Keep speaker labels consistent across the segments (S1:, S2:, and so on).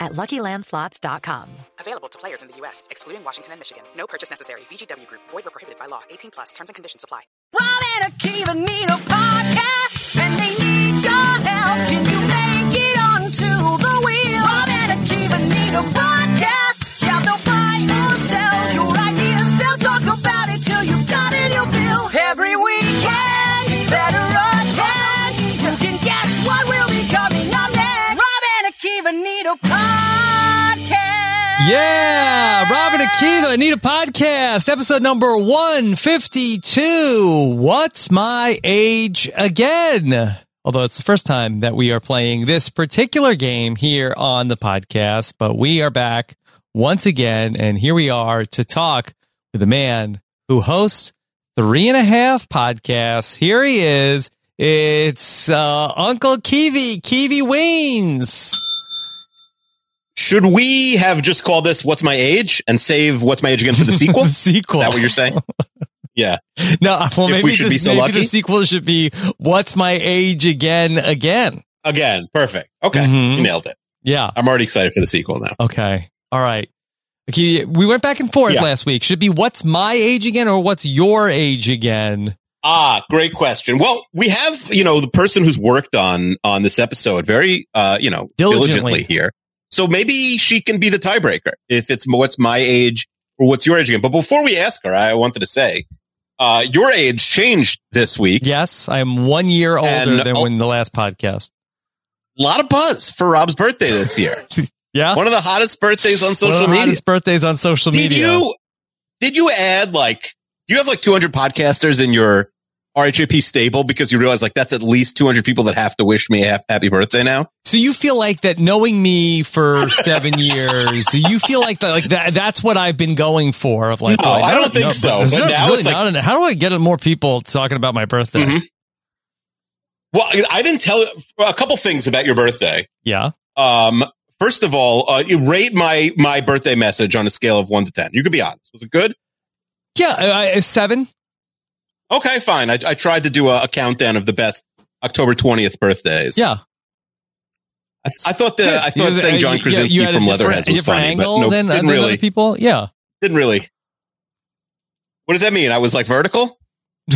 S1: at luckylandslots.com.
S2: Available to players in the U.S., excluding Washington and Michigan. No purchase necessary. VGW Group, void were prohibited by law. 18 plus terms and conditions apply.
S3: Robin and Akiva need a podcast, and they need your help. Can you make it onto the wheel? Robin and Akiva need a podcast. Yeah, they'll find themselves your ideas. They'll talk about it till you've got it. You'll feel every weekend. Better attend. You can guess what will be coming up next. Robin and Akiva need a podcast.
S4: Yeah, Robin Akiva, need a podcast, episode number 152. What's my age again? Although it's the first time that we are playing this particular game here on the podcast, but we are back once again. And here we are to talk with a man who hosts three and a half podcasts. Here he is. It's uh, Uncle Kiwi, Kiwi Waynes.
S5: Should we have just called this "What's My Age" and save "What's My Age" again for the sequel?
S4: the
S5: Is
S4: sequel.
S5: that what you're saying? Yeah,
S4: No, uh, well,
S5: If
S4: maybe,
S5: we should
S4: this-
S5: be so
S4: maybe the
S5: lucky?
S4: sequel should be "What's My Age Again?" Again,
S5: again, perfect. Okay,
S4: Mhm.
S5: you nailed it.
S4: yeah.
S5: I'm already excited for the sequel now.
S4: Okay, all right. Okay, we went back and forth
S5: Yeah.
S4: last week. Should be "What's My Age Again?" or "What's Your Age Again?"
S5: Ah, great question. Well, we have you know the person who's worked on on this episode very uh you know
S4: Diligently.
S5: diligently, here, so maybe she can be the tiebreaker if it's what's my age or what's your age again. But before we ask her, I wanted to say uh your age changed this week.
S4: Yes, I am one year older
S5: And- oh
S4: than when the last podcast.
S5: A lot of buzz for Rob's birthday this year.
S4: Yeah,
S5: One of the hottest birthdays on
S4: One of
S5: social
S4: the
S5: media.
S4: hottest birthdays on social
S5: did
S4: media.
S5: you did you add like you have like 200 podcasters in your RHAP stable because you realize like that's at least 200 people that have to wish me a hap- happy birthday now?
S4: So you feel like that knowing me for seven years, you feel like that, like that, that's what I've been going for. Of like,
S5: No,
S4: like,
S5: I don't think so,
S4: there's
S5: but
S4: not-
S5: now
S4: really
S5: it's like-
S4: not enough. how do I get more people talking about my birthday?
S5: Mhm. Well, I- I didn't tell a couple things about your birthday.
S4: Yeah.
S5: Um, first of all, uh, you rate my my birthday message on a scale of one to ten. You could be honest. Was it good?
S4: Yeah. uh, I, I- seven.
S5: Okay, fine. I, I tried to do a, a countdown of the best October 20th birthdays.
S4: Yeah.
S5: I, I thought the I thought
S4: You-
S5: saying
S4: uh,
S5: John
S4: you- you
S5: Krasinski
S4: had a
S5: from
S4: different-
S5: Leatherheads
S4: a
S5: was
S4: different
S5: funny,
S4: angle
S5: but no,
S4: than,
S5: didn't
S4: than other
S5: really.
S4: people. Yeah.
S5: Didn't really. What does that mean? I was like vertical.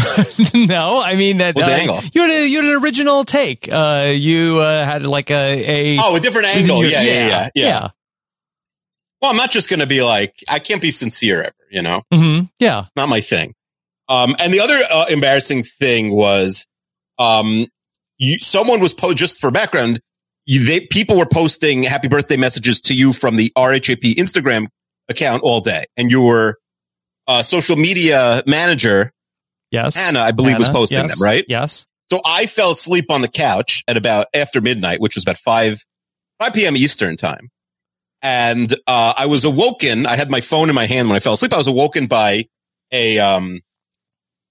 S4: no, I mean that
S5: What was the
S4: uh,
S5: angle?
S4: you had a, you had an original take. Uh, you uh, had like a, a
S5: Oh, a different angle.
S4: your-
S5: Yeah, yeah, yeah, yeah,
S4: yeah.
S5: Well, I'm not just going to be like I can't be sincere ever. You know,
S4: hmm yeah.
S5: not my thing. Um, and the other uh, embarrassing thing was, um, you, someone was po- just for background. You, they people were posting happy birthday messages to you from the RHAP Instagram account all day, and your uh, social media manager
S4: Yes.
S5: Hannah, I believe, was
S4: Anna,
S5: posting
S4: yes,
S5: them right.
S4: Yes.
S5: So I fell asleep on the couch at about after midnight, which was about five five p.m. Eastern time, and uh, I was awoken. I had my phone in my hand when I fell asleep. I was awoken by a um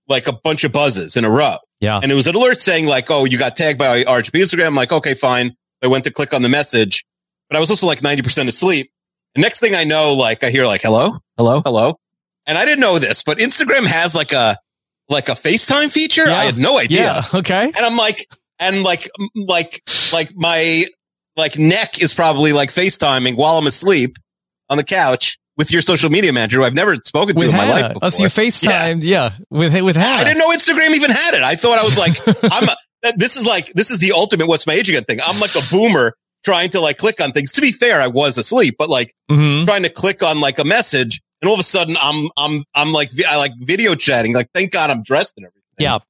S5: like a bunch of buzzes in a row,
S4: Yeah.
S5: and it was an alert saying like, "Oh, you got tagged by RGP Instagram." I'm like, "Okay, fine." I went to click on the message, but I was also like ninety percent asleep. And next thing I know, like I hear like, "Hello, hello, hello," and I didn't know this, but Instagram has like a like a FaceTime feature.
S4: Yeah.
S5: I had no idea
S4: yeah. Okay.
S5: and I'm like, and like, m- like, like my like neck is probably like FaceTiming while I'm asleep on the couch with your social media manager who I've never spoken to
S4: with
S5: in my
S4: Hannah.
S5: life before.
S4: Oh, so you FaceTimed, yeah. with with Hannah.
S5: I didn't know Instagram even had it. I thought I was like, I'm. A, that- this is like this is the ultimate what's my age again thing. I'm like a boomer trying to like click on things. To be fair, I was asleep, but like
S4: Mhm.
S5: trying to click on like a message and all of a sudden I'm I'm I'm like vi- I like video chatting. Like thank God I'm dressed and everything.
S4: Yeah.
S5: it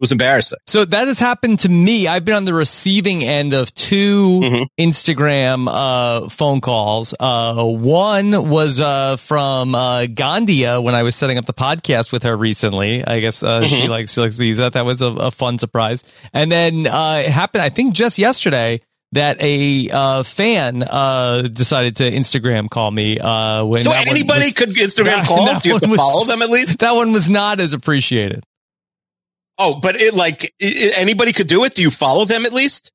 S5: was embarrassing.
S4: So that has happened to me. I've been on the receiving end of 2
S5: Mhm.
S4: Instagram uh, phone calls. Uh, one was uh, from uh, Gandia when I was setting up the podcast with her recently. I guess uh, she
S5: Mm-hmm.
S4: likes she likes to use that. That was a, a fun surprise. And then uh, it happened, I think, just yesterday that a uh, fan uh, decided to Instagram call me. Uh, when
S5: so
S4: that one
S5: anybody
S4: was-
S5: could
S4: that-
S5: Instagram call.
S4: that
S5: Do you have to
S4: one was-
S5: follow them at least?
S4: That one was not as appreciated.
S5: Oh, but it like i i- anybody could do it. Do you follow them at least?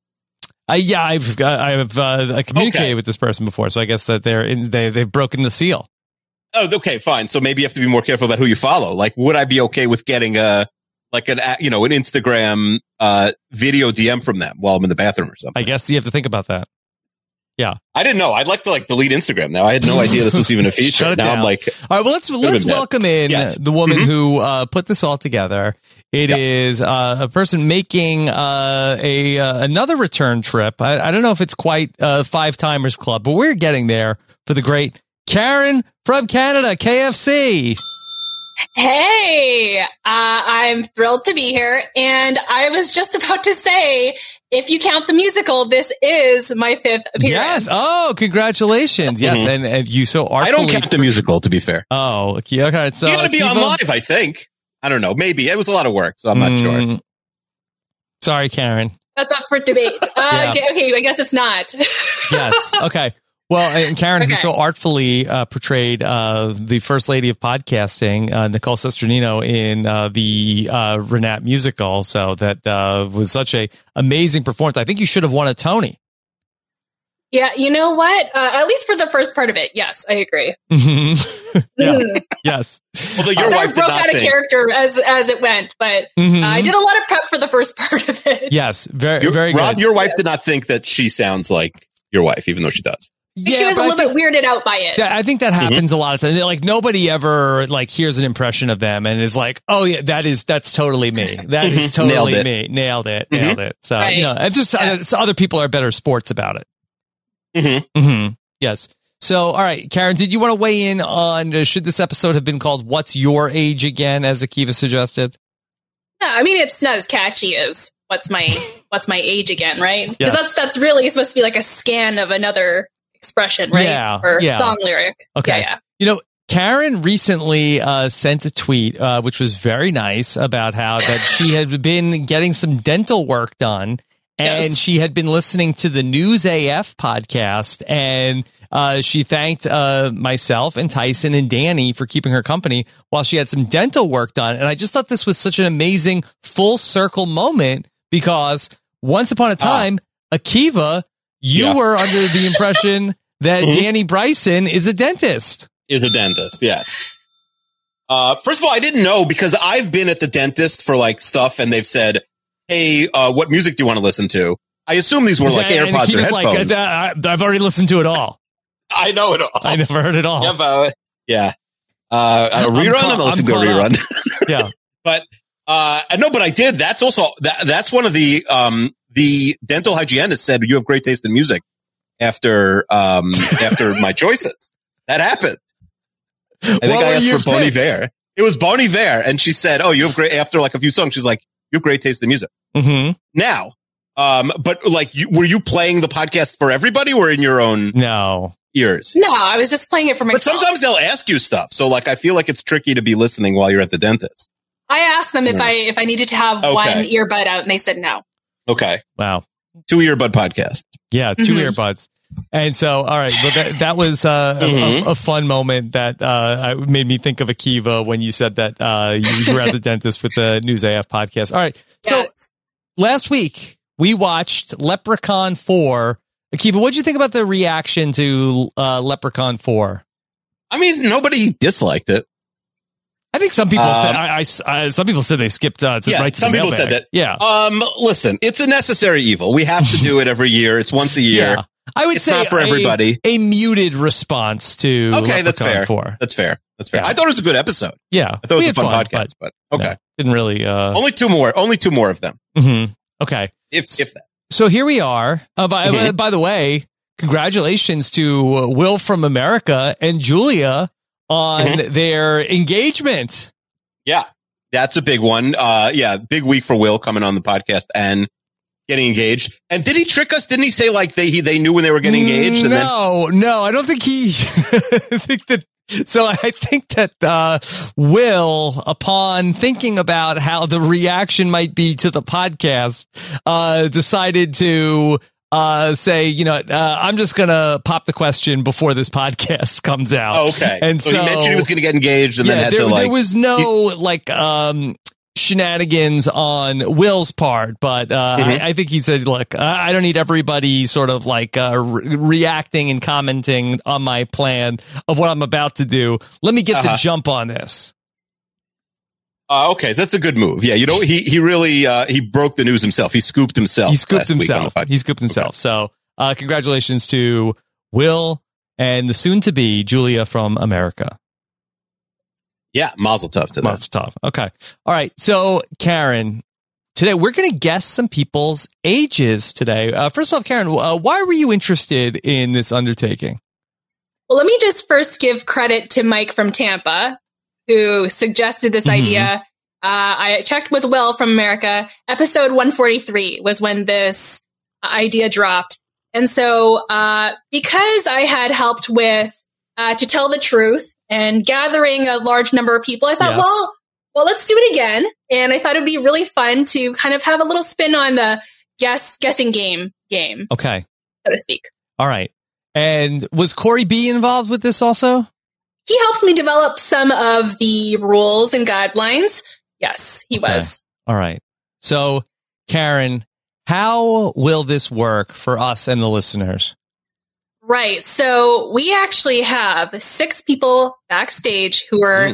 S4: Uh, yeah, I've uh, I've uh, communicated with this person before, so I guess that they're in, they they've broken the seal.
S5: Oh, okay, fine. So maybe you have to be more careful about who you follow. Like, would I be okay with getting a like an a- you know an Instagram uh, video DM from them while I'm in the bathroom or something?
S4: I guess you have to think about that.
S5: I didn't know. I'd like to like delete Instagram now. I had no idea this was even a feature.
S4: Shut it
S5: now
S4: down.
S5: I'm like,
S4: All right, well let's let's
S5: been bad.
S4: welcome in
S5: Yes.
S4: the woman
S5: Mhm.
S4: who uh, put this all together. It is uh, a person making uh, a uh, another return trip. I, I don't know if it's quite uh, five timers club, but we're getting there for the great Karen from Canada, KFC.
S6: Hey, uh, I'm thrilled to be here. And I was just about to say, if you count the musical, this is my fifth appearance.
S4: Yes. Oh, congratulations. Yes,
S5: Mhm.
S4: and, and you so
S5: I
S4: artfully.
S5: don't count the musical. To be fair,
S4: Oh, okay. all right, So
S5: you got to be
S4: Akiva-
S5: on live. I think. I don't know. Maybe it was a lot of work, so I'm not sure.
S4: Mm. Sorry, Karen.
S6: That's up for debate. Uh,
S4: Yeah.
S6: okay, okay, I guess it's not.
S4: Yes. okay. Well, and Karen, who
S6: Okay.
S4: so artfully uh, portrayed uh, the first lady of podcasting, uh, Nicole Sesternino, in uh, the uh, Renat musical, so that uh, was such a amazing performance. I think you should have won a Tony.
S6: yeah, you know what? Uh, at least for the first part of it. Yes, I agree.
S4: Mhm. yeah.
S6: Mhm.
S4: Yes.
S5: Although your
S6: sort
S5: wife
S6: of
S5: did
S6: broke
S5: not
S6: out of
S5: think.
S6: character as, as it went, but
S4: Mhm.
S6: uh, I did a lot of prep for the first part of it.
S4: yes. Very.
S5: Your-
S4: very
S5: Rob,
S4: good.
S5: your wife did not think that she sounds like your wife, even though she does.
S6: she was
S4: but
S6: a
S4: I
S6: little
S4: think-
S6: bit weirded out by it.
S4: Yeah, I think
S5: Mm-hmm.
S4: that happens a lot of times. Like nobody ever like hears an impression of them and is like, "Oh yeah, that is that's totally me. That is
S5: Mhm. Nailed
S4: totally
S5: it. Mm-hmm.
S4: me. Nailed it. Nailed it." So
S6: Right.
S4: you know, and just
S6: Yeah.
S4: uh, so other people are better sports about it.
S5: Mhm.
S4: Mm-hmm. Yes. So, all right, Karen, did you want to weigh in on uh, should this episode have been called "What's Your Age Again" as Akiva suggested?
S6: Yeah, I mean, it's not as catchy as what's my what's my age again, right?
S4: Yes.
S6: Because that's that's really supposed to be like a scan of another expression, right?
S4: Yeah,
S6: or
S4: yeah.
S6: song lyric.
S4: Okay.
S6: Yeah, yeah.
S4: You know, Karen recently uh, sent a tweet, uh, which was very nice, about how that she had been getting some dental work done. And
S6: Yes.
S4: she had been listening to the News AF podcast, and uh, she thanked uh, myself and Tyson and Danny for keeping her company while she had some dental work done. And I just thought this was such an amazing full circle moment because once upon
S6: Ah.
S4: a time, Akiva, you
S5: Yeah.
S4: were under the impression that
S6: Mm-hmm.
S5: Mhm.
S4: Danny Bryson is a dentist.
S5: is a dentist. Yes. Uh, first of all, I didn't know because I've been at the dentist for like stuff, and they've said, "Hey, uh, what music do you want to listen to?" I assume these were like
S4: And
S5: AirPods or
S4: Akiva's like,
S5: headphones.
S4: "Uh, I've already listened to it all.
S5: I know it all.
S4: I never heard it all.
S5: Yeah, but, yeah. Uh, a
S4: I'm
S5: rerun.
S4: caught-
S5: I'm, gonna listen
S4: I'm
S5: to a
S4: caught up.
S5: rerun.
S4: Yeah.
S5: but uh, and no, but I did. That's also that, that's one of the um the dental hygienist said you have great taste in music after um after my choices. That happened. I think
S4: What
S5: I
S4: were
S5: asked
S4: your
S5: for Bon
S4: picks?
S5: Iver. It was Bon Iver, and she said, "Oh, you have great." After like a few songs, she's like, "You have great taste in music."
S4: Mm-hmm.
S5: Now, um, but like, you, were you playing the podcast for everybody, or in your own
S4: No.
S5: ears?
S6: No, I was just playing it for
S5: But
S6: myself.
S5: sometimes they'll ask you stuff, so like, I feel like it's tricky to be listening while you're at the dentist.
S6: I asked them
S4: Mm.
S6: if I if I needed to have
S5: Okay.
S6: one earbud out, and they said no.
S5: Okay,
S4: Wow.
S5: two earbud podcast.
S4: Yeah, 2
S6: Mhm.
S4: earbuds. And so, all right, well, that, that was uh, a- a,
S5: Mhm.
S4: a fun moment that uh, I- made me think of Akiva when you said that uh, you were at the dentist with the News AF podcast. All right. So
S6: Yes.
S4: last week we watched Leprechaun 4. Akiva, what did you think about the reaction to uh, Leprechaun 4?
S5: I mean, nobody disliked it.
S4: I think some people said
S5: Um,
S4: I, I s- uh, some people said they skipped uh, to
S5: Yeah,
S4: right to
S5: some
S4: the
S5: people said
S4: mailbag.
S5: that.
S4: Yeah,
S5: Um, listen, it's a necessary evil. We have to do it every year. It's once a year.
S4: yeah. I would
S5: It's
S4: say
S5: not for
S4: a-
S5: everybody.
S4: A, muted response to
S5: Okay, that's
S4: Leprechaun
S5: fair.
S4: Four.
S5: That's fair. That's fair.
S4: Yeah.
S5: I thought it was a good episode.
S4: Yeah,
S5: I thought it was
S4: We
S5: a
S4: had
S5: fun,
S4: but
S5: podcast, but okay.
S4: didn't really. Uh,
S5: Only two more. Only two more of them.
S4: mhm. Okay,
S5: If if that.
S4: so here we are. Uh, by,
S5: Mhm.
S4: uh, by the way, congratulations to uh, Will from America and Julia on
S5: Mm-hmm.
S4: their engagement.
S5: Yeah, that's a big one. Uh, yeah, big week for Will coming on the podcast and getting engaged. And did he trick us? Didn't he say like they he, they knew when they were getting engaged? And then
S4: No, no, I don't think he. I think that. So I think that uh, Will, upon thinking about how the reaction might be to the podcast, uh, decided to uh, say, you know, uh, I'm just gonna pop the question before this podcast comes out.
S5: oh, okay,
S4: and so,
S5: he mentioned he was going to get engaged, and then
S4: yeah,
S5: had
S4: there,
S5: to like
S4: there was no like um shenanigans on Will's part, but uh,
S5: Mm-hmm.
S4: I, I think he said, "Look, I I don't need everybody sort of like uh, re- reacting and commenting on my plan of what I'm about to do. Let me get the
S5: Uh-huh.
S4: jump on this."
S5: Uh, okay, so that's a good move. Yeah, you know, he he really uh, he broke the news himself. He scooped himself.
S4: he scooped
S5: last week on
S4: himself.
S5: the podcast.
S4: He scooped himself. So, uh, congratulations to Will and the soon-to-be Julia from America.
S5: yeah, Mazel Tov to that.
S4: That's tough. Okay. All right. So, Karen, today we're going to guess some people's ages today. Uh, first off, Karen, uh, why were you interested in this undertaking?
S6: Well, let me just first give credit to Mike from Tampa, who suggested this
S4: Mhm.
S6: idea. Uh, I checked with Will from America. Episode 143 was when this idea dropped. And so, uh, because I had helped with uh, To Tell the Truth and gathering a large number of people, I thought,
S4: Yes.
S6: well, well, let's do it again. And I thought it would be really fun to kind of have a little spin on the guess guessing game game,
S4: Okay.
S6: so to speak.
S4: All right. And was Corey B involved with this also?
S6: he helped me develop some of the rules and guidelines. Yes, he
S4: Okay.
S6: was.
S4: All right. So, Karen, how will this work for us and the listeners?
S6: Right. So we actually have six people backstage who are
S4: Hmm.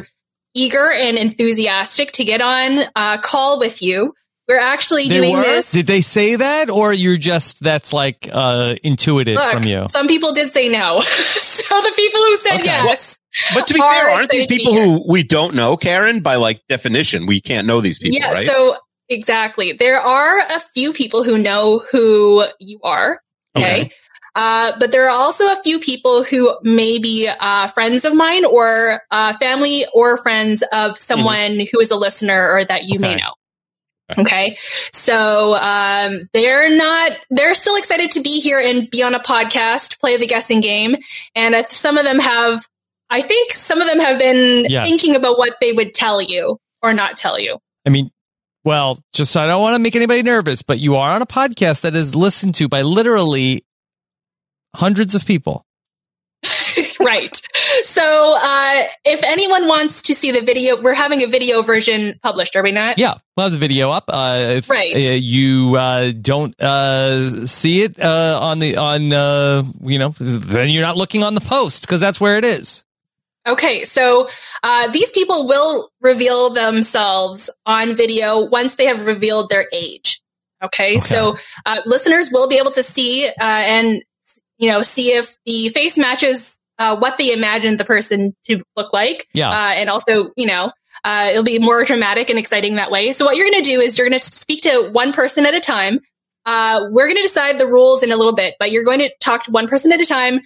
S6: eager and enthusiastic to get on a call with you. We're actually doing this.
S4: Did they say that, or you're just that's like uh, intuited
S6: Look,
S4: from you?
S6: some people did say no. so the people who said
S4: Okay.
S6: yes.
S5: But to be
S6: Are
S5: fair, aren't these
S6: excited to
S5: people
S6: be here.
S5: who we don't know, Karen? By like definition, we can't know these people,
S6: yeah.
S5: right?
S6: So uh, exactly. There are a few people who know who you are. Okay. Uh, but there are also a few people who may be uh, friends of mine or uh, family or friends of someone who is a listener or that you may
S4: Mm-hmm. Okay.
S6: know. Okay. So um, they're not, they're still excited to be here and be on a podcast, play the guessing game. And uh, some of them have, I think some of them have been
S4: Yes.
S6: thinking about what they would tell you or not tell you.
S4: I mean, well, just I don't want to make anybody nervous, but you are on a podcast that is listened to by literally hundreds of people.
S6: right. So, uh, if anyone wants to see the video, we're having a video version published, are we not?
S4: Yeah, we'll have the video up. Uh, if
S6: Right.
S4: uh, you uh, don't uh, see it uh, on the on uh, you know, then you're not looking on the post because that's where it is.
S6: Okay. So, uh, these people will reveal themselves on video once they have revealed their age. Okay.
S4: Okay.
S6: So, uh, listeners will be able to see uh, and, you know, see if the face matches uh, what they imagined the person to look like.
S4: Yeah.
S6: Uh, and also, you know, uh, it'll be more dramatic and exciting that way. So, what you're going to do is you're going to speak to one person at a time. Uh, we're going to decide the rules in a little bit, but you're going to talk to one person at a time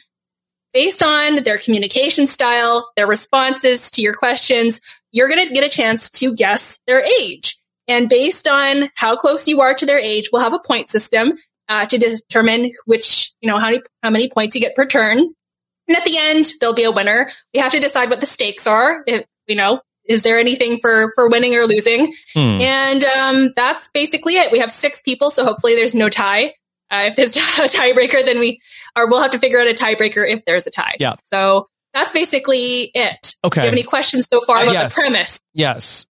S6: based on their communication style, their responses to your questions. You're going to get a chance to guess their age. And based on how close you are to their age, we'll have a point system uh, to determine which, you know, how many, how many points you get per turn. And at the end, there'll be a winner. We have to decide what the stakes are. If, you know, is there anything for, for winning or losing?
S4: Hmm.
S6: And um, that's basically it. We have six people, so hopefully there's no tie. Uh, if there's a tiebreaker, then we or we'll have to figure out a tiebreaker if there's a tie.
S4: Yeah.
S6: So that's basically it. Do you
S4: Okay.
S6: have any questions so far
S4: Uh,
S6: about
S4: yes.
S6: the premise?
S4: yes.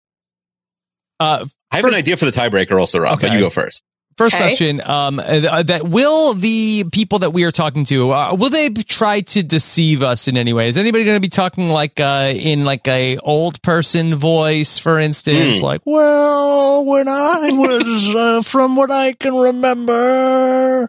S4: Uh,
S5: I have an idea for the tiebreaker, also, Rob.
S4: Okay.
S5: But you go first.
S4: First
S6: Okay.
S4: question: um, uh, That will the people that we are talking to uh, will they try to deceive us in any way? Is anybody going to be talking like uh, in like a old person voice, for instance?
S5: Hmm.
S4: Like, well, when I was uh, from what I can remember,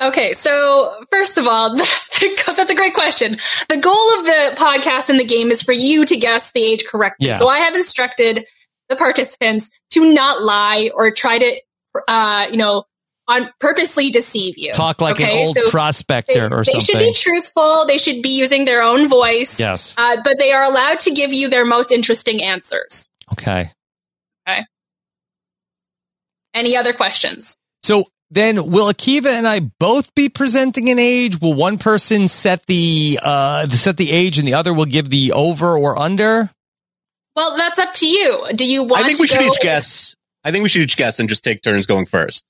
S6: Okay, so first of all, that's a great question. The goal of the podcast and the game is for you to guess the age correctly.
S4: Yeah.
S6: So I have instructed the participants to not lie or try to, uh, you know, on purposely deceive you.
S4: Talk like
S6: Okay,
S4: an old
S6: so they,
S4: prospector or
S6: they
S4: something.
S6: should be truthful. They should be using their own voice.
S4: yes.
S6: Uh, but they are allowed to give you their most interesting answers.
S4: Okay.
S6: Any other questions?
S4: So then, will Akiva and I both be presenting an age? Will one person set the uh set the age, and the other will give the over or under?
S6: Well, that's up to you. Do you
S5: I
S6: want?
S5: think
S6: to
S5: we should
S6: go
S5: each guess. I think we should each guess and just take turns going first.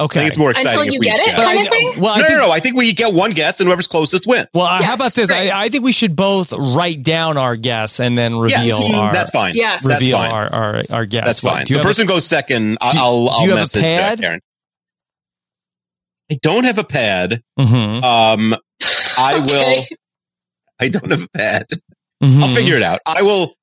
S5: I
S4: Okay.
S5: think it's more exciting
S6: until
S5: if
S6: you
S5: we
S6: get
S5: each
S6: it,
S5: guess.
S6: kind of
S4: I-
S6: thing.
S4: well, I
S5: no,
S4: think
S5: no, no. I think we get one guess, and whoever's closest wins.
S4: Well, uh, how
S6: Yes,
S4: about this?
S6: right.
S4: I, I think we should both write down our guess and then reveal
S5: yes,
S4: our
S5: that's fine.
S6: Yes.
S5: that's
S4: reveal
S5: fine.
S4: our, our our guess.
S5: that's
S4: Like,
S5: fine.
S4: Do you
S5: The
S4: have a-
S5: person goes second. I-
S4: Do-
S5: I'll,
S4: do
S5: I'll
S4: you have a
S5: message Jack
S4: pad?
S5: Karen. I don't have a pad.
S4: Mhm,
S5: Um, I will.
S6: Okay.
S5: I don't have a pad. I'll
S4: mhm.
S5: figure it out. I will.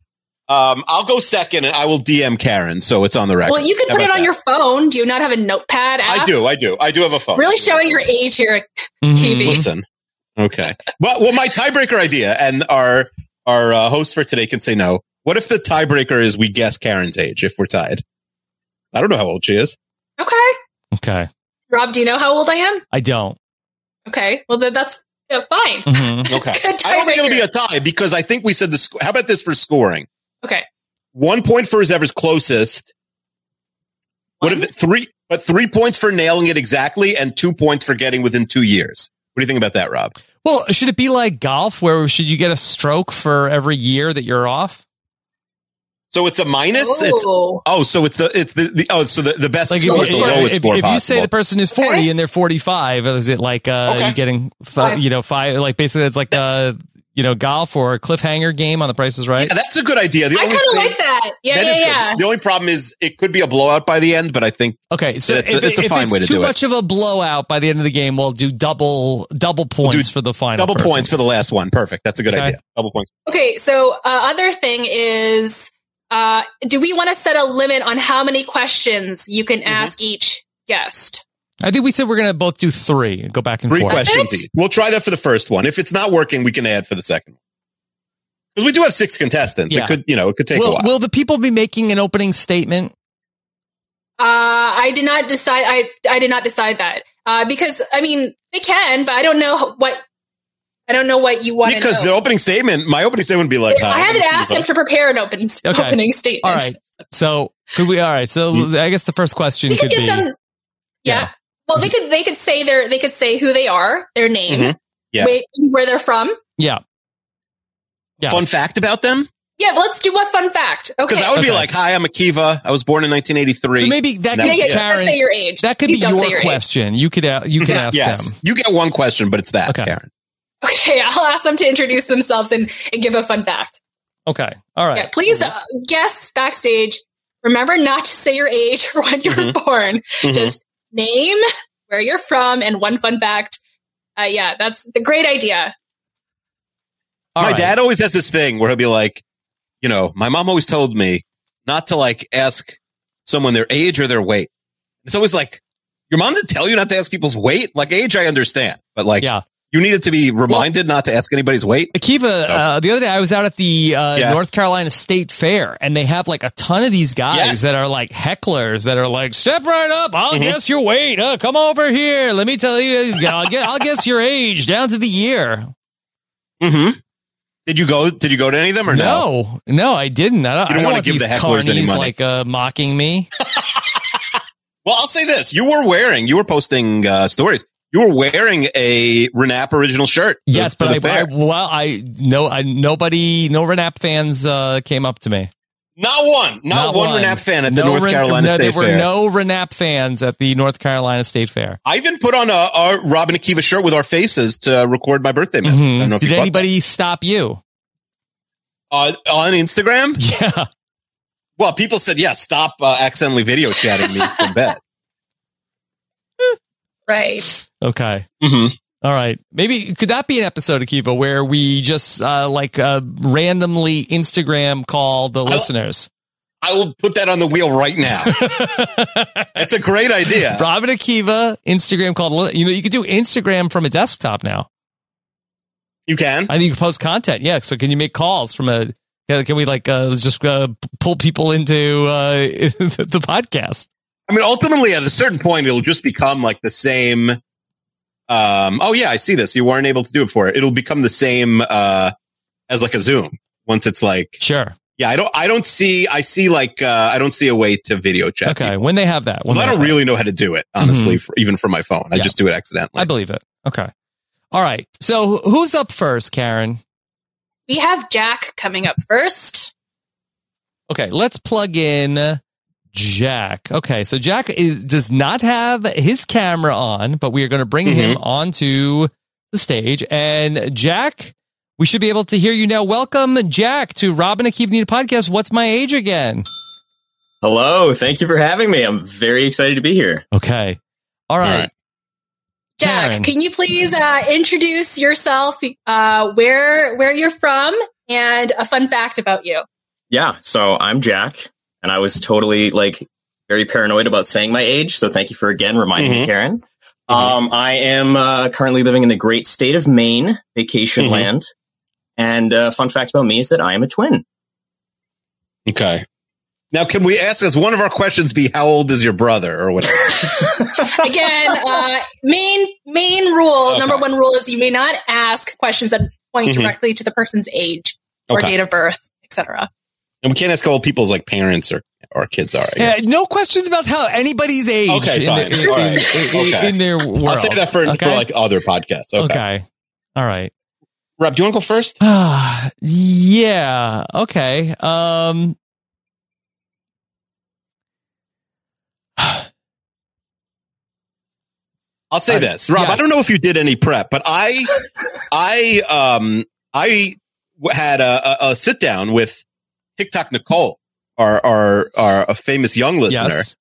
S5: Um, I'll go second, and I will DM Karen, so it's on the record.
S6: Well, you can
S5: How
S6: put it
S5: about
S6: on
S5: that?
S6: your phone. Do you not have a notepad app?
S5: I do. I do. I do have a phone.
S6: Really showing your age here.
S4: Mhm.
S6: TV.
S5: Listen. Okay. Well, well, my tiebreaker idea, and our our uh, host for today can say no. What if the tiebreaker is we guess Karen's age if we're tied? I don't know how old she is.
S6: Okay,
S4: Okay,
S6: Rob, do you know how old I am?
S4: I don't.
S6: Okay, well then that's yeah, fine.
S5: Mm-hmm.
S4: Mhm.
S5: Okay.
S6: Good
S5: I don't think it'll
S6: tiebreaker.
S5: be a tie because I think we said the. Sc- how about this for scoring?
S6: Okay,
S5: One point for whoever's closest. What
S6: One?
S5: if three? But three points for nailing it exactly, and two points for getting within two years. What do you think about that, Rob?
S4: Well, should it be like golf, where should you get a stroke for every year that you're off?
S5: So it's a minus. It's
S6: Oh.
S5: oh, so it's the it's the, the oh, so the, the best
S4: Like
S5: score
S4: if,
S5: is the
S4: if-
S5: lowest
S4: if-
S5: score
S4: if you say
S5: possible.
S4: the person is 40
S6: Okay.
S4: and they're 45, is it like uh,
S5: Okay.
S4: you getting fi-
S6: Five.
S4: you know five? Like basically, it's like uh you know golf or a cliffhanger game on The Price is Right.
S5: Yeah, that's a good idea. The
S6: I kind
S5: only
S6: of
S5: thing-
S6: like that. Yeah,
S5: that is
S6: yeah,
S5: good.
S6: yeah.
S5: The only problem is it could be a blowout by the end, but I think
S4: Okay, so
S5: It's a-
S4: if,
S5: it's a
S4: if
S5: fine
S4: it's
S5: way to
S4: too
S5: do it.
S4: much of a blowout by the end of the game, we'll do double double points for the final.
S5: double
S4: person.
S5: points for the last one. Perfect. That's a good
S4: Okay.
S5: idea. Double points.
S6: Okay, so uh, other thing is, uh, do we want to set a limit on how many questions you can ask each guest?
S4: I think we said we're gonna both do three. Go back and
S5: Three
S4: forth.
S5: questions
S6: That's it?
S5: each. We'll try that for the first one. If it's not working, we can add for the second one. Because we do have six contestants.
S4: Yeah.
S5: It could, you know, it could take a
S4: Will,
S5: while.
S4: will the people be making an opening statement?
S6: Uh, I did not decide. I I did not decide that uh, because I mean they can, but I don't know what I don't know what you want to
S5: because the
S6: know.
S5: opening statement, my opening statement would be like, uh,
S6: I
S5: "Hi,
S6: haven't
S5: I'm
S6: asked them
S5: Eva."
S6: to prepare an open
S4: Okay.
S6: opening statement.
S4: All right. So could we? All right. So I guess the first question
S6: we
S4: could
S6: could give
S4: be.
S6: them. Yeah.
S4: Yeah.
S6: Well, they could they could say their they could say who they are, their name,
S5: Mhm. Yeah.
S6: wait, where they're from.
S4: yeah. Yeah.
S5: Fun fact about them?
S6: Yeah, but let's do what fun fact. Okay.
S5: Because I would be
S4: Okay.
S5: like, hi, I'm Akiva. I was born in 1983.
S4: So maybe that
S5: Yeah,
S4: could
S6: yeah, yeah.
S4: be
S6: just don't
S4: Karen.
S6: say your age.
S4: That could
S6: Please
S4: be
S6: don't say
S4: your
S6: age.
S4: question. You could a- you could ask
S5: yes.
S4: them.
S5: You get one question, but it's that,
S4: Okay.
S5: Karen.
S6: Okay, I'll ask them to introduce themselves and, and give a fun fact.
S4: Okay. All right.
S6: Yeah, please, uh, guests backstage, remember not to say your age or when you were born.
S5: Mhm.
S6: Just name, where you're from, and one fun fact. Uh, yeah, that's the great idea.
S4: All
S5: my
S4: right.
S5: dad always has this thing where he'll be like, you know, my mom always told me not to like ask someone their age or their weight. It's always like, your mom didn't tell you not to ask people's weight? Like age, I understand, but like,
S4: Yeah.
S5: you needed to be reminded not to ask anybody's weight.
S4: Akiva, uh, the other day I was out at the uh,
S5: Yeah.
S4: North Carolina State Fair, and they have like a ton of these guys
S5: Yes. Mm-hmm.
S4: that are like hecklers that are like, "Step right up, I'll guess your weight. Uh, come over here, let me tell you, I'll, guess, I'll guess your age down to the year."
S5: Mm-hmm. Did you go, did you go to any of them or no?
S4: No, no, I didn't. I don't, I
S5: You don't
S4: don't
S5: wanna
S4: want
S5: give
S4: these
S5: the hecklers any
S4: carnies,
S5: money.
S4: like uh, mocking me.
S5: Well, I'll say this. You were wearing, you were posting uh, stories. You were wearing a Renap original shirt. to-
S4: yes,
S5: to the
S4: but I, I
S5: fair.
S4: well, I no, I nobody, no Renap fans uh, came up to me.
S5: not one, not, one, Renap fan at the
S4: No
S5: North
S4: Ren-
S5: Carolina
S4: no,
S5: State
S4: There were
S5: Fair.
S4: no Renap fans at the North Carolina State Fair.
S5: I even put on a, a Robin Akiva shirt with our faces to record my birthday message. I don't know if
S4: Mm-hmm. Did
S5: you caught
S4: anybody stop you?
S5: that. uh, on Instagram?
S4: Yeah.
S5: Well, people said, "Yeah, stop uh, accidentally video chatting me from bed."
S6: Right.
S4: Okay.
S5: Mm-hmm.
S4: All right. Maybe could that be an episode of Kiva where we just uh, like uh, randomly Instagram call the listeners?
S5: I will put that on the wheel right now. That's a great idea.
S4: Robin Akiva, Instagram called. li- You know, you could do Instagram from a desktop now.
S5: You can.
S4: I think you can post content. Yeah. So can you make calls from a? yeah, Can we like uh, just uh, p- pull people into uh, the podcast?
S5: I mean, ultimately, at a certain point, it'll just become like the same. Um, oh yeah, I see this. You weren't able to do it for it. It'll become the same uh, as like a Zoom once it's like,
S4: Sure.
S5: yeah, I don't, I don't see, I see like, uh, I don't see a way to video chat.
S4: okay.
S5: people.
S4: When they have that. When
S5: Well, I
S4: they have
S5: don't
S4: that. Mm-hmm.
S5: really know how to do it, honestly, for, even from my phone. I
S4: Yeah.
S5: just do it accidentally.
S4: I believe it. Okay. All right. So wh- who's up first, Karen?
S6: We have Jack coming up first.
S4: Okay, let's plug in Jack. Okay, so Jack is does not have his camera on, but we are going to bring him onto the stage. And Jack, we should be able to hear you now. Welcome, Jack, to Robin and Keep Need podcast. What's my age again?
S7: Hello, thank you for having me. I'm very excited to be here.
S4: Okay, all right.
S5: All right.
S6: Jack,
S4: Karen.
S6: can you please uh, introduce yourself, uh, where where you're from, and a fun fact about you?
S7: Yeah, so I'm Jack, and I was totally like very paranoid about saying my age. So thank you for again reminding me,
S4: Mm-hmm.
S5: Mhm.
S7: Karen. Um, I am uh, currently living in the great state of Maine, vacation
S4: Mm-hmm.
S5: Mhm.
S7: land. And uh, fun fact about me is that I am a twin.
S5: Okay. Now, can we ask as one of our questions be how old is your brother or whatever?
S6: Again, uh, main main rule,
S5: Okay.
S6: number one rule is you may not ask questions that point
S5: Mhm.
S6: directly to the person's age or
S5: Okay.
S6: date of birth, etc.
S5: and we can't ask how old people's like parents or, or kids are. I
S4: Yeah,
S5: guess.
S4: Uh, no questions about how anybody's age
S5: Okay,
S4: in,
S5: fine.
S4: the- in-
S5: All right.
S4: in- in-
S5: Okay.
S4: in their world.
S5: I'll save that for,
S4: Okay?
S5: for like other podcasts. Okay.
S4: okay. All right.
S5: Rob, do you want to go first?
S4: Ah, yeah. Okay. Um.
S5: I'll say
S4: Uh,
S5: this, Rob. I
S4: yes.
S5: don't know if you did any prep, but I, I, um, I w- had a, a, a sit down with TikTok Nicole, our, our, our a famous young listener
S4: Yes.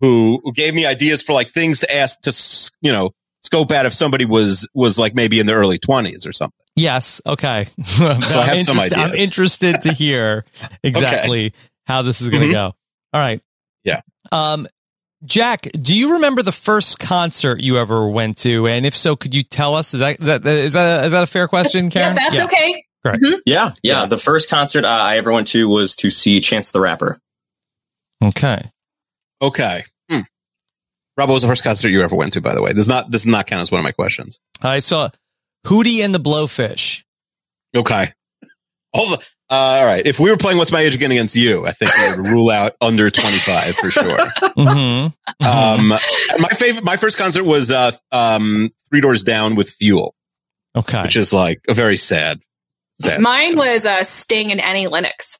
S5: who, who gave me ideas for like things to ask to, s- you know, scope out if somebody was, was like maybe in their early twenties or something.
S4: Yes. Okay.
S5: So I have
S4: interested-
S5: some
S4: I'm
S5: ideas.
S4: interested to hear exactly how this is going to
S5: Mhm.
S4: go. All right.
S5: Yeah.
S4: Um, Jack, do you remember the first concert you ever went to? And if so, could you tell us? Is that, that is that is that a fair question,
S6: Yeah,
S4: Karen?
S6: that's okay.
S7: Yeah, yeah.
S5: Yeah.
S7: The first concert uh, I ever went to was to see Chance the Rapper.
S4: Okay.
S5: Okay. Hmm. Rob, what was the first concert you ever went to, by the way? Does not, does not count as one of my questions.
S4: I saw Hootie and the Blowfish.
S5: Okay. All the, uh, all right. If we were playing What's My Age Again against you, I think we would rule out under 25 for sure.
S4: Mhm. Mhm.
S5: Um, my favorite, my first concert was, uh, um, Three Doors Down with Fuel,
S4: okay.
S5: which is like a very sad, sad.
S6: Mine was uh, Sting and Annie Lennox.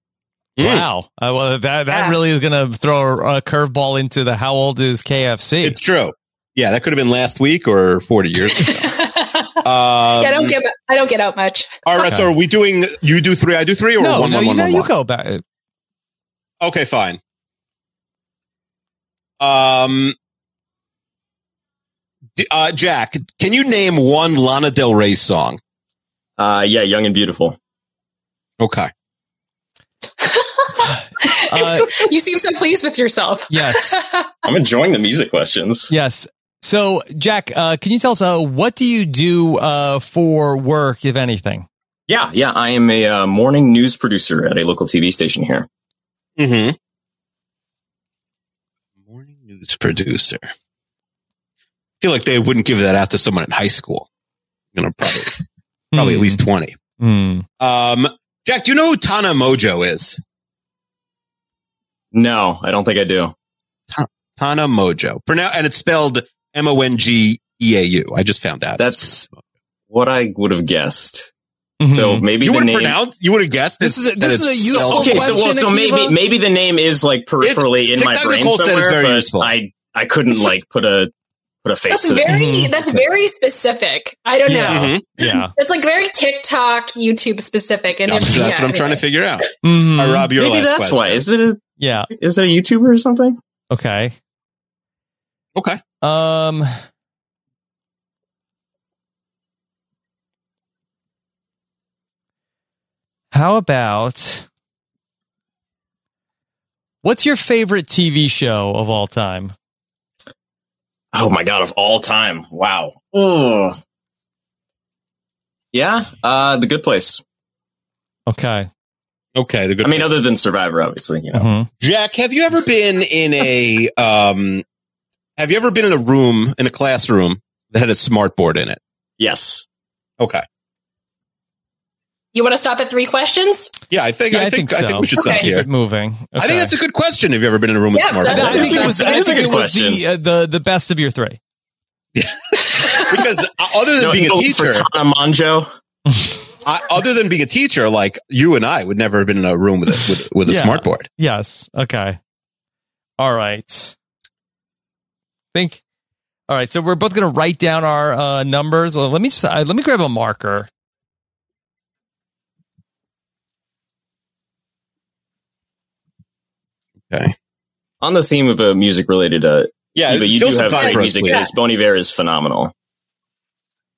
S5: Mm.
S4: Wow. Uh, well, that, that
S6: Yeah.
S4: really is going to throw a, a curveball into the how old is KFC?
S5: It's true. Yeah. That could have been last week or 40 years ago.
S6: yeah,
S5: Um,
S6: I don't get I don't get out much.
S5: all right. So are we doing, you do three, I do three or
S4: no,
S5: one,
S4: no,
S5: one,
S4: you,
S5: one,
S4: no,
S5: one,
S4: you
S5: one?
S4: go back.
S5: Okay, fine. Um, d- uh, Jack, can you name one Lana Del Rey song?
S7: Uh, yeah, Young and Beautiful.
S5: Okay.
S4: Uh,
S6: You seem so pleased with yourself.
S4: yes,
S7: I'm enjoying the music questions.
S4: yes. So, Jack, uh, can you tell us uh, what do you do uh, for work, if anything?
S7: Yeah, yeah. I am a uh, morning news producer at a local TV station here.
S5: Mm-hmm. Morning news producer. I feel like they wouldn't give that out to someone in high school. You know, probably, probably at
S4: Hmm.
S5: least 20.
S4: Hmm.
S5: Um, Jack, do you know who Tana Mojo is?
S7: No, I don't think I do.
S5: Tana Mojo. Pronoun- and it's spelled M-O-N-G-E-A-U. E I just found out.
S7: That's what I would have guessed.
S4: Mhm.
S7: So maybe
S5: you
S7: the
S5: would
S7: name.
S5: have pronounced. You would have guessed.
S4: This is
S5: it's-
S4: a-
S5: that
S4: this
S5: it's
S4: is a useful
S5: spelled-
S7: okay, so, well,
S4: question,
S7: so
S4: Akiva?
S7: maybe maybe the name is like peripherally in my
S5: TikTok
S7: brain
S5: Nicole said it's
S7: somewhere,
S5: very
S7: but
S5: useful.
S7: I I couldn't like put a put a face
S6: That's
S7: to that.
S6: very
S5: Mm-hmm.
S4: Mhm.
S6: that's very specific. I don't
S4: Yeah.
S6: know.
S5: Mhm.
S7: Mm-hmm.
S4: yeah.
S6: It's like very TikTok, YouTube specific, and
S5: Yeah,
S6: if-
S5: so that's
S6: yeah,
S5: what I'm trying to
S6: anyway.
S5: figure out.
S4: Mhm.
S5: All right, Rob, your
S7: Maybe
S5: last
S7: that's
S5: question.
S7: why. Is it a
S4: Yeah.
S7: is it a YouTuber or something?
S4: Okay.
S5: Okay.
S4: Um. How about what's your favorite TV show of all time?
S7: Oh my god, of all time. Wow. Oh. Yeah, uh The Good Place.
S4: Okay.
S5: Okay, the good.
S7: I mean, other than Survivor, obviously, you know.
S4: Mhm.
S5: Jack, have you ever been in a um? Have you ever been in a room in a classroom that had a smart board in it?
S7: Yes.
S5: Okay,
S6: You want to stop at three questions?
S5: yeah, I think
S4: Yeah,
S5: I, think, I think we should
S4: Okay.
S5: stop
S4: Keep
S5: here.
S4: it moving.
S5: I think
S4: Okay.
S5: that's a good question. Have you ever been in a room with
S6: Yeah,
S5: a smart
S6: that's-
S5: board?
S4: I think it was.
S6: That
S4: I
S7: is a
S4: think it
S7: good
S4: was the,
S7: question.
S4: uh, the the best of your three.
S5: because uh, other than
S7: No,
S5: being a
S7: no,
S5: teacher,
S7: for Tana Monjo.
S5: I, other than being a teacher, like you and I would never have been in a room with a, with, with a
S4: Yeah.
S5: smart board.
S4: Yes. Okay. All right. Think. All right. So we're both going to write down our uh, numbers. Uh, Let me just. Uh, let me grab a marker.
S7: On the theme of a music related, uh,
S5: Yeah,
S7: but you
S5: fill
S7: do
S5: some
S7: have
S5: time
S7: great
S5: for us,
S7: music.
S5: please.
S7: This Bon Iver is phenomenal.
S6: Wow.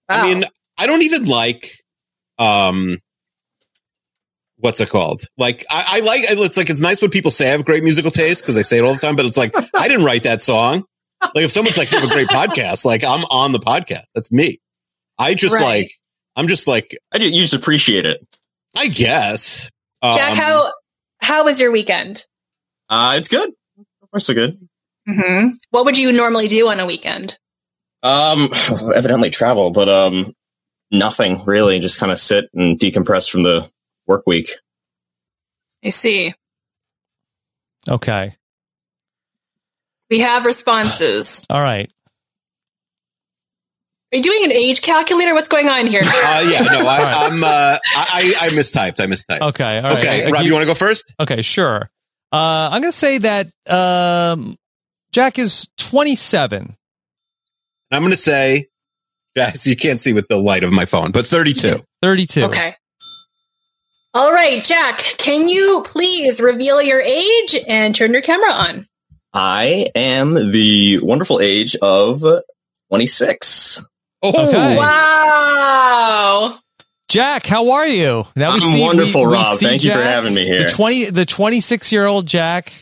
S5: I mean, I don't even like, um, what's it called? Like, I, I like it's like it's nice when people say I have great musical taste because I say it all the time. But it's like I didn't write that song. Like, if someone's like, "You have a great podcast," like I'm on the podcast. That's me. I just
S6: Right.
S5: like, I'm just like,
S7: I ju- you just appreciate it.
S5: I guess. Um,
S6: Jack, how how was your weekend?
S7: Uh, it's good. We're so good.
S6: Mm-hmm. What would you normally do on a weekend?
S7: Um, evidently travel, but um, nothing really. Just kind of sit and decompress from the work week.
S6: I see.
S4: Okay.
S6: We have responses.
S4: All right.
S6: Are you doing an age calculator? What's going on here?
S5: Uh, yeah, no,
S4: All right.
S5: I, I'm. Uh, I, I I mistyped. I mistyped.
S4: Okay. All right.
S5: Okay,
S4: I- I
S5: Rob,
S4: keep-
S5: you want to go first?
S4: Okay, sure. Uh, I'm going to say that um, Jack is 27.
S5: I'm going to say, guys, you can't see with the light of my phone, but 32.
S4: 32.
S6: Okay. All right, Jack, can you please reveal your age and turn your camera on?
S7: I am the wonderful age of twenty six.
S5: Oh,
S4: Okay.
S6: Wow.
S4: Jack, how are you? Now
S7: I'm wonderful, Rob. Thank you for having me here.
S4: The 20 the 26 year old Jack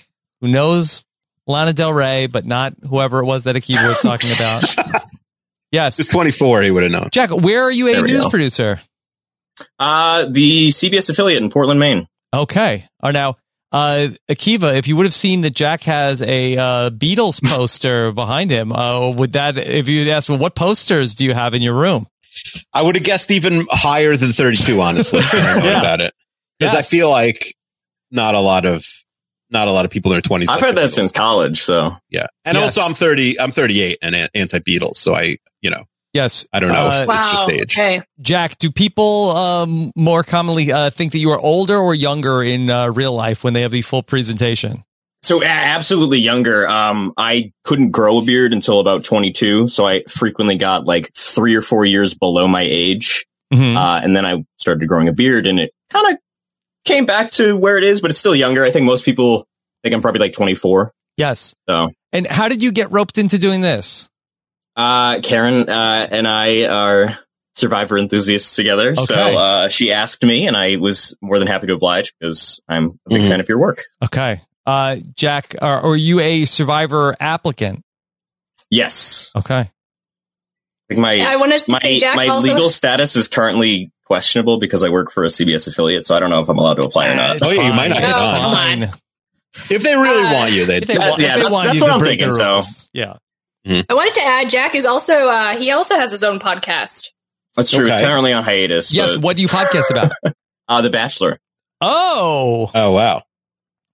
S4: who knows Lana Del Rey, but not whoever it was that Akiva was talking about. yes.
S5: Just 24, he would have known.
S4: Jack, where are you a
S7: There we
S4: news
S7: go.
S4: producer?
S7: Uh, the CBS affiliate in Portland, Maine.
S4: Okay. Or now, uh, Akiva, if you would have seen that Jack has a uh, Beatles poster behind him, uh, would that, if you'd asked, well, what posters do you have in your room?
S5: I would have guessed even higher than 32, honestly. when I thought
S4: Yeah.
S5: about it. Because I
S4: Yes.
S5: feel like not a lot of, not a lot of people in their 20s.
S7: I've
S5: like
S7: heard
S5: the
S7: that
S5: Beatles.
S7: since college. So
S5: Yeah. And
S4: Yes.
S5: also I'm 30, I'm 38 and an- anti-Beatles. So I, you know,
S4: Yes.
S5: I don't know.
S4: Uh,
S5: if it's just age.
S6: Okay.
S4: Jack, do people um, more commonly uh, think that you are older or younger in uh, real life when they have the full presentation?
S7: So a- absolutely younger. Um, I couldn't grow a beard until about 22. So I frequently got like three or four years below my age.
S4: Mhm.
S7: Uh, and then I started growing a beard and it kind of came back to where it is, but it's still younger. I think most people think I'm probably like 24.
S4: yes.
S7: So,
S4: And how did you get roped into doing this?
S7: uh, Karen, uh, and I are survivor enthusiasts together. So,
S4: Okay.
S7: uh, she asked me and I was more than happy to oblige because I'm a big
S5: Mhm.
S7: fan of your work.
S4: Okay. Uh, Jack, are, are you a survivor applicant?
S7: Yes.
S4: Okay.
S7: I think my,
S6: I wanted to
S7: my,
S6: say Jack
S7: my
S6: also
S7: legal status is currently questionable because I work for a CBS affiliate, so I don't know if I'm allowed to apply or not.
S4: It's
S5: Oh, yeah, you might not
S4: fine.
S6: get
S4: It's
S6: on. Come on.
S4: fine.
S5: If they really
S6: Uh,
S5: want you, they'd.
S4: If they,
S7: That-
S4: want,
S7: yeah,
S4: if they
S7: that's-
S4: want
S7: that's
S4: you
S7: what
S4: to
S7: I'm
S4: break the
S7: thinking, so-
S4: rules. Yeah.
S6: I wanted to add Jack is also uh he also has his own podcast.
S7: That's true. It's
S5: Okay.
S7: currently on hiatus.
S4: Yes.
S7: but,
S4: What do you podcast about?
S7: uh, The Bachelor.
S4: Oh.
S5: oh, wow.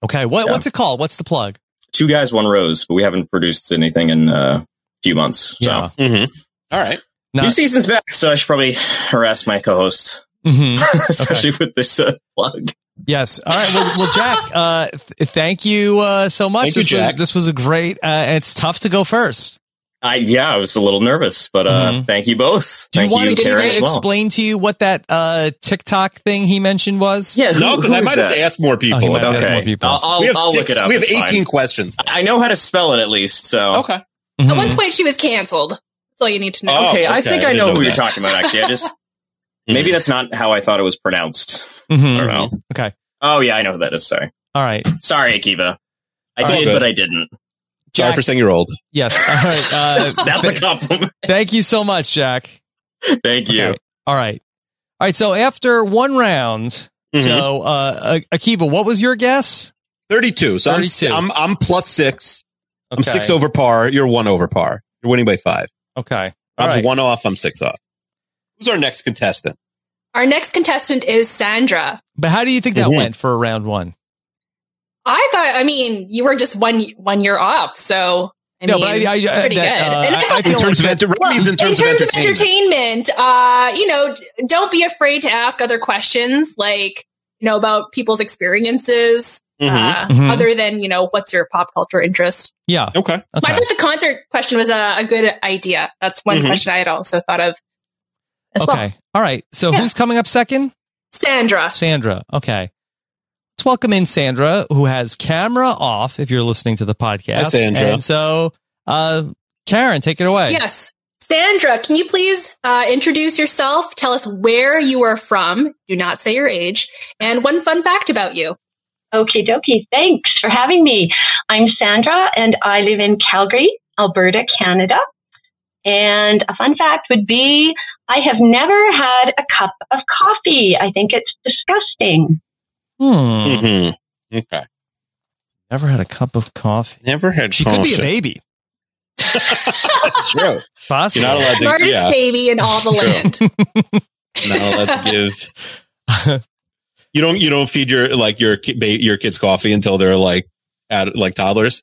S4: Okay. What,
S7: Yeah.
S4: What's it called? What's the plug?
S7: Two guys, one rose, but we haven't produced anything in uh, a few months.
S4: Yeah.
S7: So
S5: Mhm. All right.
S4: Not-
S7: new season's back, so I should probably harass my co-host,
S4: Mhm.
S7: especially with this uh, plug.
S4: Yes. All right. Well, well Jack, uh, th- thank you uh, so much.
S5: Thank you,
S4: this,
S5: Jack.
S4: Was, this was a great. Uh, it's tough to go first.
S7: I yeah, I was a little nervous, but uh,
S4: Mhm.
S7: thank you both.
S4: Do you
S7: thank
S4: want me to
S7: Karen, as well.
S4: explain to you what that uh, TikTok thing he mentioned was? Oh,
S7: Yeah,
S5: No,
S7: who-
S5: because
S7: who
S5: I
S7: is
S5: might have
S7: that?
S5: to ask more people.
S4: might have
S5: about
S4: to ask
S5: it.
S4: more
S7: Okay,
S4: people.
S7: I'll, I'll,
S5: we have
S7: I'll
S5: six-
S7: look it up.
S5: We have
S7: It's
S5: 18
S7: fine.
S5: questions.
S7: I know how to spell it at least. So
S5: Okay.
S4: Mhm.
S6: At one point she was canceled. That's all you need to know.
S5: Oh, okay,
S7: okay, I think
S5: I
S7: I,
S5: didn't
S7: know
S5: know
S7: who you're
S5: that.
S7: talking about. Actually, I just maybe that's not how I thought it was pronounced.
S4: Mhm.
S7: I don't know.
S4: Okay.
S7: Oh yeah, I know who that is. Sorry,
S4: All right.
S7: sorry, Akiva. I
S4: All
S7: did,
S5: good.
S7: but I didn't.
S5: Sorry
S4: Jack,
S5: for saying you're old.
S4: yes. All right. Uh,
S7: That's a compliment.
S4: thank you so much, Jack.
S7: Thank you.
S4: Okay. All right. All right. So after one round,
S5: Mm-hmm.
S4: So, uh, A- Akiva, what was your guess?
S5: 32. So I'm-
S4: 32.
S5: I'm, I'm, plus six. I'm
S4: Okay.
S5: six over par. You're one over par. You're winning by five.
S4: Okay. All
S5: I'm
S4: right.
S5: one off. I'm six off. Who's our next contestant?
S6: Our next contestant is Sandra.
S4: But how do you think that
S5: Mhm.
S4: went for round one?
S6: I thought, I mean, you were just one one year off, so I
S4: No,
S6: mean,
S4: but I- I- I-
S6: pretty
S4: that,
S6: good.
S4: uh,
S6: And
S4: I- I
S6: I thought
S5: In
S4: feel
S5: terms
S4: like
S5: of enter- means in terms, of entertainment.
S6: entertainment, uh, you know, don't be afraid to ask other questions, like you know about people's experiences,
S5: Mhm.
S6: uh,
S4: Mhm.
S6: other than you know what's your pop culture interest.
S4: Yeah.
S5: Okay.
S6: But
S4: Okay.
S6: I thought the concert question was a, a good idea. That's one
S5: Mhm.
S6: question I had also thought of as well.
S4: Okay. All right. So
S6: Yeah.
S4: who's coming up second?
S6: Sandra,
S4: Sandra. Okay. Let's welcome in Sandra, who has camera off if you're listening to the podcast.
S5: Hi, Sandra.
S4: And so, uh, Karen, take it away.
S6: yes, Sandra, can you please uh, introduce yourself? Tell us where you are from. Do not say your age, and one fun fact about you.
S8: Okie dokie. Thanks for having me. I'm Sandra and I live in Calgary, Alberta, Canada. And a fun fact would be I have never had a cup of coffee. I think it's disgusting.
S4: Hmm.
S5: Mhm. Okay.
S4: Never had a cup of coffee.
S5: Never had.
S4: She could be a
S5: conscience.
S4: baby.
S5: That's true.
S4: Possibly.
S5: You're not allowed to.
S6: Smartest
S5: Yeah.
S6: baby in all the
S5: True.
S6: land.
S5: Not allowed to give. You don't. You don't feed your like your ki- ba- your kids coffee until they're like at like toddlers.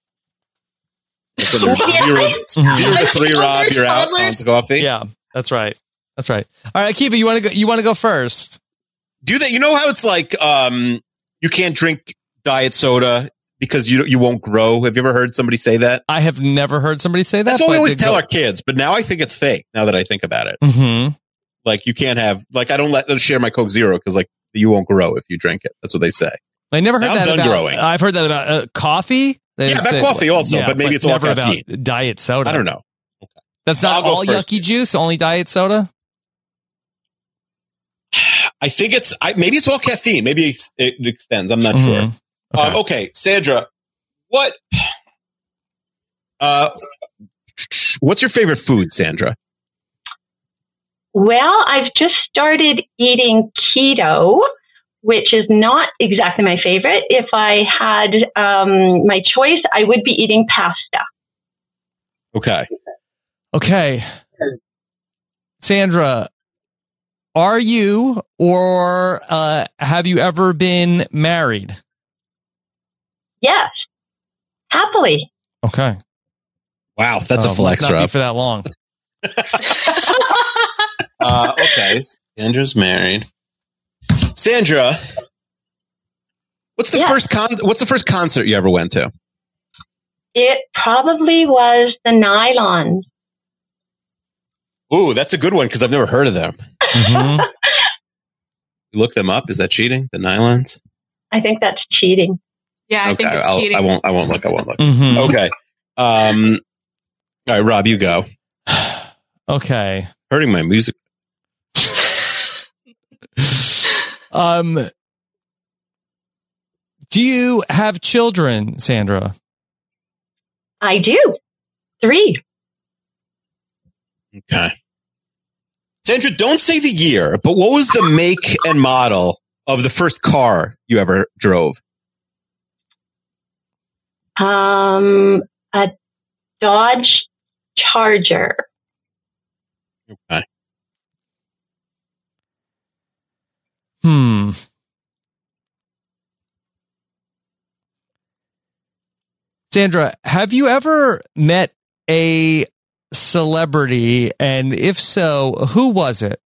S5: Like when they're zero,
S4: Mhm.
S5: zero to
S6: Like
S5: three, Rob.
S6: toddlers,
S5: You're out on
S6: toddlers.
S5: to coffee.
S4: Yeah, that's right. That's right. All right, Akiva, you want to go? You want to go first?
S5: do that. You know how it's like um, you can't drink diet soda because you you won't grow. Have you ever heard somebody say that?
S4: I have never heard somebody say that.
S5: That's what we
S4: but
S5: always
S4: they
S5: tell
S4: go-
S5: our kids, but now I think it's fake. Now that I think about it,
S4: Mhm.
S5: like you can't have like I don't let them share my Coke Zero because like you won't grow if you drink it. That's what they say.
S4: I never heard
S5: Now I'm
S4: that
S5: done
S4: about.
S5: growing.
S4: I've heard that about uh, coffee. They
S5: Yeah, about
S4: said-
S5: coffee also, but maybe it's all
S4: never about
S5: caffeine.
S4: diet soda.
S5: I don't know.
S4: That's not
S5: I'll go
S4: all
S5: first.
S4: yucky juice. Only diet soda.
S5: I think it's I, maybe it's all caffeine. Maybe it, it extends. I'm not
S4: Mhm.
S5: sure.
S4: Okay.
S5: Um, okay, Sandra, what? Uh, what's your favorite food, Sandra?
S8: Well, I've just started eating keto, which is not exactly my favorite. If I had um, my choice, I would be eating pasta.
S5: Okay,
S4: Okay. Sandra, are you or uh, have you ever been married?
S8: Yes, happily.
S4: Okay.
S5: wow, that's
S4: Oh,
S5: a flex,
S4: let's not be
S5: Rob.
S4: for that long.
S5: uh, okay. Sandra's married. Sandra, what's the
S8: Yeah.
S5: first con? What's the first concert you ever went to?
S8: It probably was the nylon.
S5: Ooh, that's a good one because I've never heard of them.
S4: Mhm.
S5: You look them up. Is that cheating? The Nylons?
S8: I think that's cheating.
S6: yeah, I
S5: okay,
S6: think it's
S5: I'll-
S6: cheating.
S5: I won't. I won't look. I won't look.
S4: Mhm.
S5: okay. Um. All right, Rob, you go.
S4: Okay.
S5: Hurting my music.
S4: Um, do you have children, Sandra?
S8: I do. Three.
S5: Okay. Sandra, don't say the year, but what was the make and model of the first car you ever drove?
S8: Um, a Dodge Charger.
S5: Okay.
S4: Hmm. Sandra, have you ever met a celebrity? And if so, who was it?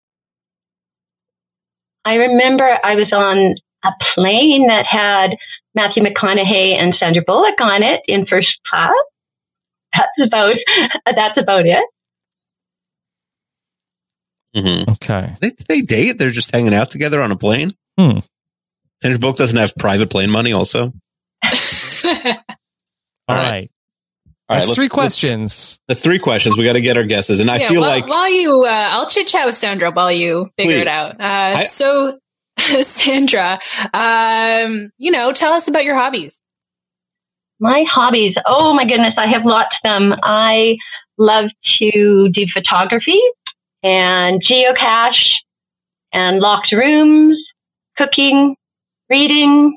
S8: I remember I was on a plane that had Matthew McConaughey and Sandra Bullock on it in first class. That's about that's about it.
S5: Mm-hmm.
S4: Okay.
S5: They, they date. They're just hanging out together on a plane.
S4: Hmm.
S5: Sandra Bullock doesn't have private plane money. Also,
S4: All
S5: All right.
S4: right.
S5: all right,
S4: That's
S5: let's-
S4: 3
S5: let's-
S4: questions.
S5: That's three questions. We got to get our guesses, and I
S6: Yeah,
S5: feel
S6: while,
S5: like
S6: while you, uh, I'll chit chat with Sandra while you figure
S5: Please.
S6: it out. Uh,
S5: I-
S6: so, Sandra, um, you know, tell us about your hobbies.
S8: My hobbies. Oh my goodness, I have lots of them. I love to do photography and geocache and locked rooms, cooking, reading,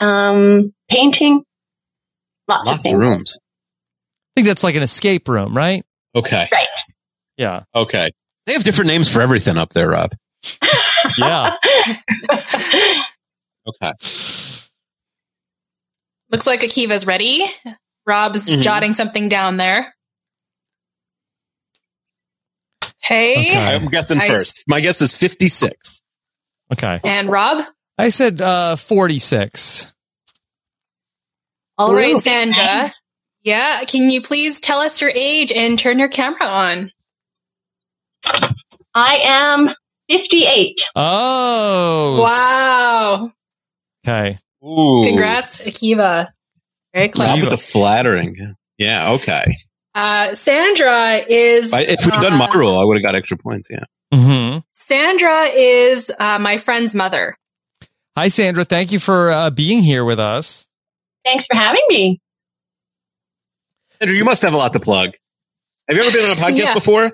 S8: um, painting, lots of
S5: Locked
S8: things.
S5: rooms.
S4: think that's like an escape room, Um, right?
S5: Okay.
S4: Yeah.
S5: Okay. They have different names for everything up there, Rob.
S4: Yeah.
S5: Okay.
S6: Looks like Akiva's ready. Rob's
S5: Mhm.
S6: jotting something down there. Hey,
S4: Okay.
S5: I'm guessing
S6: I-
S5: first. My guess is 56.
S4: Okay.
S6: and Rob.
S4: I said uh 46.
S6: All right,
S8: Ooh.
S6: Sandra. Yeah, can you please tell us your age and turn your camera on?
S8: I am 58.
S4: Oh.
S6: Wow!
S4: Okay.
S5: Ooh.
S6: Congrats, Akiva. Very
S5: Rob
S6: close.
S5: with the flattering. Yeah. Okay.
S6: Uh, Sandra is.
S5: I, if we'd done my
S6: uh,
S5: rule, I would have got extra points. Yeah.
S4: Mhm.
S6: Sandra is uh, my friend's mother.
S4: Hi Sandra, thank you for uh, being here with us.
S8: Thanks for having me.
S5: Andrew, you must have a lot to plug. Have you ever been on a podcast
S6: Yeah.
S5: before?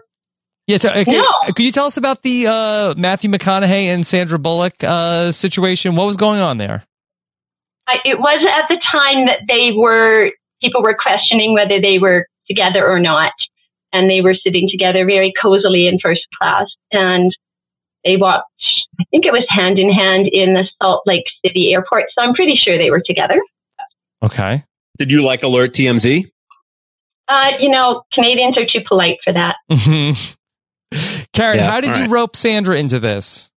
S4: Yeah, t- okay.
S8: No.
S4: could you tell us about the uh, Matthew McConaughey and Sandra Bullock uh, situation? What was going on there?
S8: I, it was at the time that they were, people were questioning whether they were together or not. And they were sitting together very cozily in first class. And they walked, I think it was hand in hand in the Salt Lake City airport. So I'm pretty sure they were together.
S4: Okay.
S5: Did you like Alert TMZ?
S8: Uh, you know, Canadians are too polite for that.
S4: Mhm. Karen,
S5: Yeah,
S4: how did
S5: all
S4: you
S5: right.
S4: rope Sandra into this?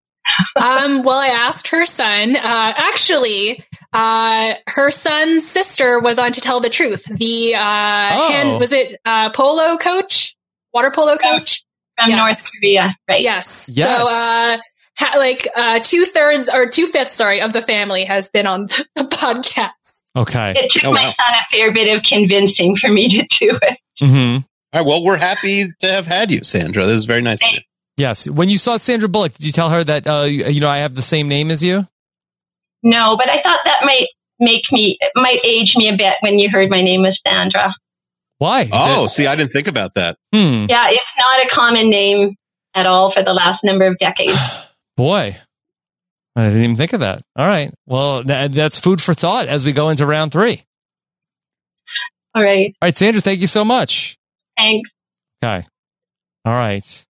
S6: um, well, I asked her son. Uh, actually, uh, her son's sister was on to tell the truth. The uh,
S5: Oh.
S6: hand, was it uh, polo coach, water polo coach?
S8: From
S6: Yes.
S8: North Korea, right?
S6: Yes.
S4: Yes.
S6: So, uh, ha- like uh, two thirds or two fifths, sorry, of the family has been on the podcast.
S4: Okay.
S8: It took
S5: Oh,
S8: my
S5: wow.
S8: son a fair bit of convincing for me to do it.
S4: hmm
S5: All right. Well, we're happy to have had you, Sandra. This is very nice. of you.
S4: Yes. When you saw Sandra Bullock, did you tell her that uh, you you know I have the same name as you?
S8: No, but I thought that might make me, it might age me a bit when you heard my name was Sandra.
S4: Why?
S5: Oh, see, I didn't think about that.
S4: Hmm.
S8: Yeah, it's not a common name at all for the last number of decades.
S4: Boy, I didn't even think of that. All right. Well, tha- that's food for thought as we go into round three.
S8: All right,
S4: All right, Sandra, thank you so much.
S8: thanks.
S4: Okay. All right.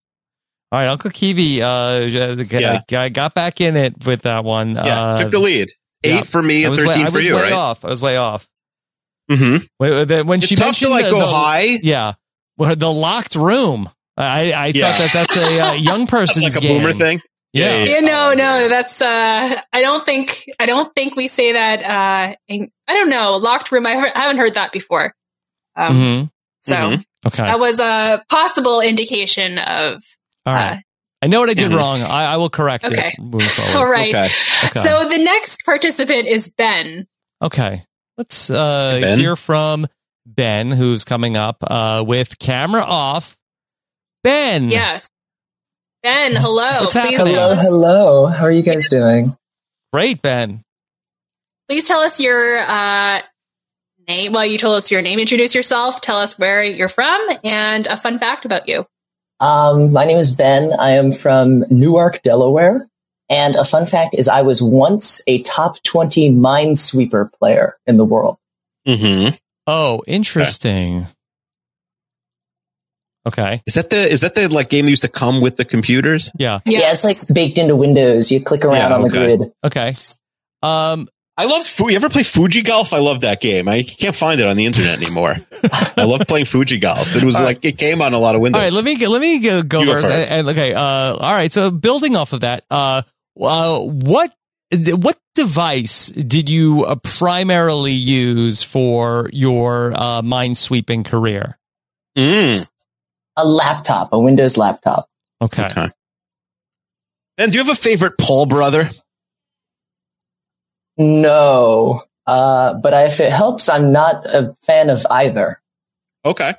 S4: All right, Uncle Kiwi uh, g-
S5: Yeah.
S4: g- got back in it with that one.
S5: Yeah.
S4: uh,
S5: took the lead. Eight
S4: yeah.
S5: for me
S4: I
S5: and
S4: was
S5: 13
S4: way, I
S5: for
S4: was
S5: you,
S4: way
S5: right?
S4: off. I was way off.
S5: Mm-hmm.
S4: Wait, wait, then When
S5: It's
S4: she
S5: tough to
S4: mentioned
S5: like
S4: the,
S5: go
S4: the-
S5: high.
S4: yeah, well, the locked room. I, I
S5: Yeah.
S4: thought that that's a uh, young
S5: That's
S4: person's
S5: like a
S4: game.
S5: boomer thing.
S4: Yeah.
S5: Yeah.
S6: Yeah, no,
S5: Oh,
S6: no,
S5: yeah.
S6: that's uh I don't think I don't think we say that uh in, I don't know, locked room. I, heard, I haven't heard that before. Um
S4: hmm
S6: so
S5: Mhm.
S4: Okay.
S6: that was a possible indication of
S4: All right. I know what I did
S5: Mhm.
S4: wrong. I, I will correct
S6: uh, Okay.
S4: it. Moving forward.
S6: all right.
S5: Okay.
S4: Okay.
S6: So the next participant is Ben.
S4: Okay. Let's uh,
S5: Ben?
S4: hear from Ben, who's coming up uh, with camera off. Ben.
S6: Yes. Ben, hello.
S4: Hmm. What's
S6: please
S4: happening?
S6: tell
S9: Hello,
S6: us
S9: hello. How are you guys doing?
S4: Great, Ben.
S6: please tell us your uh name. Well, you told us your name, introduce yourself, tell us where you're from, and a fun fact about you.
S9: Um, my name is Ben. I am from Newark, Delaware. And a fun fact is I was once a top 20 minesweeper player in the world.
S5: Mm-hmm.
S4: Oh, interesting. Okay.
S5: Is that the is that the like game that used to come with the computers?
S4: Yeah.
S9: Yeah, it's like baked into Windows. You click around
S5: Yeah,
S9: on the
S5: okay.
S9: grid.
S4: Okay. Um,
S5: I love Fu- you ever play Fuji Golf? I love that game. I can't find it on the internet anymore. I love playing Fuji Golf. It was
S4: All right.
S5: like it came on a lot of
S4: all
S5: Windows.
S4: right. Let me go, let me go, go
S5: You go
S4: first.
S5: first.
S4: And, and- okay. Uh, all right. So building off of that, uh, uh, what what device did you uh, primarily use for your uh, mind sweeping career?
S5: Mm.
S9: A laptop, a Windows laptop.
S4: Okay.
S5: Okay. And do you have a favorite Paul brother?
S9: No. Uh, but if it helps, I'm not a fan of either.
S5: Okay,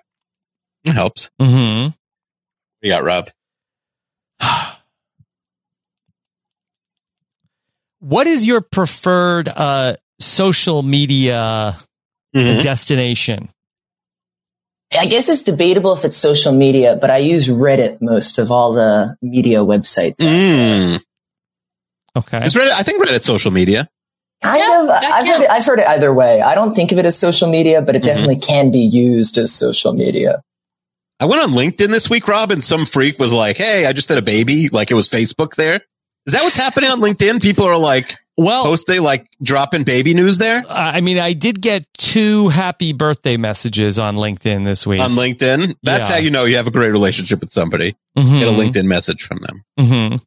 S5: it helps.
S4: Hmm.
S5: What You got Rob.
S4: what is your preferred uh, social media
S5: Mhm.
S4: destination?
S9: I guess it's debatable if it's social media,
S6: Mm-hmm.
S9: but I use Reddit most of all the media websites.
S5: Mm.
S4: Okay.
S5: Is Reddit? I think Reddit's social media.
S9: Kind
S6: Yeah,
S9: of. I've
S6: that
S9: heard, it,
S6: counts. Mm-hmm.
S9: I've heard it either way. I don't think of it as social media, but it
S5: Mhm.
S9: definitely can be used as social media.
S5: I went on LinkedIn this week, Rob, and some freak was like, "Hey, I just had a baby." Like it was Facebook. There is that what's happening on LinkedIn? People are like
S4: Well,
S5: post they like dropping baby news there
S4: I mean, I did get two happy birthday messages on LinkedIn this week.
S5: on LinkedIn. That's
S4: Yeah.
S5: how you know you have a great relationship with somebody.
S4: Mhm.
S5: Get a LinkedIn message from them.
S4: Mhm.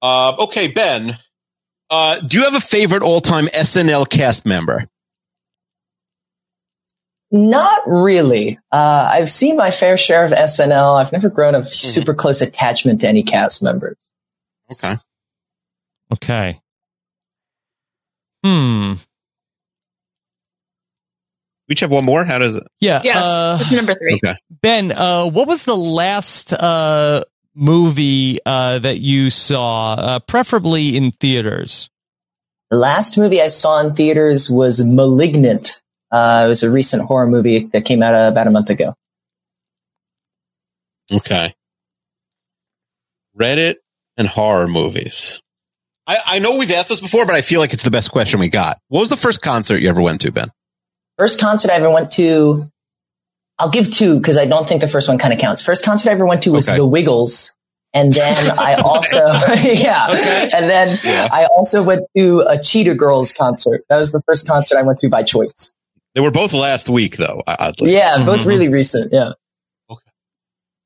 S5: Uh, okay, Ben. Uh, do you have a favorite all-time SNL cast member?
S9: Not really. Uh, I've seen my fair share of SNL. I've never grown a
S6: Mm-hmm.
S9: super close attachment to any cast members.
S5: Okay.
S4: Okay. Hmm.
S5: We each have one more. How does it?
S4: Yeah.
S6: Yes,
S4: uh,
S6: that's number three.
S5: Okay.
S4: Ben, uh, what was the last uh, movie uh, that you saw, uh, preferably in theaters?
S9: The last movie I saw in theaters was Malignant. Uh, it was a recent horror movie that came out uh, about a month ago.
S5: Okay. Reddit and horror movies. I, I know we've asked this before, but I feel like it's the best question we got. What was the first concert you ever went to, Ben?
S9: First concert I ever went to, I'll give two because I don't think the first one kind of counts. First concert I ever went to was
S5: Okay.
S9: The Wiggles. And then I also, yeah.
S5: Okay.
S9: And then
S5: Yeah.
S9: I also went to a Cheetah Girls concert. That was the first concert I went to by choice.
S5: They were both last week, though. Oddly.
S9: Yeah, both
S4: Mhm.
S5: Mm-hmm.
S9: really recent. Yeah.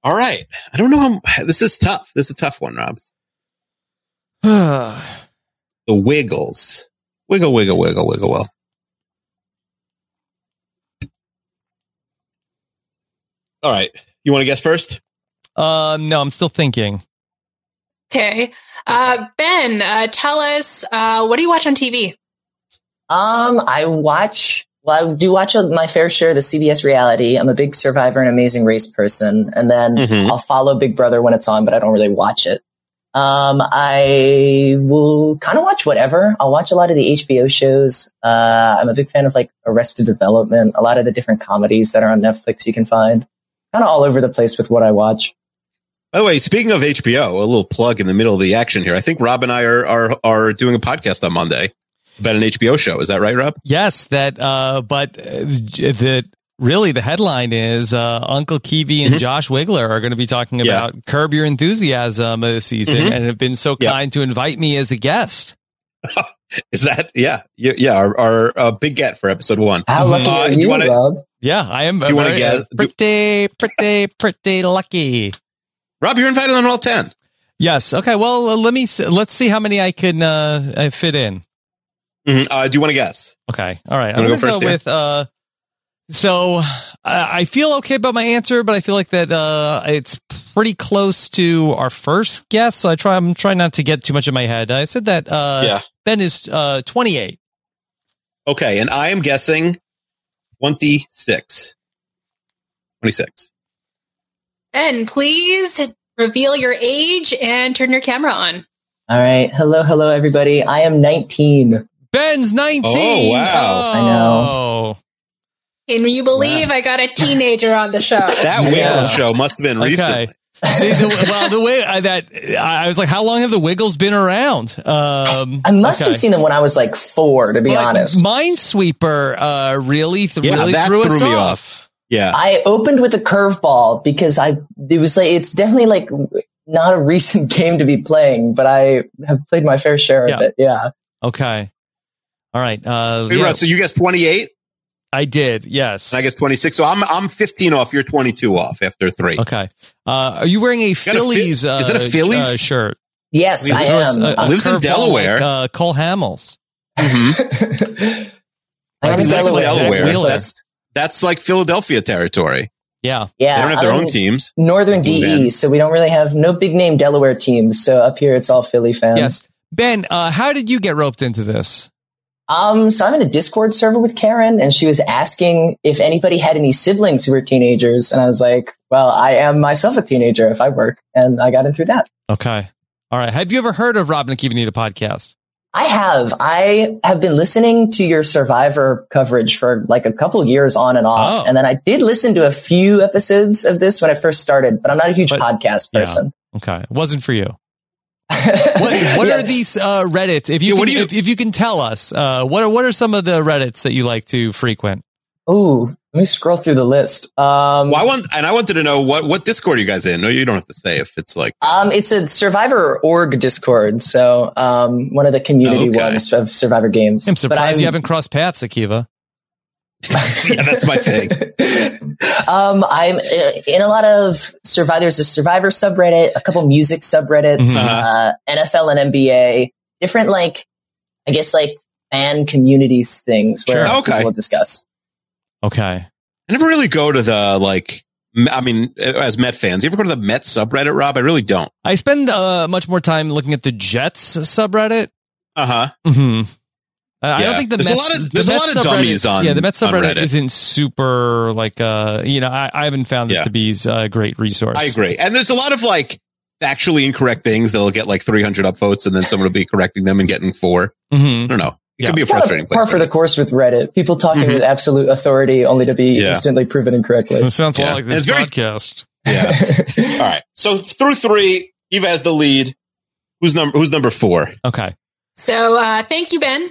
S5: All right. I don't know. How, this is tough. This is a tough one, Rob.
S4: I
S5: The Wiggles. Wiggle, wiggle, wiggle, wiggle. Well, all right. You want to guess first?
S4: Um, no, I'm still thinking.
S6: Okay. Uh, ben, uh, tell us uh, what do you watch on TV?
S9: Um, I watch. Well, I do watch a, my fair share of the CBS reality. I'm a big Survivor and Amazing Race person, and then
S5: Mhm.
S9: I'll follow Big Brother when it's on, but I don't really watch it. Um, I will kind of watch whatever. I'll watch a lot of the HBO shows. Uh, I'm a big fan of like Arrested Development, a lot of the different comedies that are on Netflix. You can find kind of all over the place with what I watch.
S5: By the way, speaking of HBO, a little plug in the middle of the action here. I think Rob and I are are, are doing a podcast on Monday about an HBO show. Is that right, Rob?
S4: Yes, that. Uh, but uh, the really the headline is uh, Uncle Kiwi and
S5: Mhm.
S4: Josh Wiggler are going to be talking
S5: Yeah.
S4: about Curb Your Enthusiasm this season,
S5: Mhm.
S4: and have been so
S5: Yeah.
S4: kind to invite me as a guest.
S5: Is that yeah yeah, yeah our, our uh, big get for episode one?
S9: How
S4: Mhm.
S9: lucky
S5: Uh,
S9: are
S5: you
S9: you,
S5: wanna-
S9: Rob?
S4: Yeah, I am.
S5: You wanna
S4: very-
S5: guess-
S4: Pretty, pretty, pretty lucky.
S5: Rob, you're invited on all ten.
S4: Yes. Okay. Well, uh, let me s- let's see how many I can uh, uh, fit in.
S5: Mhm. Uh, do you want to guess?
S4: Okay. All right. I'm
S5: Wanna
S4: gonna
S5: go
S4: go,
S5: first, dear?
S4: with. Uh, so I I feel okay about my answer, but I feel like that uh, it's pretty close to our first guess. So I try. I'm trying not to get too much in my head. I said that uh,
S5: Yeah.
S4: Ben is uh, 28.
S5: Okay, and I am guessing twenty six. Twenty six.
S6: Ben, please reveal your age and turn your camera on.
S9: All right. Hello, hello, everybody. I am 19.
S4: Ben's 19.
S5: Oh, wow.
S9: I know.
S4: Oh.
S6: Can you believe I got a teenager on the show?
S5: That
S9: Yeah.
S5: Wiggles show must have been
S4: Okay.
S5: recent.
S4: See the well the way I, that I was like, how long have the Wiggles been around? Um,
S9: I must
S4: okay.
S9: have seen them when I was like four, to be
S4: But
S9: honest.
S4: Minesweeper uh, really, th-
S5: Yeah,
S4: really
S5: that
S4: threw, us
S5: threw me
S4: off.
S5: Yeah.
S9: I opened with a curveball because I it was like it's definitely like not a recent game to be playing, but I have played my fair share of
S4: Yeah.
S9: it. Yeah,
S4: Okay. All right. Uh,
S5: Hey,
S4: yeah,
S5: Russ, so you guessed twenty eight,
S4: I did. Yes.
S5: and I guess twenty six. So I'm I'm fifteen off. You're twenty two off after three.
S4: Okay. Uh, are you wearing a
S5: got a Phil-
S4: Phillies? uh,
S5: is that a Phillies?
S4: uh, shirt?
S9: yes,
S5: Please
S9: I
S4: Throw us
S9: am.
S4: a- a
S5: Lives in
S4: curveball
S5: Delaware.
S4: like, uh, Cole Hamels.
S5: Mhm.
S9: I am
S4: Like,
S5: that's
S9: in Delaware.
S5: like Delaware.
S4: Zach Wheeler.
S5: That's- That's like Philadelphia territory.
S4: yeah.
S9: yeah,
S5: They don't have their
S9: I'm
S5: own
S9: in
S5: teams.
S9: Northern
S5: Blue
S9: DE,
S5: Van.
S9: so we don't really have no big name Delaware teams. So up here, it's all Philly fans.
S4: Yes. Ben, uh, how did you get roped into this?
S9: Um, so I'm in a Discord server with Karen, and she was asking if anybody had any siblings who were teenagers, and I was like, "Well, I am myself a teenager if I work," and I got in through that.
S4: Okay. All right. Have you ever heard of Robin and Kivanita podcast?
S9: I have. I have been listening to your Survivor coverage for like a couple years on and off.
S4: Oh.
S9: And then I did listen to a few episodes of this when I first started, but I'm not a huge
S4: But-
S9: podcast
S4: yeah.
S9: person.
S4: Okay. It wasn't for you. What, what
S9: Yeah.
S4: are these uh, Reddits? If you,
S5: Yeah, what
S4: can,
S5: do you-
S4: if, if you can tell us, uh, what are what are some of the Reddits that you like to frequent?
S9: Ooh, let me scroll through the list. Um,
S5: Well, I want, and I wanted to know what what Discord are you guys in. No, you don't have to say if it's like.
S9: Um, it's a Survivor org Discord, so um, one of the community
S5: Okay.
S9: ones of Survivor games.
S4: I'm
S9: But
S4: surprised you
S9: I'm-
S4: haven't crossed paths, Akiva.
S5: yeah, that's my thing.
S9: um, I'm uh, in a lot of Survivor. There's a Survivor subreddit, a couple music subreddits,
S4: Mhm.
S5: Uh-huh.
S9: uh, NFL and NBA, different like, I guess like fan communities things where
S5: Sure. Okay.
S9: people will discuss.
S4: Okay.
S5: I never really go to the like. M- I mean, as Met fans, you ever go to the Met subreddit, Rob? I really don't.
S4: I spend uh, much more time looking at the Jets subreddit.
S5: Uh huh.
S4: hmm Uh, I don't
S5: Yeah.
S4: think the
S5: There's a
S4: Mets,
S5: lot of-
S4: the
S5: there's a
S4: Mets
S5: lot of
S4: subreddit-
S5: dummies on-
S4: yeah the Mets
S5: on
S4: subreddit
S5: Reddit.
S4: isn't super like uh you know I, I haven't found it
S5: Yeah.
S4: to be uh, a great resource.
S5: I agree. And there's a lot of like factually incorrect things that'll get like 300 upvotes, and then someone will be correcting them and getting four.
S4: hmm
S5: I don't know. It
S4: Yeah.
S5: could be a
S9: It's kind of
S5: frustrating place.
S9: par for the course with Reddit. People talking
S4: Mhm.
S9: with absolute authority only to be
S5: Yeah.
S9: instantly proven incorrectly.
S4: It sounds a
S5: Yeah.
S4: lot like
S5: And
S4: this
S5: it's very-
S4: podcast.
S5: yeah. All right. So through three, Eva has the lead. Who's number? Who's number four?
S4: Okay.
S6: So uh, thank you, Ben.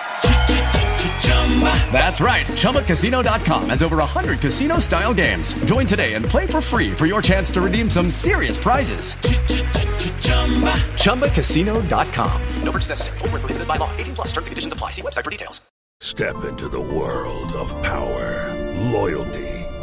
S10: That's right. ChumbaCasino.com has over 100 casino style games. Join today and play for free for your chance to redeem some serious prizes. ChumbaCasino.com. No purchase necessary. Void where prohibited by law. 18 plus terms and conditions apply. See website for details.
S11: Step into the world of power, loyalty,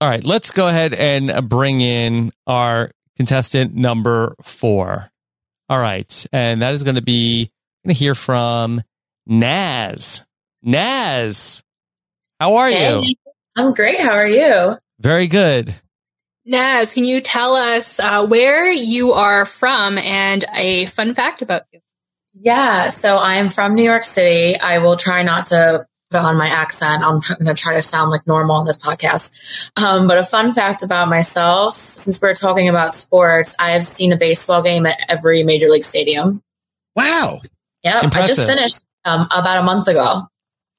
S4: All right. Let's go ahead and uh, bring in our contestant number four. All right, and that is going to be going to hear from Naz. Naz, how are you?
S12: I'm great. How are you?
S4: Very good.
S6: Naz, can you tell us uh, where you are from and a fun fact about you?
S12: Yeah, so I'm from New York City. I will try not to put on my accent. I'm going to try to sound like normal on this podcast. Um, but a fun fact about myself, since we're talking about sports, I have seen a baseball game at every major league stadium.
S5: Wow.
S12: Yep, I
S4: Impressive.
S12: just finished um, about a month ago.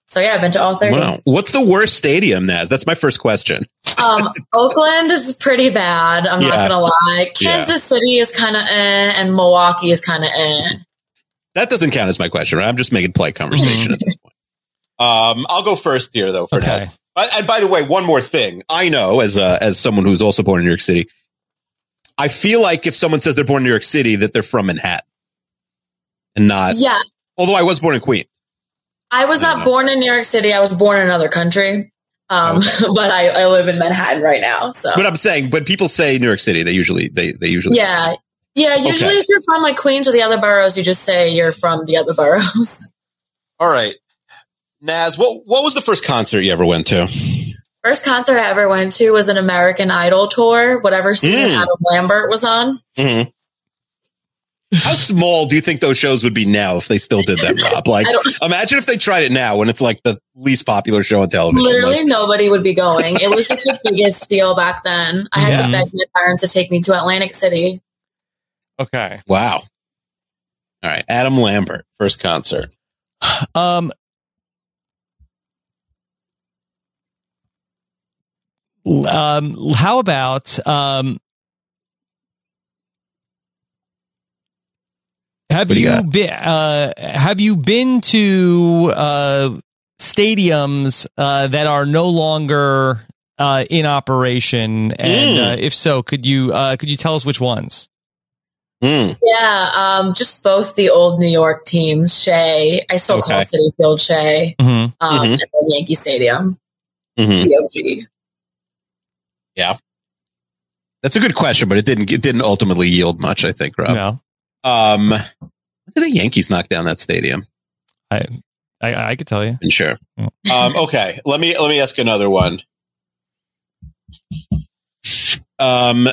S12: So yeah, I've been to all 30.
S5: Wow. What's the worst stadium, Naz? That's my first question.
S12: Um, Oakland is pretty bad. I'm
S5: Yeah.
S12: not gonna lie.
S5: Yeah.
S12: Kansas City is kind of eh, and Milwaukee is kind of eh.
S5: That doesn't count as my question, right? I'm just making polite conversation at this point. Um, I'll go first here, though, for
S4: Okay.
S5: Naz. And- And by the way, one more thing. I know as a, as someone who's also born in New York City, I feel like if someone says they're born in New York City, that they're from Manhattan, and not.
S12: Yeah,
S5: Although I was born in Queens.
S12: I was
S5: Yeah.
S12: not born in New York City. I was born in another country. Um, but I, I live in Manhattan right now. So
S5: But I'm saying, but people say New York City. They usually they they usually
S12: yeah, yeah. Usually,
S5: Okay.
S12: if you're from like Queens or the other boroughs, you just say you're from the other boroughs.
S5: All right, Naz, what what was the first concert you ever went to?
S12: First concert I ever went to was an American Idol tour, whatever season
S5: Mm.
S12: Adam Lambert was on.
S5: Mm-hmm. How small do you think those shows would be now if they still did that, Rob? Like,
S12: I don't-
S5: imagine if they tried it now when it's like the least popular show on television.
S12: Literally
S5: Like,
S12: nobody would be going. It was just the biggest deal back then. I had to
S4: Yeah.
S12: beg my parents to take me to Atlantic City.
S4: Okay.
S5: wow. All right, Adam Lambert, first concert.
S4: Um, Um, how about um, have
S5: What do you
S4: you
S5: got?
S4: been? Uh, have you been to uh, stadiums uh, that are no longer uh, in operation?
S5: Hmm.
S4: And
S12: Mm.
S4: uh, if so, could you uh, could you tell us which ones?
S5: Hmm.
S12: Yeah, um, just both the old New York teams, Shea. I still call
S4: Okay.
S12: City Field Shea,
S4: Mhm.
S12: um,
S5: Mhm.
S12: and then Yankee Stadium.
S5: Mhm.
S12: DOG.
S5: Yeah. That's a good question, but it didn't it didn't ultimately yield much, I think, Rob. No. Um when did the Yankees knock down that stadium?
S4: I I, I could tell you.
S5: sure. Um okay, let me let me ask another one. Um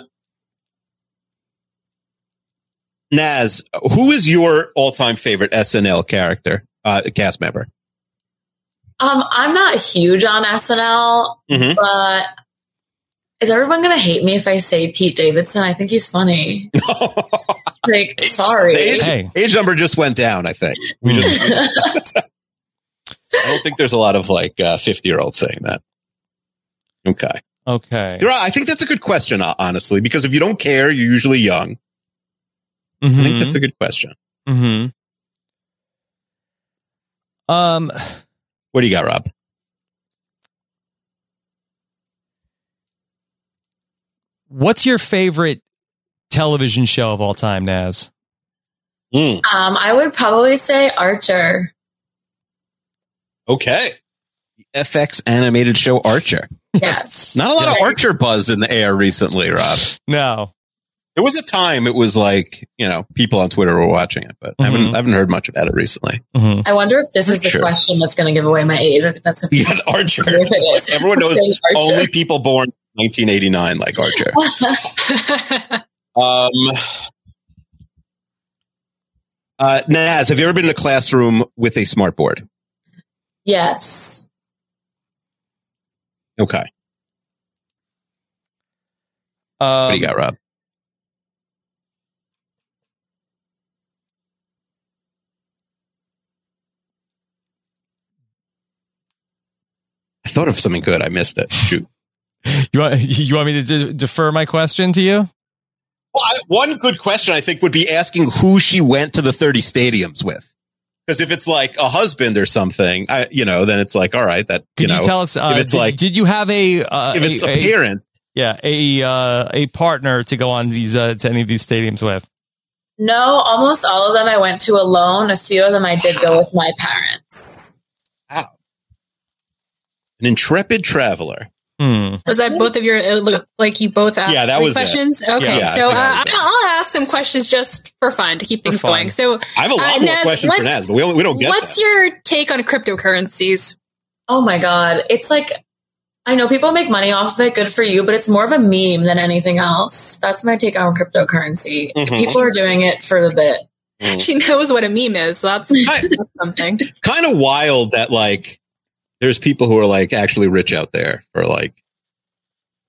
S5: Naz, who is your all-time favorite SNL character, uh cast member?
S12: Um, I'm not huge on SNL,
S5: Mhm.
S12: but is everyone going to hate me if I say Pete Davidson? I think he's funny. like, sorry.
S5: The age, age number just went down, I think. We just, I don't think there's a lot of like 50 year olds saying that. Okay.
S4: Okay.
S5: You're right. I think that's a good question, ho- honestly, because if you don't care, you're usually young. I think
S4: Mm-hmm.
S5: that's a good question.
S4: hmm Um,
S5: what do you got, Rob?
S4: What's your favorite television show of all time, Naz?
S5: Hmm.
S12: Um, I would probably say Archer.
S5: Okay. The FX animated show Archer.
S12: Yes.
S5: Not a lot of Archer buzz in the air recently, Rob.
S4: No.
S5: There was a time it was like, you know, people on Twitter were watching it, but I, haven't, I haven't heard much about it recently.
S12: I wonder if this is the
S5: Archer.
S12: question that's going to give away my age. I think that's
S5: You got Archer.
S12: If it is.
S5: It's like everyone knows
S12: Saying Archer.
S5: only people born 1989 like Archer. Um, uh, Naz, have you ever been in a classroom with a smartboard?
S12: yes.
S5: Okay.
S4: what
S5: do you got, Rob? I thought of something good. I missed it. Shoot.
S4: You want you want me to de- defer my question to you?
S5: Well, I, one good question I think would be asking who she went to the 30 stadiums with. Because if it's like a husband or something, I, you know, then it's like, all right, that,
S4: Could
S5: you
S4: you,
S5: know,
S4: tell us? Uh,
S5: if it's
S4: did,
S5: like,
S4: did you have a uh,
S5: if it's a parent.
S4: Yeah, a uh, a partner to go on these uh, to any of these stadiums with.
S12: No, almost all of them I went to alone. A few of them I did go with my parents.
S5: an intrepid traveler.
S4: Hmm.
S6: Was that both of your it looked like you both asked
S5: Yeah, that
S6: three
S5: was it.
S6: questions?
S5: Yeah.
S6: Okay,
S5: Yeah, I think
S6: so uh,
S5: that
S6: I'll,
S5: was
S6: I'll ask some questions just for fun to keep things
S5: fun.
S6: going. So
S5: I have a lot
S6: uh,
S5: more
S6: Naz,
S5: questions for
S6: what's-
S5: Naz, but we, don't- we don't get
S6: What's your take on cryptocurrencies?
S12: Oh my God. It's like, I know people make money off of it. Good for you, but it's more of a meme than anything else. That's my take on cryptocurrency.
S5: Mhm.
S12: People are doing it for the bit.
S5: Mm.
S6: She knows what a meme is. So that's, that's something.
S5: kind of wild that like there's people who are like actually rich out there for like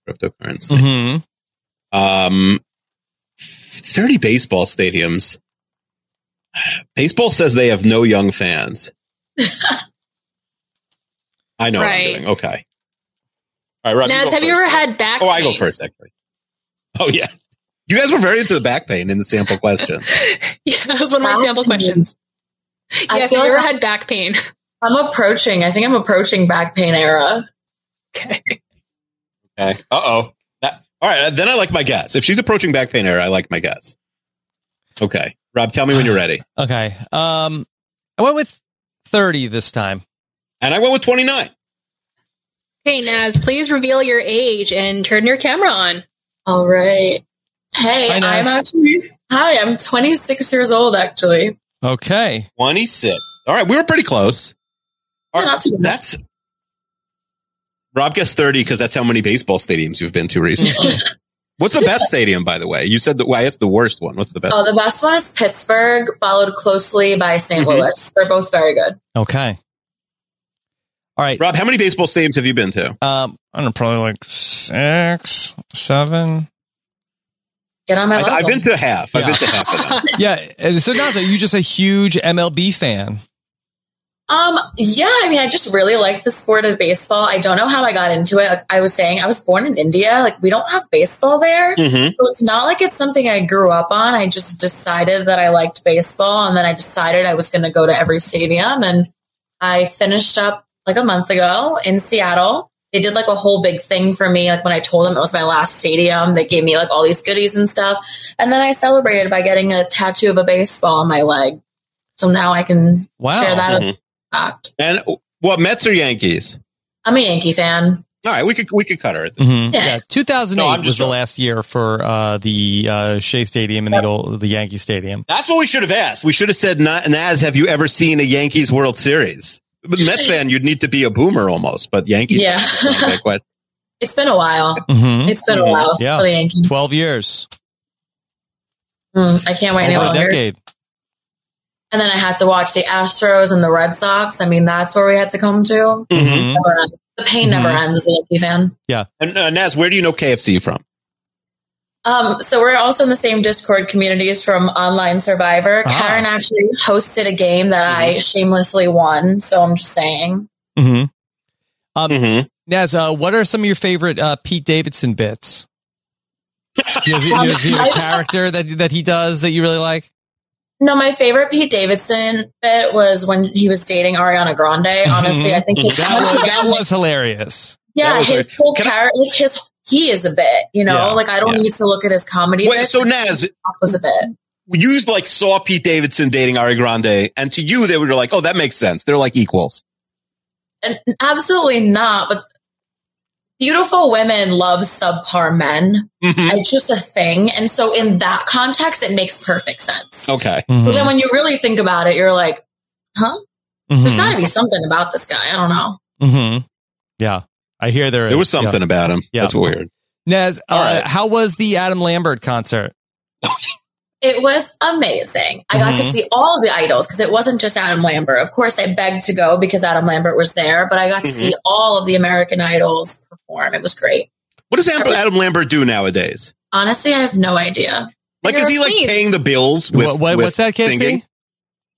S5: cryptocurrency. Um, 30 baseball stadiums. Baseball says they have no young fans. I know what
S6: Right.
S5: I'm doing. Okay. All right, Rob.
S6: Naz,
S5: go
S6: have you ever
S5: first.
S6: had back?
S5: Oh, I go
S6: pain?
S5: first, actually. Oh, yeah. You guys were very into the back pain in the sample question.
S6: Yeah, that was one of my sample questions.
S12: I
S6: Yes, have
S12: feel
S6: you ever
S12: like-
S6: had back pain?
S12: I'm approaching, I think I'm approaching back pain era.
S5: Okay. Uh oh. All right. Then I like my guess. If she's approaching back pain era, I like my guess. Okay. Rob, tell me when you're ready.
S4: Okay, um, I went with thirty this time,
S5: and I went with twenty nine.
S6: Okay, Naz, please reveal your age and turn your camera on.
S12: All right. Hey,
S6: Hi, Naz.
S12: I'm actually, hi, I'm 26 years old actually.
S4: Okay.
S5: 26. All right. We were pretty close. All right,
S12: Not too bad.
S5: that's Rob guessed 30 because that's how many baseball stadiums you've been to recently. What's the best stadium, by the way? You said that well, I asked the worst one. What's the best?
S12: Oh, the best one is Pittsburgh, followed closely by saint
S5: Mm-hmm.
S12: Louis. They're both very good.
S4: Okay. All right.
S5: Rob, how many baseball stadiums have you been to?
S4: Um, I don't know, probably like six, seven.
S12: Get on my
S5: I, have
S12: level.
S5: been to half. I've been to half of them.
S4: yeah. and So Naza, you're just a huge MLB fan.
S12: Um, yeah, I mean, I just really like the sport of baseball. I don't know how I got into it. Like I was saying, I was born in India. Like, we don't have baseball there.
S3: Mhm.
S12: So it's not like it's something I grew up on. I just decided that I liked baseball and then I decided I was going to go to every stadium. And I finished up like a month ago in Seattle. They did like a whole big thing for me. Like when I told them it was my last stadium, they gave me like all these goodies and stuff. And then I celebrated by getting a tattoo of a baseball on my leg. So now I can
S5: Wow.
S12: share that.
S5: Mhm.
S12: Uh,
S5: And uh, what Mets or Yankees?
S12: I'm a Yankee fan.
S5: All right, we could we could cut her.
S4: Mhm.
S12: Yeah.
S4: Yeah, 2008
S5: No, I'm
S4: was
S5: just
S4: the last year for uh, the uh, Shea Stadium and the old, the Yankee Stadium.
S5: That's what we should have asked. We should have said, "Na- Naz, have you ever seen a Yankees World Series? But Mets fan, you'd need to be a boomer almost, but Yankees.
S12: Yeah.
S5: like what?
S12: It's been a while.
S4: Mhm.
S12: It's been a while
S4: Yeah,
S12: for the Yankees.
S4: twelve years,
S12: Mm, I can't wait any
S4: over a
S12: longer.
S4: decade.
S12: And then I had to watch the Astros and the Red Sox. I mean, that's where we had to come to.
S4: Mhm.
S12: Never ends. The pain never
S4: Mm-hmm.
S5: Mhm.
S12: ends as a Yankee fan.
S4: Yeah.
S5: And uh, Naz, where do you know KFC from?
S12: Um, so we're also in the same Discord communities from Online Survivor.
S5: Ah.
S12: Karen actually hosted a game that I shamelessly won. So I'm just saying.
S4: Mm-hmm. Um,
S5: Mm-hmm.
S4: Naz, uh, what are some of your favorite uh, Pete Davidson bits? Do you, do you- do you have a character that that he does that you really like?
S12: No, my favorite Pete Davidson bit was when he was dating Ariana Grande. Honestly, I think
S4: that
S12: he
S4: was, Mm-hmm. that was hilarious.
S12: Yeah,
S4: That was
S12: his
S4: like-
S12: whole character, like his, he is a bit, you know,
S5: Yeah,
S12: like I don't
S5: yeah.
S12: need to look at his comedy.
S5: Wait,
S12: bits.
S5: so Naz-
S12: was a bit.
S5: You like saw Pete Davidson dating Ari Grande, and to you they were like, "Oh, that makes sense. They're like equals."
S12: And absolutely not, but beautiful women love subpar men.
S5: Mm-hmm.
S12: It's just a thing. And so in that context, it makes perfect sense.
S5: Okay.
S4: Mm-hmm.
S12: But then when you really think about it, you're like, huh? There's
S5: Mm-hmm.
S4: Mhm.
S12: gotta be something about this guy. I don't know.
S4: hmm Yeah, I hear there is.
S5: There was something
S4: Yeah.
S5: about him. That's weird.
S4: Naz, uh, how was the Adam Lambert concert?
S12: It was amazing. I got to
S4: Mhm.
S12: see all the idols because it wasn't just Adam Lambert. Of course, I begged to go because Adam Lambert was there, but I got to
S5: Mhm.
S4: Mm-hmm.
S12: see all of the American idols perform. It was great.
S5: What does Adam, Adam Lambert do nowadays?
S12: Honestly, I have no idea.
S5: Like, is he like paying the bills? With,
S4: What- what-
S5: with
S4: what's that, KFC?
S5: singing?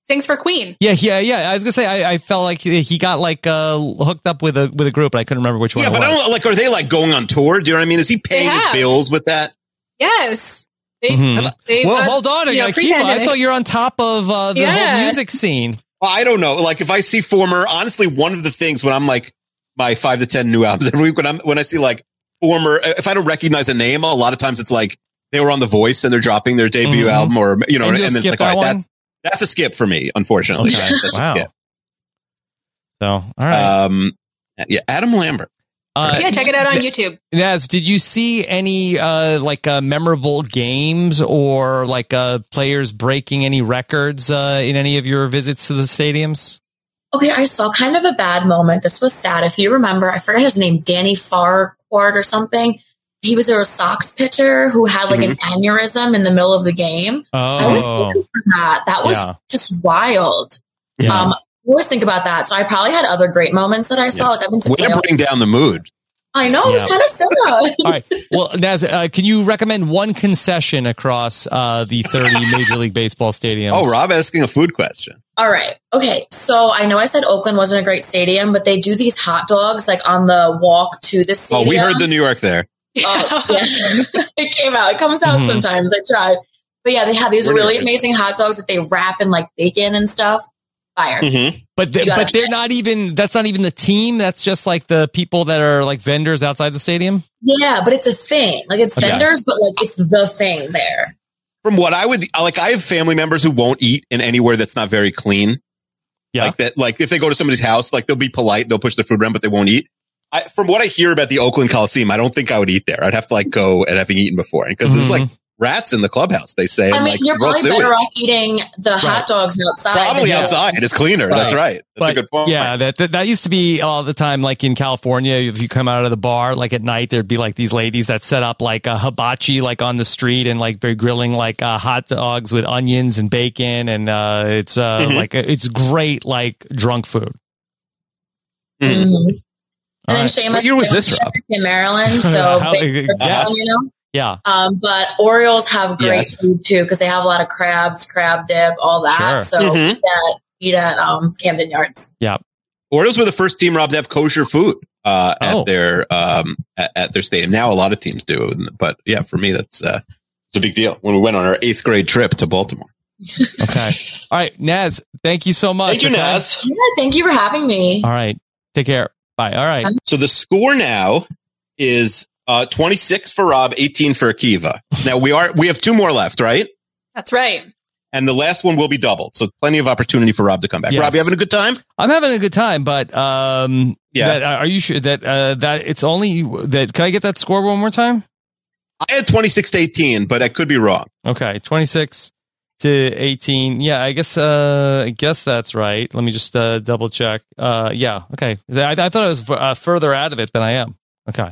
S6: Sings for Queen.
S4: Yeah, yeah, yeah. I was gonna say I, I felt like he got like uh, hooked up with a with a group, but I couldn't remember which one.
S5: Yeah,
S4: it
S5: but I
S4: was.
S5: don't like. Are they like going on tour? Do you know what I mean? Is he paying his
S6: have.
S5: bills with that?
S6: Yes. They,
S4: Mhm.
S6: they-
S4: well,
S6: uh,
S4: hold on. I,
S6: you know,
S4: gotta keep, I
S6: pre-pandemic.
S4: thought you're on top of uh, the
S6: Yeah.
S4: whole music scene.
S5: I don't know. Like if I see former, honestly, one of the things when I'm like my five to ten new albums every week, when I'm when I see like former, uh, if I don't recognize a name, a lot of times it's like they were on The Voice and they're dropping their debut
S4: Mhm.
S5: album, or you know,
S4: And
S5: and,
S4: you'll
S5: it's
S4: skip
S5: like,
S4: that
S5: all
S4: one?
S5: right, that's that's a skip for me, unfortunately.
S4: Okay.
S5: That's a
S4: Wow.
S5: skip.
S4: So, all right.
S5: Um, yeah, Adam Lambert.
S4: Uh,
S6: yeah, check it out on YouTube.
S4: Naz, did you see any uh, like uh, memorable games or like uh, players breaking any records uh, in any of your visits to the stadiums?
S12: Okay, I saw kind of a bad moment. This was sad. If you remember, I forgot his name, Danny Farquhar or something. He was a Sox pitcher who had like an aneurysm in the middle of the game. I was
S4: Mm-hmm. Oh.
S12: thinking for that. That was
S4: Yeah.
S12: just wild.
S5: Yeah.
S12: Um, I always think about that. So I probably had other great moments that I saw. Like I've been
S5: Way to bring down the mood.
S12: I know,
S4: Yeah.
S12: it's kind of sad.
S4: All right. Well, Naz, uh, can you recommend one concession across uh, the 30 Major League Baseball stadiums?
S5: Oh, Rob asking a food question.
S12: All right. Okay. So I know I said Oakland wasn't a great stadium, but they do these hot dogs like on the walk to the
S5: Oh,
S12: stadium.
S5: we heard the New York there.
S12: Oh, yeah. it came out. It comes out
S5: Mhm.
S12: sometimes. I tried. But yeah, they have these
S4: We're
S12: really
S4: nervous.
S12: amazing hot dogs that they wrap in like bacon and stuff. Fire.
S4: But they,
S12: You gotta
S4: but they're not even. That's not even the team. That's just like the people that are like vendors outside the stadium.
S12: Yeah, but it's a thing. Like it's
S4: Okay.
S12: vendors, but like it's the thing there.
S5: From what I would like, I have family members who won't eat in anywhere that's not very clean.
S4: Yeah.
S5: Like that, like if they go to somebody's house, like they'll be polite, they'll push their food around, but they won't eat. I, from what I hear about the Oakland Coliseum, I don't think I would eat there. I'd have to like go and having eaten before. because there's
S4: Mm-hmm.
S5: like rats in the clubhouse, they say.
S12: I
S5: and,
S12: mean,
S5: like,
S12: you're
S5: raw
S12: probably
S5: sewage.
S12: better off eating the hot dogs outside. than
S5: Probably
S12: you-
S5: outside. It's cleaner. That's Oh, right. That's a
S4: But,
S5: good point.
S4: Yeah, that, that that used to be all the time. Like in California, if you come out of the bar, like at night, there'd be like these ladies that set up like a hibachi, like on the street, and like they're grilling like uh, hot dogs with onions and bacon, and uh, it's uh,
S3: Mhm.
S4: like it's great, like drunk food. Mm-hmm.
S12: Mhm. And
S4: All
S12: then
S4: right.
S12: Seamus
S4: What year was this,
S12: is
S4: Rob?
S12: in Maryland, so
S4: How-
S12: big-
S4: yes.
S12: you know.
S4: Yeah.
S12: Um, but Orioles have great
S4: Yes.
S12: food too because they have a lot of crabs, crab dip, all that.
S5: Mm-hmm.
S4: Sure.
S12: So
S4: Mhm.
S12: that eat at um, Camden Yards.
S4: Yeah.
S5: Orioles were the first team, Rob, to have kosher food uh,
S4: Oh.
S5: at their um, at, at their stadium. Now a lot of teams do, but yeah, for me that's uh, it's a big deal. When we went on our eighth grade trip to Baltimore,
S4: Okay. All right, Naz, thank you so much.
S5: Thank you,
S4: okay?
S5: Naz.
S12: Yeah, thank you for having me.
S4: All right. Take care. Bye. All right.
S5: So the score now is uh, 26 for Rob, 18 for Akiva. Now we are we have two more left, right?
S6: That's right.
S5: And the last one will be doubled, so plenty of opportunity for Rob to come back.
S4: Yes.
S5: Rob, you having a good time?
S4: I'm having a good time, but um,
S5: Yeah.
S4: that- are you sure that uh, that it's only that? Can I get that score one more time?
S5: I had 26 to 18, but I could be wrong.
S4: Okay, 26 to 18. Yeah, I guess uh I guess that's right. Let me just uh double check. Uh yeah, okay. I, I thought I was uh, further out of it than I am. Okay.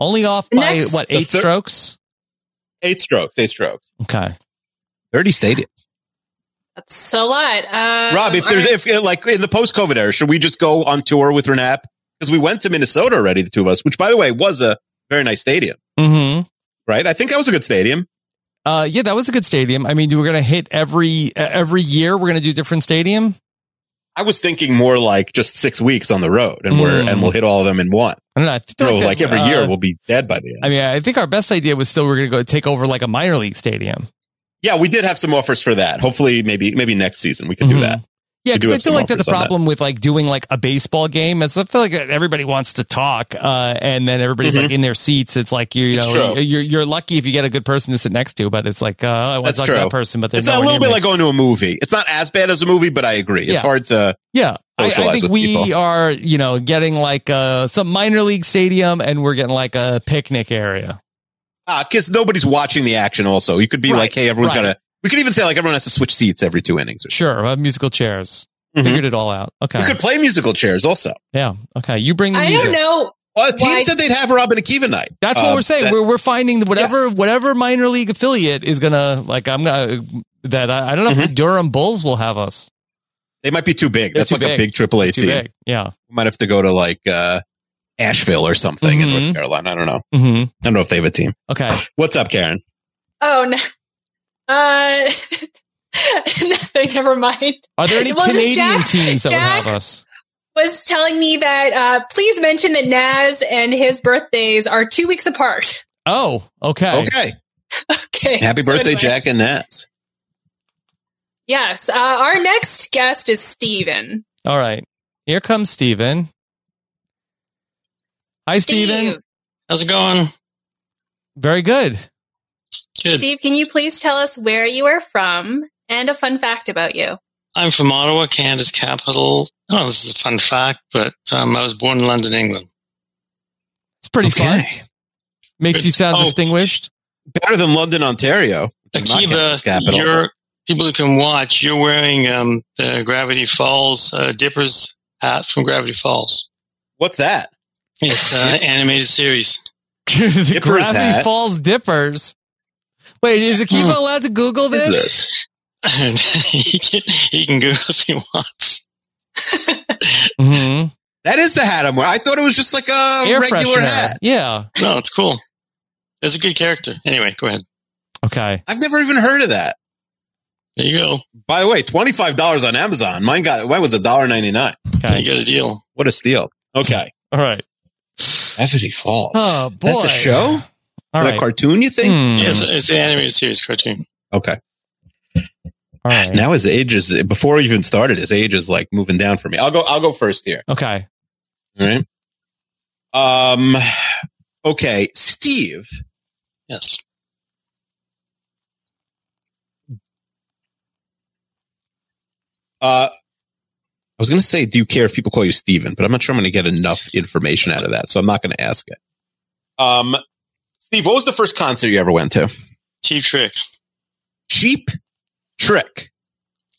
S4: Only off by
S5: Next.
S4: what,
S5: The
S4: eight
S5: thir-
S4: strokes?
S5: Eight strokes, eight strokes.
S4: Okay.
S5: 30 stadiums.
S6: That's a lot. Um,
S5: Rob, if
S6: all
S5: there's if
S6: right.
S5: uh, like in the post COVID era, should we just go on tour with Renap? Because we went to Minnesota already, the two of us, which by the way was a very nice stadium,
S4: Mhm.
S5: right? I think that was a good stadium.
S4: Uh yeah, that was a good stadium. I mean, we're going to hit every uh, every year we're going to do different stadium.
S5: I was thinking more like just six weeks on the road, and we're
S4: Mm.
S5: and we'll hit all of them in one.
S4: I don't know. I think
S5: So
S4: that-
S5: like every year,
S4: uh,
S5: we'll be dead by the end.
S4: I mean, I think our best idea was still we're going to go take over like a minor league stadium.
S5: Yeah, we did have some offers for that. Hopefully, maybe maybe next season we can
S4: Mm-hmm.
S5: do that.
S4: Yeah,
S5: We
S4: because
S5: do
S4: I
S5: have some
S4: feel like that the
S5: offers on that.
S4: problem with like doing like a baseball game is I feel like everybody wants to talk, uh, and then everybody's
S5: Mhm.
S4: like in their seats. It's like you, you
S5: It's
S4: know
S5: true.
S4: you're you're lucky if you get a good person to sit next to, but it's like uh, I want to
S5: That's
S4: talk
S5: true.
S4: to that person, but they're
S5: it's a little
S4: nowhere near
S5: bit
S4: me.
S5: like going to a movie. It's not as bad as a movie, but I agree.
S4: Yeah.
S5: It's hard to
S4: yeah. I, I
S5: socialize
S4: think
S5: with
S4: we
S5: people.
S4: are you know getting like uh, some minor league stadium, and we're getting like a picnic area.
S5: because Ah, nobody's watching the action. Also, you could be like, hey, everyone's
S4: right.
S5: gonna. We could even say like everyone has to switch seats every two innings. Or
S4: Sure, we'll have musical chairs.
S5: Mhm.
S4: Figured it all out. Okay.
S5: We could play musical chairs also.
S4: yeah. Okay. You bring the
S6: I
S4: music.
S6: don't know.
S5: Well, team
S6: why-
S5: said they'd have Robin Akiva night.
S4: That's what
S5: Um,
S4: we're saying.
S5: that-
S4: we're we're finding that whatever whatever minor league affiliate is gonna like. I'm gonna that I, I don't know if the Durham Bulls will have us.
S5: Mm-hmm. they might be too big.
S4: They're
S5: That's
S4: too
S5: like a
S4: big.
S5: big AAA
S4: Too
S5: team.
S4: big. Yeah.
S5: We might have to go to like uh, Asheville or something in North Carolina. I don't know.
S4: Mm-hmm.
S5: I don't know if they have a team.
S4: Okay.
S5: What's up, Karen?
S6: Oh no. Uh, nothing. Never mind.
S4: Are there any
S6: Well, just
S4: Canadian
S6: Jack-
S4: teams that
S6: Jack
S4: would have us?
S6: was telling me that uh, please mention that Naz and his birthdays are two weeks apart.
S4: Oh, okay.
S5: Okay.
S6: Okay.
S5: Happy
S6: so
S5: birthday,
S6: anyway.
S5: Jack and Nats.
S6: Yes. Uh, our next guest is Steven.
S4: All right. Here comes Steven. Hi, Steven.
S13: How's it going?
S4: Very good.
S13: Good.
S6: Steve, can you please tell us where you are from and a fun fact about you?
S13: I'm from Ottawa, Canada's capital. I don't know if this is a fun fact, but um, I was born in London, England.
S4: It's pretty fun. Makes you sound
S13: Oh.
S4: distinguished.
S5: Better than London, Ontario. which is not Canada's
S13: Akiva,
S5: capital.
S13: you're, people who can watch, you're wearing um, the Gravity Falls uh, Dippers hat from Gravity Falls.
S5: What's that?
S13: It's an animated series.
S4: the
S13: Dippers
S4: Gravity
S13: hat.
S4: Falls Dippers. Wait, is Akiva
S13: Hmm.
S4: allowed to Google
S13: What is
S4: this?
S13: he, can, he can Google if he wants.
S4: Mm-hmm.
S5: That is the hat I'm wearing. I thought it was just like a regular hat.
S4: Yeah.
S13: No, it's cool. It's a good character. Anyway, go ahead.
S4: Okay.
S5: I've never even heard of that.
S13: There you go.
S5: By the way, twenty five dollars on Amazon. Mine got mine was a dollar ninety nine.
S4: Okay.
S13: You got a deal.
S5: What a steal. Okay.
S4: All right.
S5: Gravity Falls.
S4: Oh, boy.
S5: That's a show?
S4: All
S5: Is that
S4: right. Hmm.
S5: A cartoon you think?
S13: Yeah, it's, it's an animated series cartoon.
S5: Okay.
S4: All right.
S5: Now his age is before we even started, his age is like moving down for me. I'll go I'll go first here.
S4: Okay.
S5: All right. Um okay, Steve.
S13: Yes.
S5: Uh I was going to say, do you care if people call you Steven? But I'm not sure I'm going to get enough information out of that. So I'm not going to ask it. Um, Steve, what was the first concert you ever went to?
S13: Cheap Trick.
S5: Cheap Trick.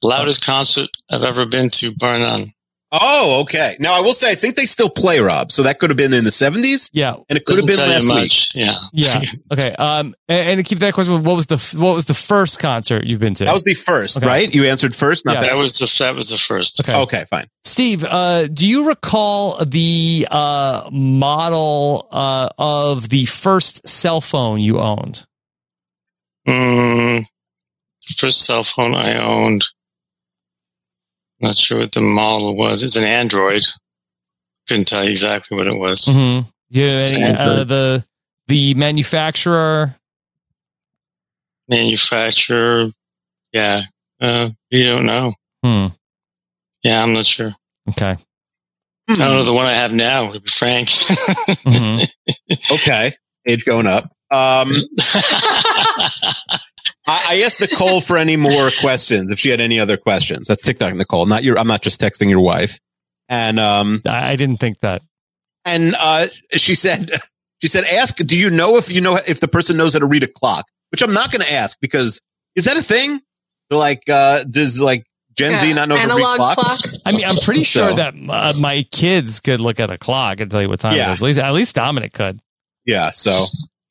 S13: Loudest concert I've ever been to, bar none.
S5: Oh, okay. Now I will say, I think they still play Rob. So that could have been in the 70s.
S4: Yeah.
S5: And it could have been
S13: Doesn't
S5: last
S13: tell you
S5: week.
S13: much. Yeah.
S4: Yeah. Okay. Um, and, and to keep that question, what was the f- what was the first concert you've been to?
S5: That was the first,
S4: Okay.
S5: right? You answered first, not
S4: Yeah.
S5: that.
S13: That was the that was the first.
S4: Okay.
S5: okay, fine.
S4: Steve, uh, do you recall the uh, model uh, of the first cell phone you owned?
S13: Mm, first cell phone I owned. Not sure what the model was. It's an Android. Couldn't tell you exactly what it was.
S4: Mm-hmm. Yeah,
S13: Sounds
S4: uh,
S13: good.
S4: the the manufacturer.
S13: Manufacturer. Yeah. Uh, you don't know.
S4: Hmm.
S13: Yeah, I'm not sure.
S4: Okay.
S13: I don't
S5: Hmm.
S13: know the one I have now, to be frank.
S5: Mm-hmm. okay. Age going up. Um, I, I asked Nicole for any more questions. If she had any other questions, that's TikTok Nicole, not your, I'm not just texting your wife. And, um,
S4: I didn't think that.
S5: And, uh, she said, she said, ask, do you know if you know, if the person knows how to read a clock, which I'm not going to ask because is that a thing? Like, uh, does like Gen Z
S6: Yeah,
S5: not know how to read
S6: analog
S5: clocks?
S6: clock.
S4: I mean, I'm pretty sure
S5: So-
S4: that uh, my kids could look at a clock and tell you what time
S5: Yeah.
S4: it is. At least, at least Dominic could.
S5: Yeah. So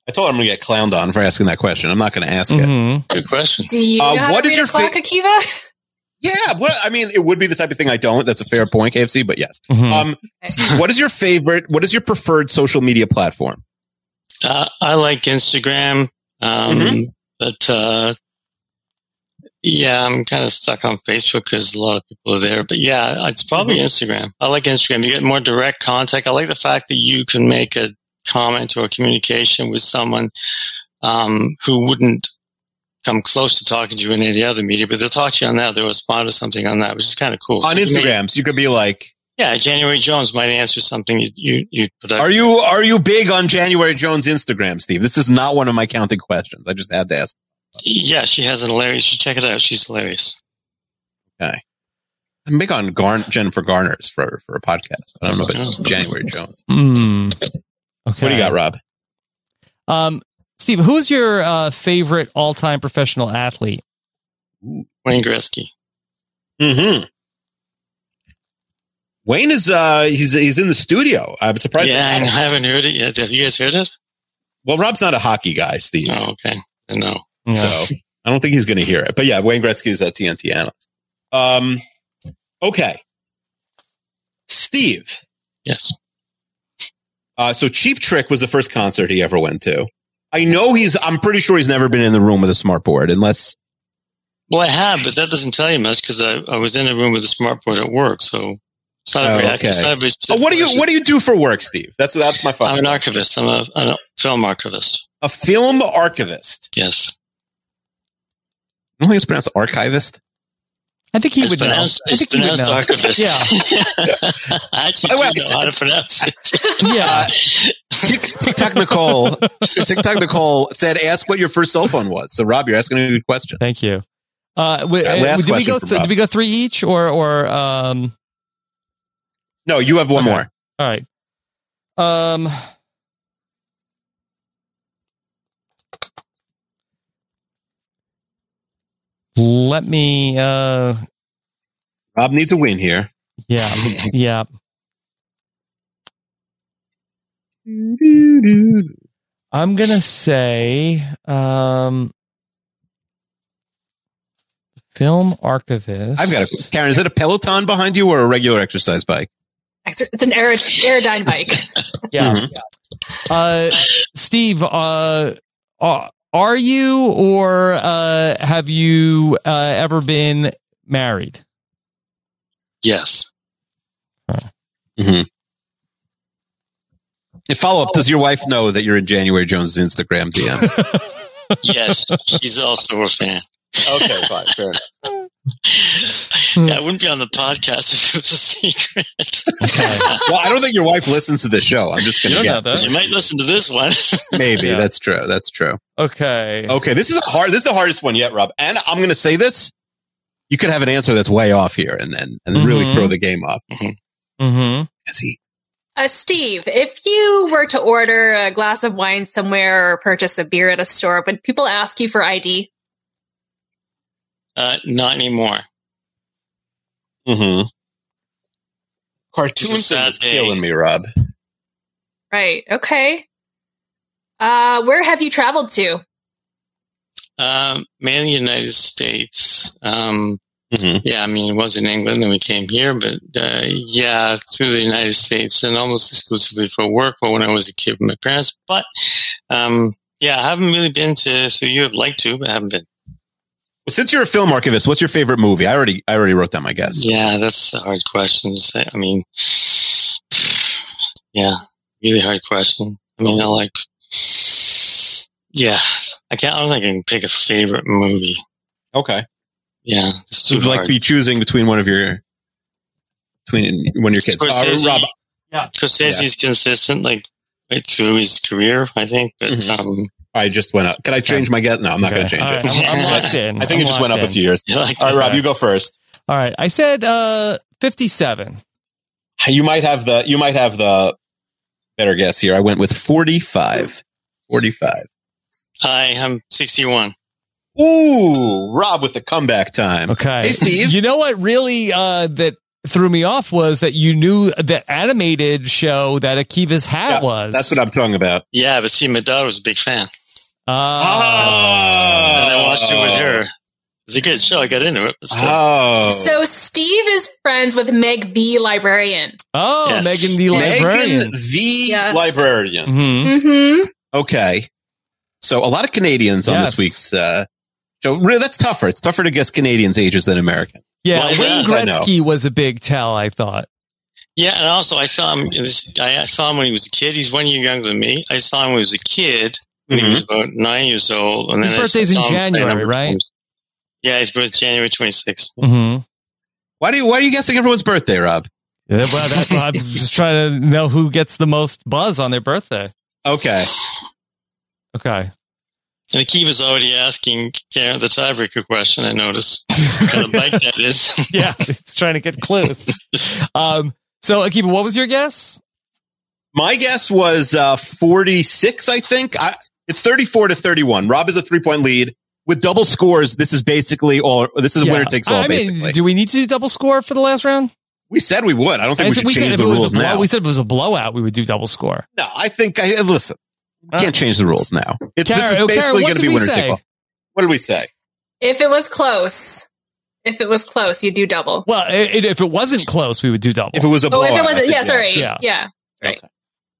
S5: I told her I'm going to get clowned on for asking that question. I'm not going to ask Uh,
S13: it. Good question.
S6: Do you know how to read a clock, Akiva?
S5: Yeah, what I mean, it would be the type of thing I don't. That's a fair point, KFC. But yes, um, what is your favorite? What is your preferred social media platform?
S13: Uh, I like Instagram, um,
S5: Mm-hmm.
S13: but uh, yeah, I'm kind of stuck on Facebook because a lot of people are there. But yeah, it's probably
S5: Mm-hmm.
S13: Instagram. I like Instagram. You get more direct contact. I like the fact that you can make a comment or a communication with someone um, who wouldn't come close to talking to you in any other media, but they'll talk to you on that. They'll respond to something on that, which is kind of cool.
S5: On
S13: So you can make-
S5: Instagram, so you could be like,
S13: yeah, January Jones might answer something you you, you put up.
S5: "Are you are you big on January Jones Instagram, Steve?" This is not one of my counting questions. I just had to ask.
S13: Yeah, she has an hilarious. You should check it out. She's hilarious.
S5: Okay, I'm big on Garn- Jennifer Garner's for for a podcast. But I don't know about January Jones.
S4: Hmm. Okay.
S5: What do you got, Rob?
S4: Um, Steve, who's your uh, favorite all time professional athlete?
S13: Wayne Gretzky.
S5: Hmm. Wayne is uh he's he's in the studio. I'm surprised.
S13: Yeah, I haven't heard it yet. Have you guys heard it?
S5: Well, Rob's not a hockey guy, Steve.
S13: Oh, okay. No.
S5: So I don't think he's going to hear it. But yeah, Wayne Gretzky is at TNT analyst. Um, okay. Steve.
S13: Yes.
S5: Uh, so Cheap Trick was the first concert he ever went to. I know he's, I'm pretty sure he's never been in the room with a smart board unless,
S13: Well, I have, but that doesn't tell you much because I, I was in a room with a smartboard at work, so it's not a very
S5: Oh,
S13: accurate. It's
S5: okay.
S13: not a very
S5: Oh,
S13: specific
S5: what do you,
S13: question.
S5: what do you do for work, Steve? That's, that's my phone.
S13: I'm an archivist. I'm a, a film archivist.
S5: A film archivist.
S13: Yes.
S5: I don't think it's pronounced archivist.
S4: I think he
S13: It's
S4: would know.
S13: pronounced-
S4: I
S13: it's
S4: think he would
S13: pronounced
S4: know.
S13: archivist.
S4: Yeah.
S13: I actually do know how to pronounce it.
S4: yeah.
S5: TikTok Nicole, TikTok Nicole said, ask what your first cell phone was. So Rob, you're asking a good question.
S4: Thank you. Uh, w-
S5: Yeah,
S4: uh,
S5: last
S4: did we
S5: question
S4: go?
S5: from
S4: Th-
S5: Rob.
S4: did we go three each, or or um?
S5: No, you have one
S4: Okay.
S5: more.
S4: All right. Um. Let me. Uh,
S5: Rob needs a win here.
S4: yeah. yeah. I'm gonna say um, film archivist.
S5: I've got a, Karen, is that a Peloton behind you or a regular exercise bike?
S6: Extra- It's an aer- aerodyne bike.
S4: Yeah. Uh, Steve, uh, are- are you or uh, have you uh, ever been married?
S13: Yes.
S5: And follow up, Mm-hmm. does your wife know that you're in January Jones' Instagram DM?
S13: Yes. She's also a fan.
S5: okay, fine, fair enough.
S13: Yeah, I wouldn't be on the podcast if it was a secret.
S5: well, I don't think your wife listens to this show. I'm just going to guess.
S13: You might listen to this one.
S5: Maybe that's true. That's true.
S4: Okay.
S5: Okay, this is hard. This is the hardest one yet, Rob. And I'm going to say this: you could have an answer that's way off here, and and, and really
S4: Mhm.
S5: throw the game off.
S4: Mm-hmm.
S6: Uh, Steve, if you were to order a glass of wine somewhere or purchase a beer at a store, would people ask you for ID?
S13: Uh, not anymore.
S5: Mm-hmm. Cartoon
S13: It's a
S5: thing
S13: sad
S5: is killing me, Rob.
S6: Right. Okay. Uh, where have you traveled to?
S13: Um, mainly United States. Um,
S5: Mm-hmm.
S13: Yeah, I mean, it was in England and we came here, but uh, yeah, to the United States and almost exclusively for work or when I was a kid with my parents. But um, yeah, I haven't really been to, so you have liked to, but I haven't been.
S5: Since you're a film archivist, what's your favorite movie? I already I already wrote down my guess.
S13: Yeah, that's a hard question to say. I mean, yeah, really hard question. I mean, I like, yeah, I can't. I don't think I can pick a favorite movie.
S5: Okay.
S13: Yeah, it's too
S5: You'd like
S13: hard.
S5: be choosing between one of your between one of your kids.
S13: Scorsese,
S5: Uh, Rob,
S13: yeah, Scorsese's consistent, like right through his career, I think. But
S5: Mm-hmm.
S13: um,
S5: I just went up. Can I change my guess? No, I'm not going to change
S13: All
S5: it.
S13: right, I'm- I'm locked
S4: in.
S5: I think
S4: I'm
S5: it just went
S4: locked
S5: up a
S4: in.
S5: few years.
S4: I
S5: All
S4: like
S5: right,
S4: that.
S5: Rob, you go first.
S4: All right, I said uh, fifty-seven.
S5: You might have the you might have the better guess here. I went with 45. 45.
S13: I am 61.
S5: Ooh, Rob with the comeback time.
S4: Okay.
S5: Hey, Steve.
S4: You know what really uh, that threw me off was that you knew the animated show that Akiva's hat was.
S5: That's what I'm talking about.
S13: Yeah, but see, my daughter was a big fan.
S4: Uh,
S13: and I watched it with her. It's a good show. I got into it. But still.
S5: Oh.
S6: So Steve is friends with Meg the librarian.
S4: oh,
S13: Yes.
S4: Megan the
S5: Megan
S4: librarian.
S5: the librarian.
S6: Mm-hmm.
S5: Okay. So a lot of Canadians on this week's uh, show. Really, that's tougher. It's tougher to guess Canadians' ages than American.
S4: Yeah,
S5: Well,
S4: Wayne
S5: yes, I know.
S4: Gretzky was a big tell. I thought.
S13: Yeah, and also I saw him. This, I saw him when he was a kid. He's one year younger than me. I saw him when he was a kid. When He was about nine years old.
S4: Mm-hmm.
S13: And
S4: His
S13: then I
S4: birthday's in
S13: saw him play a
S4: January,
S13: number of
S4: right?
S13: times. Yeah, his birthday's January twenty sixth.
S4: Mm-hmm.
S5: Why do you Why are you guessing everyone's birthday, Rob?
S4: Yeah, well, that, I'm just trying to know who gets the most buzz on their birthday.
S5: Okay.
S4: Okay.
S13: And Akiva's already asking Karen the tiebreaker question. I noticed. What kind of bike that is?
S4: yeah, it's trying to get clues. Um, so, Akiva, what was your guess?
S5: My guess was uh, 46, I think. I, it's 34 to 31. Rob is a three point lead. With double scores, this is basically all. This is
S4: Yeah.
S5: winner takes all,
S4: I mean,
S5: basically.
S4: do we need to do double score for the last round?
S5: we said we would. I don't think
S4: I
S5: we
S4: said-
S5: should change
S4: if
S5: the
S4: it was
S5: rules
S4: a blow-
S5: now.
S4: We said if it was a blowout, we would do double score.
S5: no, I think, I, listen, we can't change the rules now. It's,
S4: Kara-
S5: this
S4: Kara,
S5: is
S4: what
S5: basically going
S4: did
S5: to be
S4: we
S5: winner
S4: say?
S5: take all. What did we say?
S6: If it was close, if it was close, you do double.
S4: Well, i i- if it wasn't close, we would do double.
S5: If it was a
S6: oh,
S5: blowout,
S6: if it
S5: I
S6: wasn't,
S5: think,
S6: yeah, sorry, yeah.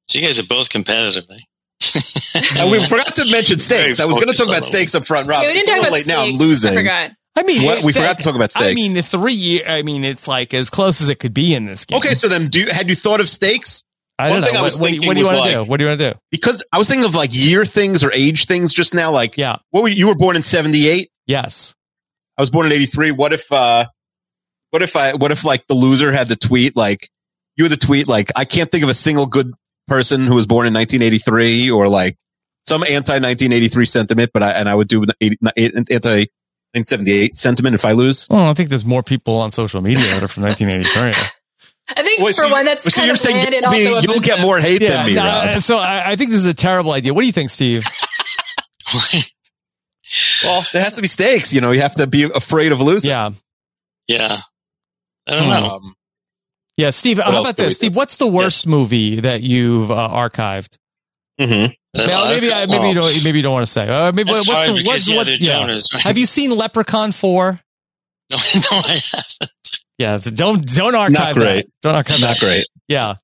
S13: So you guys are both competitive. Eh?
S5: And
S4: Uh,
S5: we forgot to mention stakes. I was going to
S13: focused
S5: talk
S13: on
S5: about
S13: that.
S5: stakes up front, Rob.
S6: Yeah, we
S5: it's
S6: didn't
S5: a little
S6: talk about
S5: late now. I'm
S6: stakes.
S5: losing.
S6: I forgot.
S4: I mean,
S5: What? We
S4: that-
S5: forgot to talk about
S4: I
S5: stakes.
S4: mean, the three year. I mean, it's like as close as it could be in this game.
S5: Okay, so then, do you, had you thought of stakes?
S4: I don't
S5: One
S4: know.
S5: thing I
S4: What,
S5: was
S4: what do you-
S5: thinking
S4: what do you
S5: was
S4: want to do?
S5: like-
S4: What do you want to do?
S5: because I was thinking of like year things or age things just now. Like,
S4: yeah,
S5: what were you were born in seventy eight?
S4: Yes,
S5: I was born in eighty three. What if, uh what if I, what if like the loser had the tweet like you had the tweet like I can't think of a single good person who was born in nineteen eighty three or like some anti nineteen eighty three sentiment, but I and I would do an 80, an anti. 1978 sentiment if I lose.
S4: Well, I think there's more people on social media that are from 1983.
S6: I think
S5: Wait,
S6: for
S5: so
S6: one
S5: you-
S6: that's
S5: so
S6: kind
S5: you're
S6: of
S5: saying
S6: bland, it
S5: you'll be-
S6: also
S5: you'll get
S6: offensive.
S5: more hate than me,
S4: no,
S5: Rob.
S4: uh, so I, I think this is a terrible idea. What do you think, Steve?
S5: Well, there has to be stakes. You know, you have to be afraid of losing.
S4: Yeah. Hmm.
S13: Yeah. I don't know.
S5: Um,
S4: Yeah, Steve.
S5: else
S4: how about
S5: can we
S4: this, Steve? What's the worst movie that you've uh, archived?
S5: Mm-hmm.
S4: Well, maybe I, maybe you don't maybe you don't want to say. Uh, maybe
S13: That's
S4: what's
S13: hard
S4: the
S13: because,
S4: what's
S13: yeah,
S4: what?
S13: they're
S4: yeah.
S13: donors, right?
S4: Have you seen Leprechaun Four?
S13: No, no, I haven't.
S4: Yeah, th- don't don't archive
S5: Not great.
S4: that. Don't archive that.
S5: Not great.
S4: Yeah.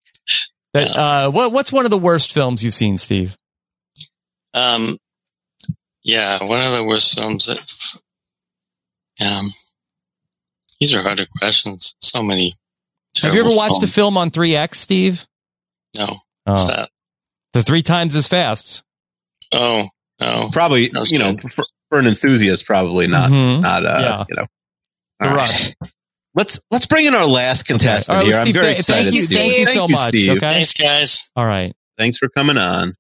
S4: That, uh, what what's one of the worst films you've seen, Steve?
S13: Um, yeah, one of the worst films that. Um, these are harder questions. So many.
S4: Have you ever
S13: terrible
S4: watched a
S13: films.
S4: film on 3X, Steve?
S13: No.
S4: Oh.
S13: What's that?
S4: The three times as fast.
S13: Oh no.
S5: Probably,
S13: That was
S5: you know,
S13: good.
S5: for, for an enthusiast, probably not,
S4: Mhm.
S5: not, uh,
S4: Yeah.
S5: you know,
S4: The
S5: All right.
S4: rush.
S5: Let's let's bring in our last contestant
S4: All right,
S5: here. I'm
S4: Steve,
S5: very
S4: th-
S5: excited.
S4: Thank you,
S5: Steve.
S4: thank you so much.
S5: Steve.
S4: Okay.
S13: Thanks, guys.
S4: All right.
S5: Thanks for coming on.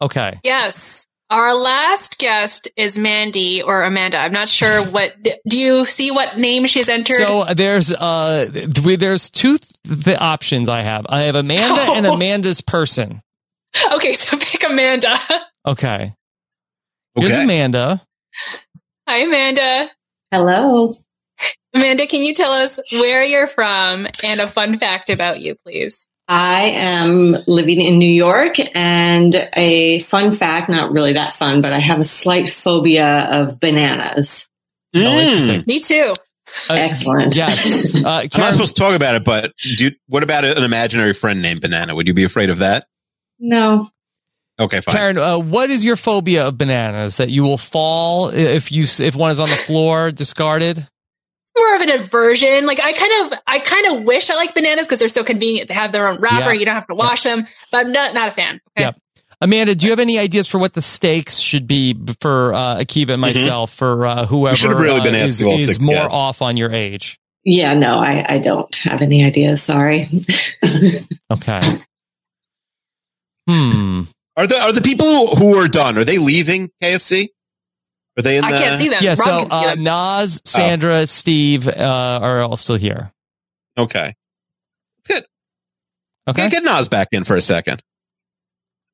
S4: Okay.
S6: Yes. Our last guest is Mandy or Amanda. I'm not sure what. Do you see what name she's entered?
S4: So uh, there's uh th- we- there's two th- the options I have. I have Amanda and Amanda's person.
S6: okay, so pick Amanda.
S4: Okay. Here's
S5: Okay.
S4: Amanda.
S6: Hi, Amanda.
S14: Hello.
S6: Amanda, can you tell us where you're from and a fun fact about you, please?
S14: I am living in New York, and a fun fact not really that fun, but I have a slight phobia of bananas.
S4: Oh, interesting.
S6: Me too.
S14: Excellent.
S4: Uh, Yes. Uh,
S5: I'm not
S4: Karen,
S5: supposed to talk about it, but do you, what about an imaginary friend named Banana? Would you be afraid of that?
S14: No.
S5: Okay, fine.
S4: Karen, uh, what is your phobia of bananas that you will fall if you if one is on the floor discarded?
S6: more of an aversion. Like I kind of, I kind of wish I like bananas because they're so convenient. They have their own
S4: Yeah.
S6: wrapper. You don't have to wash them. But I'm not, not a fan.
S4: Yep. Amanda, do you have any ideas for what the stakes should be for uh, Akiva and myself for uh, whoever
S5: should have Mm-hmm. really
S4: uh,
S5: been
S4: is,
S5: asking all
S4: is
S5: six
S4: more
S5: guys.
S4: off on your age?
S14: Yeah, no, I, I don't have any ideas. Sorry.
S5: Oh.
S4: Okay. Hmm.
S5: Are the are the people who are done? Are they leaving KFC? Are they in? the,
S4: Yeah, so uh, Nas, Sandra, Steve uh, are all still here.
S5: Okay. Good. Okay. Get Nas back in for a second.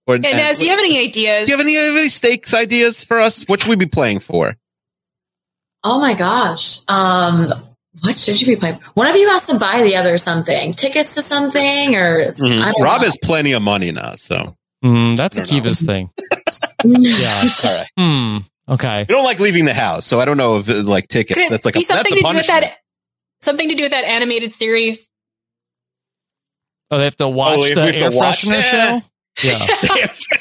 S5: Or,
S6: Okay, Naz, do you have any ideas?
S5: uh, Do you have any, any stakes ideas for us? What should we be playing for?
S12: Oh my gosh. Um, what should you be playing? One of you has to buy the other something, tickets to something, or I
S5: Mhm.
S12: don't
S5: Rob
S12: know.
S5: has plenty of money now, so
S4: Mm-hmm. that's Akiva's thing.
S5: yeah, all right.
S4: Hmm. Okay.
S5: You don't like leaving the house, so I don't know if uh, like tickets.
S6: Could it
S5: that's like a,
S6: be
S5: that's a
S6: something to do with
S5: punishment.
S6: that. Something to do with that animated series.
S4: Oh, they have to watch
S5: if
S4: the
S5: we have to
S4: air
S5: watch
S4: freshener
S5: it?
S4: show. Yeah.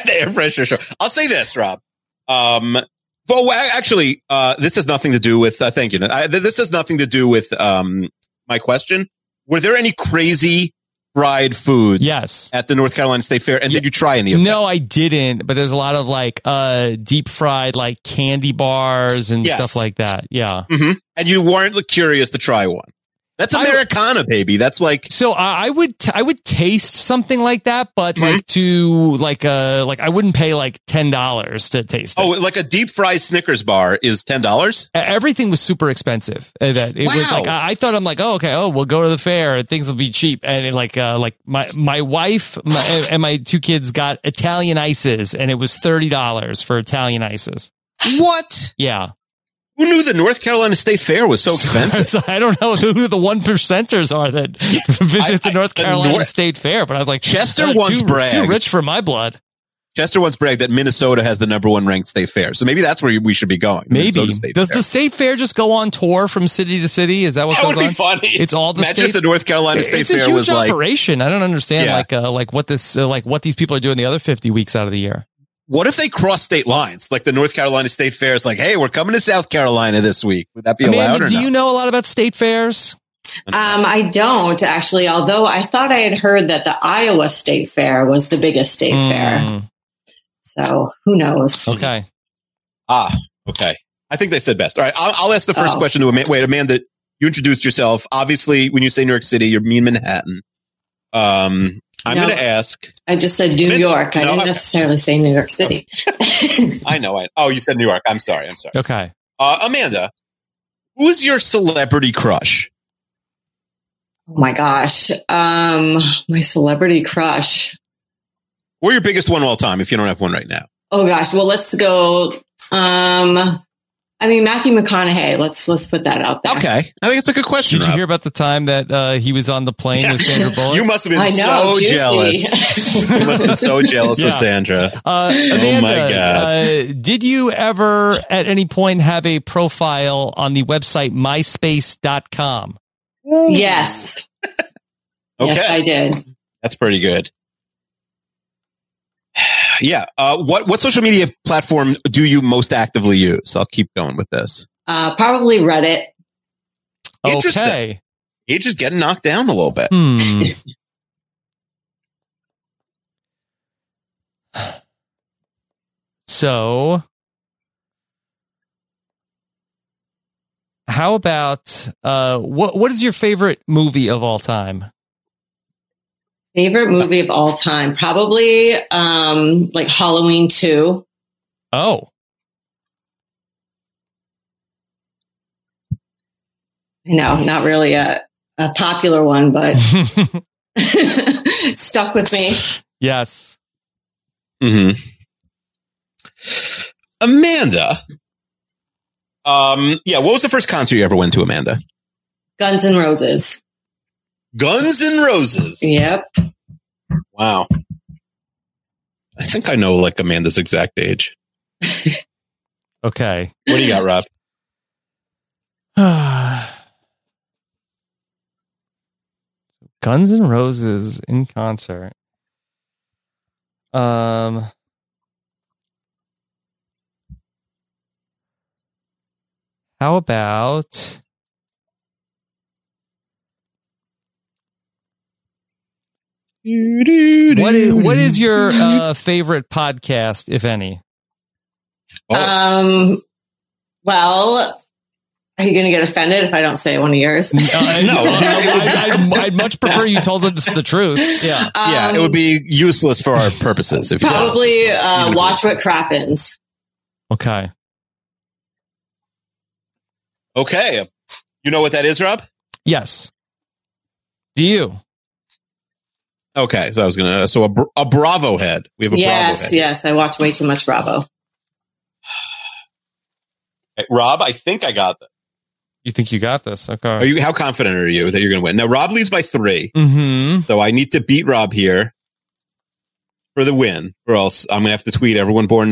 S5: the air freshener show. I'll say this, Rob. Um, well, wa- actually, uh, this has nothing to do with. Uh, thank you. I, th- this has nothing to do with um, my question. Were there any crazy fried foods?
S4: Yes.
S5: At the North Carolina State Fair, and did you try any of? them?
S4: No, I didn't. But there's a lot of like uh, deep fried like candy bars and
S5: Yes.
S4: stuff like that. Yeah.
S5: hmm And you weren't curious to try one. That's Americana, baby. That's like
S4: so. I, I would t- I would taste something like that, but like
S5: Mm-hmm.
S4: to like uh like I wouldn't pay like ten dollars to taste. it.
S5: Oh, like a deep fried Snickers bar is ten dollars.
S4: E, Everything was super expensive. uh, That it was
S5: Wow.
S4: like I, I thought I'm like oh okay oh we'll go to the fair and things will be cheap and it, like uh like my my wife my, and my two kids got Italian ices and it was thirty dollars for Italian ices.
S5: What?
S4: Yeah.
S5: Who knew the North Carolina State Fair was so expensive?
S4: So I don't know who the one percenters are that visit the North Carolina
S5: Nor-
S4: State Fair, but I was like,
S5: Chester
S4: uh,
S5: once
S4: too,
S5: bragged-
S4: too rich for my blood.
S5: Chester once bragged that Minnesota has the number one ranked state fair, so maybe that's where we should be going.
S4: Maybe
S5: Minnesota State
S4: does
S5: Fair.
S4: the state fair just go on tour from city to city? Is that what
S5: That
S4: goes
S5: would be
S4: on?
S5: funny.
S4: It's all the
S5: Imagine if
S4: states-
S5: the North Carolina State
S4: it's a
S5: Fair
S4: huge
S5: was like-
S4: operation. I don't understand
S5: Yeah.
S4: like uh, like what this uh, like what these people are doing the other fifty weeks out of the year.
S5: What if they cross state lines? Like the North Carolina State Fair is like, hey, we're coming to South Carolina this week. Would that be allowed
S4: Amanda,
S5: or
S4: do
S5: not?
S4: you know a lot about state fairs?
S14: Um, I don't actually, although I thought I had heard that the Iowa State Fair was the biggest state
S5: Hmm.
S14: fair. So who knows?
S4: Mm. Okay.
S5: Ah, okay. I think they said best. All right, I'll, I'll ask the first
S14: Oh.
S5: question to Amanda. Wait, Amanda, you introduced yourself. Obviously, when you say New York City, you're mean Manhattan. Um, I'm
S14: No.
S5: going to ask.
S14: I just said New
S5: Min-
S14: York. I
S5: No,
S14: didn't
S5: I-
S14: necessarily say New York City.
S5: I know. I oh, you said New York. I'm sorry. I'm sorry.
S4: Okay.
S5: Uh, Amanda, who's your celebrity crush?
S14: Oh my gosh. Um, my celebrity crush.
S5: Or your biggest one of all time, if you don't have one right now.
S14: Oh gosh. Well, let's go. Um, I mean, Matthew McConaughey. Let's, let's put that out there.
S5: Okay, I think it's a good question.
S4: Did you hear about the time that uh, he was on the plane with Sandra Bullock?
S5: You must have been
S14: I know,
S5: so
S14: juicy.
S5: jealous. you must have been so jealous
S4: Yeah.
S5: of Sandra.
S4: Uh,
S5: oh
S4: Amanda,
S5: my god!
S4: Uh, did you ever at any point have a profile on the website myspace.com?
S14: Yes.
S5: okay,
S14: Yes, I did.
S5: that's pretty good. Yeah. Uh, what what social media platform do you most actively use? I'll keep going with this.
S14: Uh, probably Reddit.
S5: Interesting.
S4: Okay.
S5: You're just getting knocked down a little bit.
S4: Hmm. so, how about uh, what? What is your favorite movie of all time?
S14: Favorite movie of all time, probably um, like Halloween two.
S4: Oh,
S14: I know, not really a, a popular one, but stuck with me.
S4: yes.
S5: hmm Amanda. Um, yeah, what was the first concert you ever went to, Amanda?
S14: Guns and Roses.
S5: Guns N' Roses.
S14: Yep.
S5: Wow. I think I know like Amanda's exact age.
S4: Okay.
S5: What do you got, Rob?
S4: Guns N' Roses in concert. Um, How about what is what is your uh, favorite podcast, if any?
S5: Oh.
S14: Um, well, are you going to get offended if I don't say one of yours?
S4: I'd, I'd much prefer you told us the truth. Yeah,
S14: Um,
S5: yeah, it would be useless for our purposes. If you-
S14: Probably uh,
S5: Universe.
S14: watch what crappens.
S4: Okay.
S5: Okay. You know what that is, Rob?
S4: Yes. Do you?
S5: Okay. So I was going to, so a, br- a Bravo head. We have a Bravo
S14: Yes,
S5: head.
S14: yes, I watch way too much Bravo.
S5: Hey, Rob, I think I got that.
S4: You think you got this? Okay.
S5: Are you, how confident are you that you're going to win? Now, Rob leads by 3
S4: Mm-hmm.
S5: So I need to beat Rob here for the win, or else I'm going to have to tweet everyone born in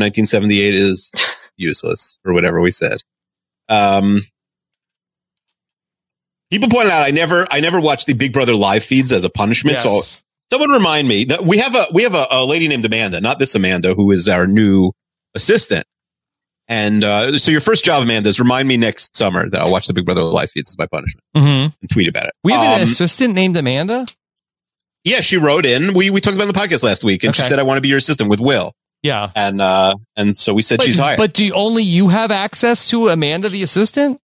S5: 1978 is useless or whatever we said. Um, people pointed out I never I never watched the Big Brother live feeds as a punishment.
S4: Yes.
S5: So someone remind me that we have a we have a, a lady named Amanda, not this Amanda, who is our new assistant. And uh, so your first job, Amanda, is remind me next summer that I'll watch the Big Brother live feeds as my punishment
S4: Mm-hmm.
S5: and tweet about it.
S4: We have an
S5: Um,
S4: assistant named Amanda.
S5: yeah, she wrote in. We we talked about it on the podcast last week, and she
S4: Okay.
S5: said, "I want to be your assistant with Will."
S4: Yeah,
S5: and uh, and so we said
S4: But,
S5: she's hired.
S4: but do you, only you have access to Amanda, the assistant?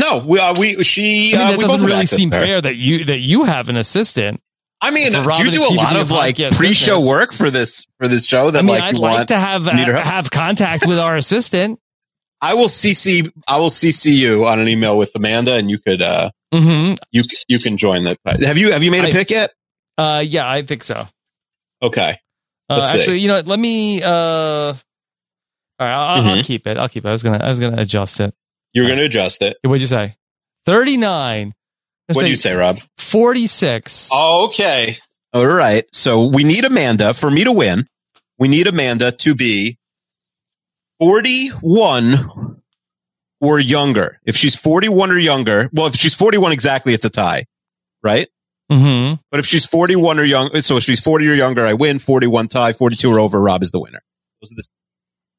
S5: no, we uh, we she
S4: I mean,
S5: uh,
S4: that
S5: we both
S4: doesn't
S5: have
S4: really
S5: access
S4: seem
S5: to her.
S4: fair that you that you have an assistant.
S5: I mean,
S4: For
S5: uh, do
S4: Robin
S5: you
S4: to
S5: do a
S4: keep
S5: lot
S4: in
S5: of
S4: the
S5: like
S4: podcast
S5: pre-show
S4: business.
S5: work for this for this show? That
S4: I mean,
S5: like
S4: I'd
S5: you
S4: like
S5: want,
S4: to have uh,
S5: need her help?
S4: have contact with our assistant.
S5: I will CC I will CC you on an email with Amanda, and you could uh
S4: Mm-hmm.
S5: you you can join that. Have you have you made a
S4: I-
S5: pick yet?
S4: Uh, yeah, I think so.
S5: Okay,
S4: Uh,
S5: Let's see.
S4: actually, you know, what, let me. Uh, all right, I'll, I'll- I'll
S5: Mhm.
S4: keep it. I'll keep it. I was gonna. I was gonna adjust it.
S5: you're going to adjust it.
S4: What'd you say? Thirty nine.
S5: What do you say, Rob?
S4: Forty six.
S5: Oh, okay. All right. So we need Amanda for me to win. We need Amanda to be 41 or younger. If she's 41 or younger, well, if she's 41 exactly, it's a tie, right?
S4: Mm-hmm.
S5: But if she's 41 or young, so if she's 40 or younger, I win. 41 tie, 42 or over, Rob is the winner.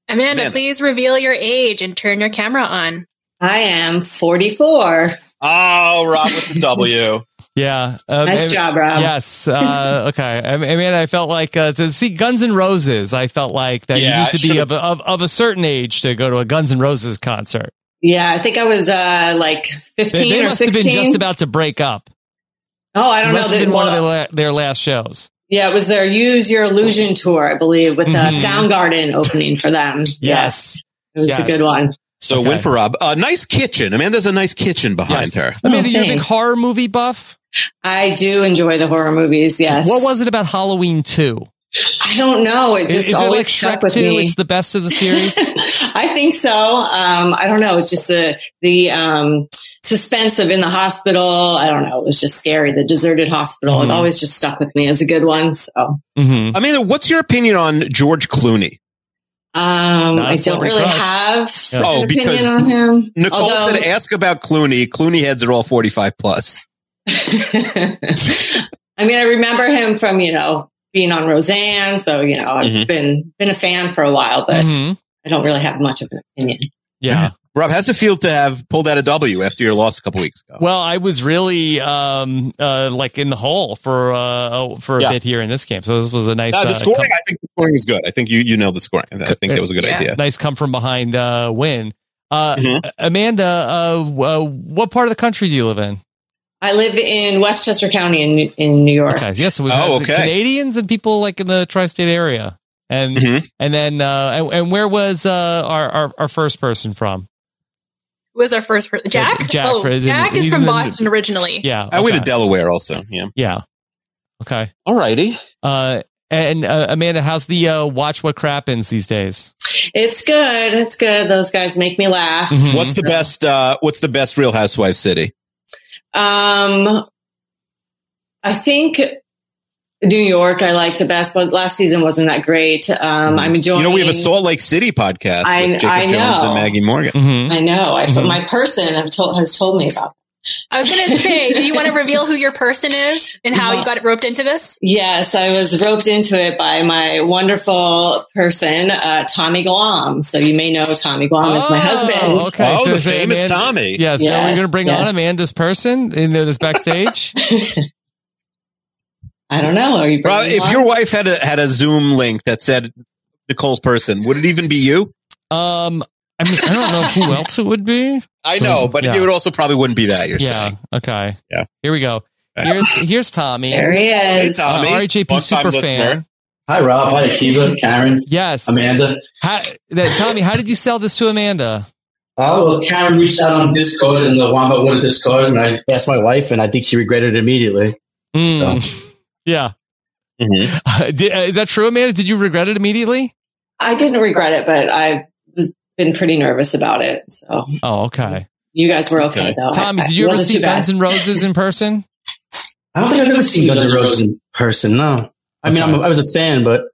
S6: Amanda,
S5: Amanda.
S6: please reveal your age and turn your camera on.
S14: I am 44.
S5: Oh, Rob with the W.
S4: Yeah. Um,
S14: Nice
S4: and-
S14: job, Rob.
S4: Yes. Uh, okay. I mean, I mean, I felt like uh, to see Guns N' Roses. I felt like that
S5: Yeah,
S4: you need
S5: I
S4: to be of,
S5: should've-
S4: a- of of a certain age to go to a Guns N' Roses concert.
S14: Yeah, I think I was uh, like 15
S4: They, they
S14: or
S4: must have
S14: 16.
S4: been just about to break up.
S14: oh, I don't
S4: It
S14: know.
S4: must have
S14: They-
S4: been one of
S14: well,
S4: their la- their last shows.
S14: yeah, it was their Use Your Illusion tour, I believe, with uh,
S4: Mhm.
S14: Soundgarden opening for them.
S4: Yes.
S14: It was a
S4: Yes.
S14: good one.
S5: So
S4: Okay.
S5: win for Rob. Uh, nice kitchen. Amanda's a nice kitchen behind her.
S14: Oh,
S4: Amanda, you're a big
S14: thanks.
S4: horror movie buff.
S14: I do enjoy the horror movies, yes.
S4: What was it about Halloween Two?
S14: I don't know. It
S4: Is-
S14: just
S4: is it
S14: always
S4: like
S14: stuck
S4: Shrek
S14: with
S4: 2?
S14: me.
S4: It's the best of the series.
S14: I think so. Um, I don't know. It's just the the um, suspense of in the hospital. I don't know. It was just scary. The deserted hospital.
S5: Mhm.
S14: It always just stuck with me. It's a good one. So um,
S4: Mm-hmm.
S5: Amanda, what's your opinion on George Clooney?
S14: Um, I don't
S5: celebrity
S14: really
S5: crush.
S14: have
S5: Yeah.
S14: an
S5: Oh, because
S14: opinion on him.
S5: Nicole
S14: Although,
S5: said, ask about Clooney. Clooney heads are all 45 plus.
S14: I mean, I remember him from you know being on Roseanne. So you know, I've
S5: Mhm.
S14: been been a fan for a while, but
S4: Mhm.
S14: I don't really have much of an opinion.
S4: Yeah.
S5: Rob, how's it feel to have pulled out a W after your loss a couple weeks ago?
S4: Well, I was really um uh like in the hole for uh oh, for a
S5: Yeah.
S4: bit here in this game, so this was a nice.
S5: No, the
S4: uh,
S5: scoring,
S4: come-
S5: I think the scoring is good. I think you, you nailed the scoring. I think that was a good
S4: Yeah.
S5: idea. Mm-hmm.
S4: Nice come from behind uh, win. Uh, Amanda, uh, w- uh, what part of the country do you live in?
S14: I live in Westchester County in in New York.
S4: Okay, yes, so we've
S14: Oh,
S4: had the
S14: okay.
S4: Canadians and people like in the tri-state area, and
S5: Mm-hmm.
S4: and then uh, and, and where was uh, our, our our first person from?
S6: Who is our first person? Jack?
S4: Jack
S6: oh,
S4: is in-
S6: Jack is
S4: he's
S6: from
S4: in the-
S6: Boston originally.
S4: Yeah,
S5: I went to
S4: okay.
S5: Delaware also. Yeah.
S4: Yeah. Okay.
S5: Alrighty.
S4: Uh, and uh, Amanda, how's the uh, watch what crappens these days?
S14: It's good. It's good. Those guys make me laugh.
S4: Mm-hmm.
S5: What's the best, uh, what's the best Real Housewives city?
S14: Um, I think New York I like the best, but last season wasn't that great. Um, I'm
S4: Mm-hmm.
S14: enjoying.
S5: Mm-hmm. You know, we have a Salt Lake City podcast
S14: I-
S5: with Jacob
S14: I
S5: Jones
S14: know.
S4: Mm-hmm.
S5: and Maggie Morgan.
S14: I know. I,
S5: Mhm.
S14: My person have told, has told me about.
S6: I was going to say, do you want to reveal who your person is and how you got roped into this?
S14: Yes, I was roped into it by my wonderful person, uh, Tommy Glom. So you may know Tommy Glom is
S5: Oh,
S14: my husband.
S4: Okay. so is Amanda- Yeah. So we're going to bring on Amanda's person in this backstage.
S14: I don't know. Are you
S5: Rob,
S14: bringing
S5: if
S14: him
S5: your wife had a had a Zoom link that said Nicole's person, would it even be you?
S4: Um, I mean, I don't know who else it would be.
S5: I know, but
S4: Yeah.
S5: it would also probably wouldn't be that. You're
S4: yeah.
S5: saying.
S4: Okay. Yeah. Here we go. Here's here's Tommy.
S5: There he is. Hey,
S4: Uh,
S5: Tommy.
S4: RHAP
S5: Long-time
S4: super fan.
S5: listener.
S15: Hi, Rob. Hi, Akiva, Karen.
S4: Yes.
S15: Amanda.
S4: How, that, Tommy, how did you sell this to Amanda?
S15: Oh, well, Karen reached out on Discord and the Wamba went to Discord, and I asked my wife, and I think she regretted it immediately.
S4: Yeah. Uh, did- uh, is that true, Amanda? Did you regret it immediately?
S14: I didn't regret it, but I've been pretty nervous about it. So
S4: Oh, okay.
S14: you guys were okay, though.
S4: Tommy,
S14: I- I-
S4: did you
S14: it
S4: ever
S14: wasn't
S4: see
S14: too bad.
S4: Guns N' Roses in person?
S15: I don't think I've ever seen Guns N' Roses in person. No, I mean, I'm a, I was a fan, but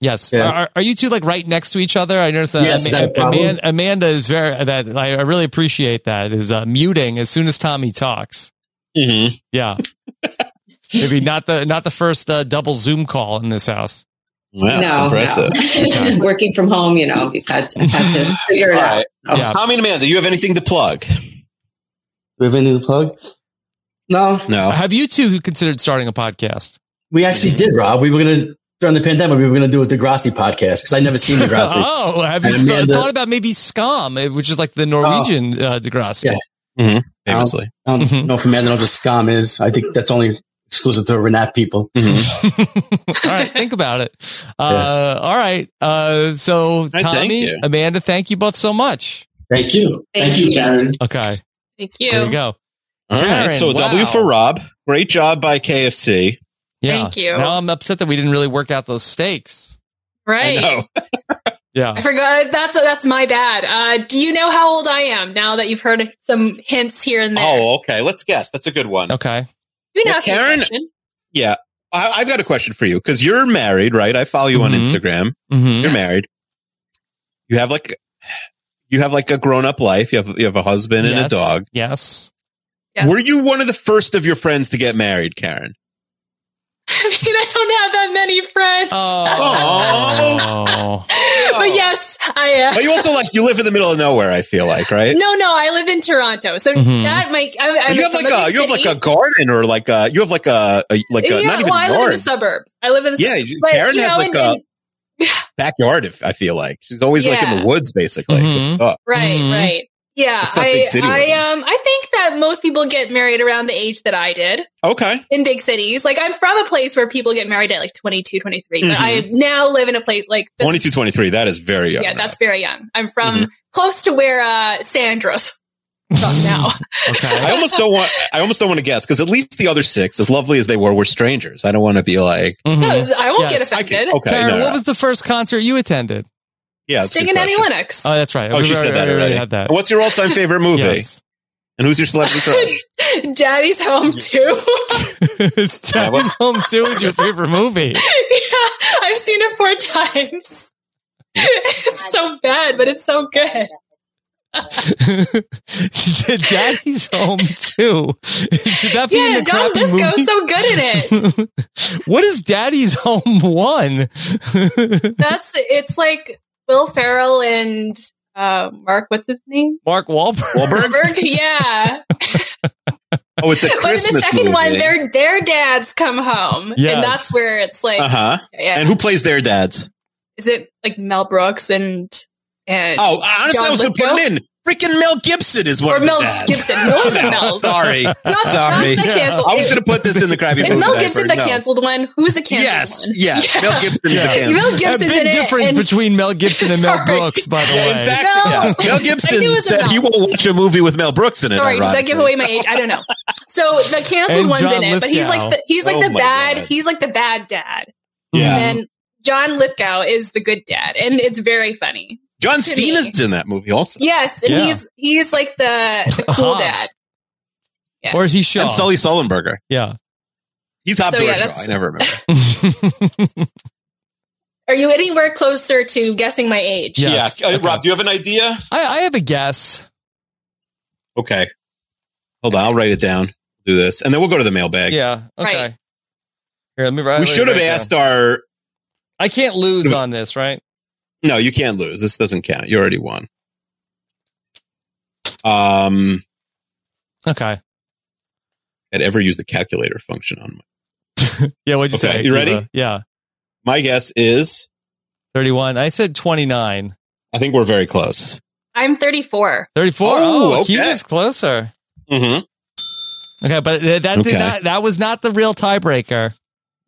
S4: yes,
S15: yeah.
S4: Are, are you two like right next to each other? I noticed that,
S15: Yes, is that a
S4: Ama-
S15: problem?
S4: Aman- Amanda is very that I, I really appreciate that is uh, muting as soon as Tommy talks.
S5: Mm-hmm.
S4: Yeah, maybe not the not the first uh, double Zoom call in this house. Okay.
S14: Working from home, you know, you've had to, I've had to figure it out.
S5: Yeah. Tommy and Amanda, you have anything to plug?
S15: we have anything to plug? No,
S5: no.
S4: Have you two considered starting a podcast?
S15: we actually did, Rob. We were gonna during the pandemic, we were gonna do a Degrassi podcast because I never seen Degrassi.
S4: oh, have you
S15: And Amanda-
S4: thought about maybe Scum, eh, which is like the Norwegian uh, Degrassi?
S15: Yeah.
S5: Mm-hmm. Famously.
S15: I don't, I
S4: Mm-hmm.
S15: don't know if Amanda knows what scum is. I think that's only exclusive to Renat people.
S4: Mm-hmm. all right, think about it. Uh, All right. Uh, so,
S15: right, thank
S4: Tommy,
S15: you.
S4: Amanda, thank you both so much.
S15: Thank you.
S5: Thank Thank you, you. Karen.
S4: Okay.
S6: Thank
S4: you. There you go.
S5: All right.
S4: Karen,
S5: so W
S4: wow.
S5: for Rob. Great job by KFC.
S4: Yeah. Thank you. Now I'm upset that we didn't really work out those stakes.
S6: Right.
S4: Yeah.
S6: I forgot. That's that's my bad. Uh, do you know how old I am now that you've heard some hints here and there?
S5: Oh, okay. Let's guess. That's a good one.
S4: Okay.
S6: you can ask me a
S5: Oh, Karen-
S6: question.
S5: Yeah. I, I've got a question for you because you're married, right? I follow you on Instagram.
S4: Mhm.
S5: You're married. You have like, you have like a grown up life. You have, you have a husband and a
S4: Yes.
S5: dog.
S4: Yes.
S5: Were you one of the first of your friends to get married, Karen?
S6: I mean, I don't have that many friends.
S5: Oh.
S6: but yes, I am.
S5: but you also like, you live in the middle of nowhere, I feel like, right?
S6: No, no, I live in Toronto, so
S5: Mhm.
S6: that might. I, I'm
S5: you have
S6: from
S5: like a, you have like
S6: big
S5: a
S6: city.
S5: garden or like a, you have like a, a like a,
S6: yeah,
S5: not even
S6: well, I live
S5: yard.
S6: in the suburbs. I live in the
S5: Yeah,
S6: suburbs.
S5: you-
S6: But,
S5: Karen
S6: you
S5: has
S6: know,
S5: like
S6: and-
S5: a
S6: and-
S5: backyard. If I feel like she's always like in
S6: Yeah.
S5: the woods, basically.
S4: Mm-hmm.
S5: Fuck.
S6: Right,
S12: Mm-hmm.
S6: right. Yeah,
S5: It's not
S6: I,
S5: big city living.
S6: I, um, I think that most people get married around the age that I did
S5: Okay.
S6: in big cities. Like I'm from a place where people get married at like 22, 23, but
S5: Mhm.
S6: I now live in a place like this.
S5: 22, 23. That is very young. Mm-hmm.
S6: yeah, that's very young. I'm from close to where uh, Sandra's from now.
S4: Okay.
S5: I almost don't want. I almost don't want to guess because at least the other six, as lovely as they were, were strangers. I don't want to be like.
S4: Mm-hmm.
S6: No, I won't get
S4: Yes.
S6: offended.
S5: okay,
S4: Karen,
S5: no, no.
S4: what was the first concert you attended?
S5: Yeah,
S6: Sting and Annie Lennox.
S4: Oh, that's right.
S5: Oh,
S4: We
S5: she said that
S4: we
S5: already.
S4: had that.
S5: What's your all-time favorite movie?
S4: Yes.
S5: And who's your celebrity crush?
S6: Daddy's home too.
S4: it's Daddy's Home 2 is your favorite movie.
S6: yeah, I've seen it four times. it's so bad, but it's so good.
S4: Daddy's Home 2. Should that be in
S6: Yeah,
S4: the
S6: John
S4: crappy
S6: Lithgow's
S4: movie?
S6: so good in it.
S4: what is Daddy's Home 1?
S6: That's it's like Will Ferrell and uh, Mark. What's his name?
S4: Mark Wahlberg.
S6: Wahlberg. Yeah,
S5: Oh, it's a
S6: but in
S5: Christmas
S6: the second
S5: movie.
S6: one, their their dads come home,
S5: Yes.
S6: and that's where it's like,
S5: Uh huh.
S6: yeah,
S5: And who plays their dads?
S6: is it like Mel Brooks and and
S5: Oh, honestly,
S6: John
S5: I was going to
S6: Lithgow?
S5: put it in. Freaking Mel Gibson is one
S6: Or
S5: of the
S6: Mel
S5: dads. Oh,
S6: Gibson. One of the Mels.
S5: Sorry,
S6: Not- not
S5: sorry.
S6: the canceled-
S5: I was going to put this in the crappy.
S6: Is
S5: movie
S6: Mel
S5: diaper.
S6: Gibson the
S5: No.
S6: canceled one? Who's the canceled
S5: Yes,
S6: one?
S5: yes.
S6: Yeah.
S5: Mel Gibson is the
S6: Yeah.
S5: canceled.
S6: Mel Gibson's
S4: a big
S6: in it,
S4: difference
S6: and-
S4: between Mel Gibson and Mel
S6: Sorry.
S4: Brooks, by the
S6: Yeah,
S4: way.
S6: in fact, No. yeah.
S5: Mel
S6: I knew it
S5: Gibson
S6: was a
S5: said he
S6: Mel.
S5: won't watch a movie with Mel Brooks in it.
S6: Sorry, does that give away my age? I don't know. So the canceled
S5: And
S6: one's
S5: John
S6: in it, but he's
S5: Lithgow.
S6: like the, he's like
S5: Oh
S6: the
S5: my
S6: bad
S5: God.
S6: he's like the bad dad.
S5: Yeah.
S6: And then John Lithgow is the good dad, and it's very funny.
S5: John
S6: to me.
S5: Cena's in that movie also.
S6: Yes, and
S5: Yeah.
S6: he's he's like the, the cool
S5: Hobbs.
S6: dad.
S4: Or is he Shaw?
S5: And Sully Sullenberger.
S4: Yeah.
S5: He's Hobbs
S6: So,
S5: or
S6: yeah,
S5: Shaw.
S6: that's-
S5: I never remember.
S6: Are you anywhere closer to guessing my age?
S4: Yes.
S5: Yeah. Uh, Rob, do you have an idea?
S4: I, I have a guess.
S5: Okay. Hold on, I'll write it down. Do this, and then we'll go to the mailbag.
S4: Yeah. Okay. Here, let me write.
S5: we
S4: let me
S5: should have
S4: write down.
S5: asked our.
S4: I can't lose on this, right?
S5: No, you can't lose. This doesn't count. You already won. Um.
S4: Okay.
S5: I'd ever use the calculator function on my.
S4: Yeah. What'd you say?
S5: You ready?
S4: Kiva? yeah.
S5: My guess is
S4: thirty-one. I said twenty-nine.
S5: I think we're very close.
S6: I'm 34.
S4: 34.
S6: Oh,
S4: Oh,
S6: okay.
S4: Cuba's closer.
S5: Mm-hmm.
S4: Okay, but th- that
S5: Okay.
S4: did not, that was not the real tiebreaker.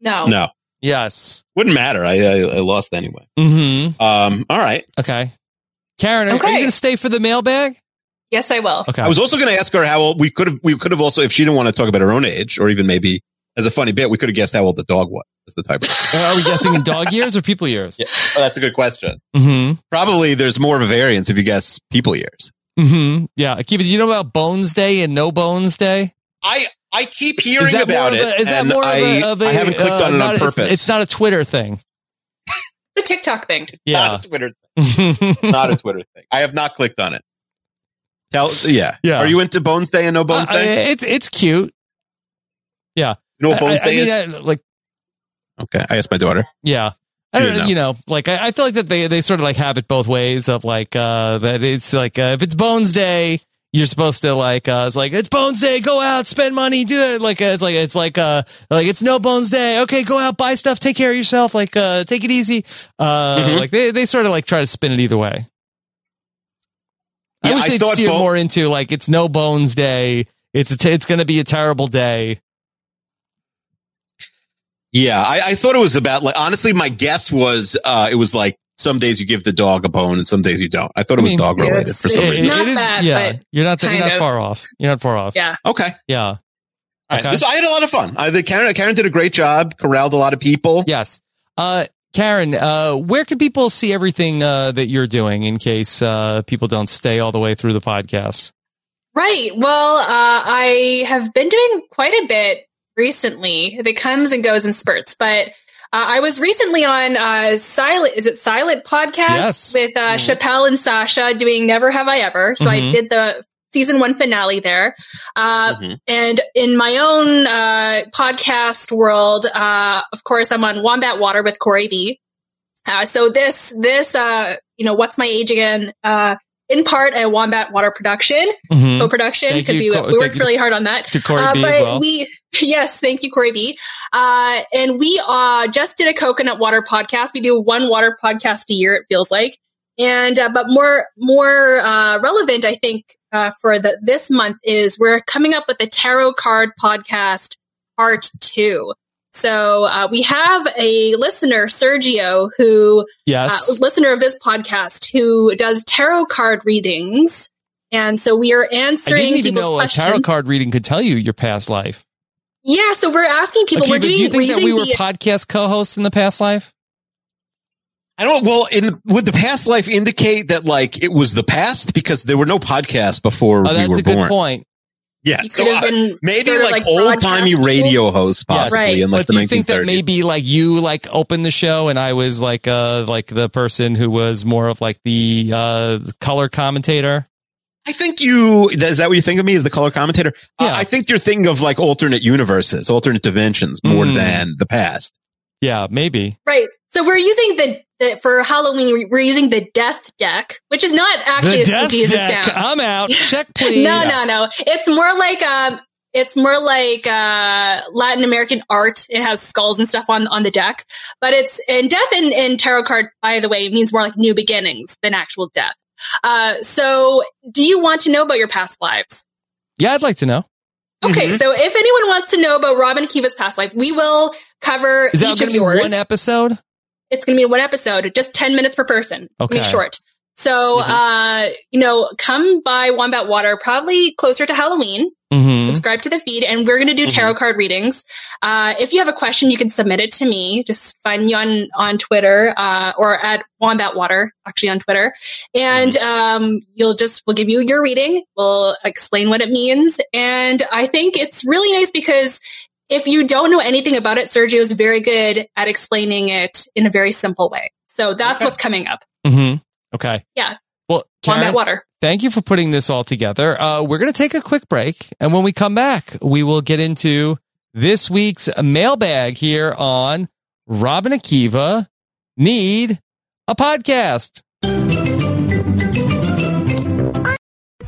S6: No.
S5: No.
S4: Yes.
S5: Wouldn't matter. I I, I lost anyway.
S4: Mm-hmm.
S5: Um. All right.
S4: Okay. Karen, are, are you
S6: Okay.
S4: going to stay for the mailbag?
S6: Yes, I will.
S4: Okay.
S5: I was also going to ask her how old we could have. We could have also, if she didn't want to talk about her own age, or even maybe as a funny bit, we could have guessed how old the dog was. That's the type.
S4: Or are we guessing in dog years or people years?
S5: Yeah. Oh, that's a good question.
S4: Mm-hmm.
S5: Probably there's more of a variance if you guess people years.
S4: Mm-hmm. Yeah. Akiva, do you know about Bones Day and No Bones Day?
S5: I I keep hearing
S4: Is that
S5: about
S4: more
S5: it.
S4: of a- is that
S5: and
S4: more of
S5: I,
S4: a- of a,
S5: I haven't clicked
S4: uh,
S5: on it
S4: not-
S5: on
S4: it's-
S5: purpose.
S4: It's, not a Twitter thing.
S6: The TikTok thing.
S4: Yeah.
S5: Twitter thing. not a Twitter thing. I have not clicked on it. Tell yeah.
S4: Yeah. Uh,
S5: Are you into Bones Day and No Bones
S4: I- I-
S5: Day?
S4: it's it's cute. Yeah.
S5: You know what Bones
S4: I, I,
S5: Day
S4: I mean,
S5: is?
S4: I- like
S5: okay. I asked my daughter.
S4: yeah. I
S5: You
S4: don't know.
S5: know.
S4: You know, like I, I feel like that they, they sort of like have it both ways of like uh that it's like uh, if it's Bones Day, you're supposed to like uh it's like it's Bones Day, go out, spend money, do it. Like uh, it's like it's like uh like it's no Bones Day. Okay, go out, buy stuff, take care of yourself, like uh take it easy. Uh
S5: Mhm.
S4: like they they sort of like try to spin it either way. I
S5: Yeah,
S4: wish
S5: I
S4: they'd
S5: thought
S4: steer
S5: Bo-
S4: more into like it's no Bones Day. It's a t- it's going to be a terrible day.
S5: Yeah, I, I thought it was about like honestly, my guess was uh it was like some days you give the dog a bone and some days you don't. I thought it was dog related for some reason.
S6: not that,
S4: yeah,
S6: but
S4: you're not you're
S6: kind
S4: not
S6: of.
S4: far off. You're not far off.
S6: Yeah.
S5: Okay.
S4: Yeah.
S5: All right.
S4: Okay.
S5: This- I had a lot of fun. I, the Karen, Karen did a great job, corralled a lot of people.
S4: Yes. Uh, Karen, uh, where can people see everything uh, that you're doing in case uh, people don't stay all the way through the podcast?
S6: Right. Well, uh, I have been doing quite a bit recently. It comes and goes in spurts, but uh, I was recently on uh, silent. Is it silent podcast
S3: Yes.
S6: with uh, Chappelle and Sasha doing "Never Have I Ever"? So I
S3: Mhm.
S6: did the season one finale there. Uh,
S3: Mhm.
S6: And in my own uh, podcast world, uh, of course, I'm on Wombat Water with Corey B. Uh, so this this uh, you know what's my age again? Uh, in part a Wombat Water production
S3: Mhm.
S6: co-production
S3: Thank
S6: because
S3: you,
S6: we,
S3: Co-
S6: we
S3: thank
S6: worked
S3: you
S6: really hard on that.
S3: to Corey
S6: uh,
S3: B
S6: but
S3: as well.
S6: we yes, thank you, Corey B. Uh, and we uh, just did a coconut water podcast. We do one water podcast a year. It feels like, and uh, but more more uh, relevant, I think, uh, for the this month is we're coming up with a tarot card podcast part two. So uh, we have a listener, Sergio, who
S3: Yes.
S6: uh, listener of this podcast who does tarot card readings. And so we are
S4: I
S6: answering
S4: didn't even
S6: people's
S4: know
S6: questions.
S4: a tarot card reading could tell you your past life.
S6: Yeah, so we're asking people.
S4: Okay,
S6: we're
S4: but
S6: doing
S4: do you think that
S6: raising
S4: we were
S6: the
S4: podcast co-hosts in the past life?
S5: I don't, well, in, would the past life indicate that like it was the past because there were no podcasts before
S4: Oh, that's
S5: we were
S4: a good
S5: born.
S4: point.
S5: Yeah.
S4: You
S5: So
S4: could have
S5: I-
S4: been
S5: maybe
S4: sort of, like,
S5: like, old timey
S4: broadcast
S5: radio
S4: people.
S5: hosts possibly in like
S4: but do
S5: the
S4: you think that
S5: 1930s.
S4: maybe like you like opened the show and I was like uh like the person who was more of like the uh color commentator?
S5: I think you, is that what you think of me as the color commentator? Yeah. I think you're thinking of like alternate universes, alternate dimensions more
S4: Mm.
S5: than the past.
S4: Yeah, maybe.
S6: right. So we're using the, the for Halloween. We're using the death deck, which is not actually as
S4: death
S6: spooky as it
S4: deck.
S6: sounds.
S4: I'm out. Check please.
S6: no, no, no. It's more like um, it's more like uh, Latin American art. It has skulls and stuff on on the deck, but it's and death in, in tarot card. By the way, means more like new beginnings than actual death. Uh, so, do you want to know about your past lives?
S4: Yeah, I'd like to know.
S6: Okay,
S4: Mm-hmm.
S5: Mm-hmm.
S6: so if anyone wants to know about Robin Kiva's past life, we will cover
S4: Is that
S6: each
S4: going
S6: of
S4: to be
S6: yours.
S4: one episode?
S6: It's going to be one episode, just 10 minutes per person. Okay.
S4: Okay.
S6: short. So, uh, you know, come by Wombat Water probably closer to Halloween. Subscribe to the feed, and we're going to do tarot card readings. Uh, if you have a question, you can submit it to me. Just find me on on Twitter uh, or at Wombat Water, actually on Twitter, and um, you'll just we'll give you your reading. We'll explain what it means, and I think it's really nice because if you don't know anything about it, Sergio is very good at explaining it in a very simple way. So that's what's coming up.
S4: Mm-hmm. Okay.
S6: Yeah.
S4: Well,
S6: Combat
S4: Karen,
S6: water.
S4: Thank you for putting this all together. Uh, we're going to take a quick break. And when we come back, we will get into this week's mailbag here on Robin Akiva Need a Podcast.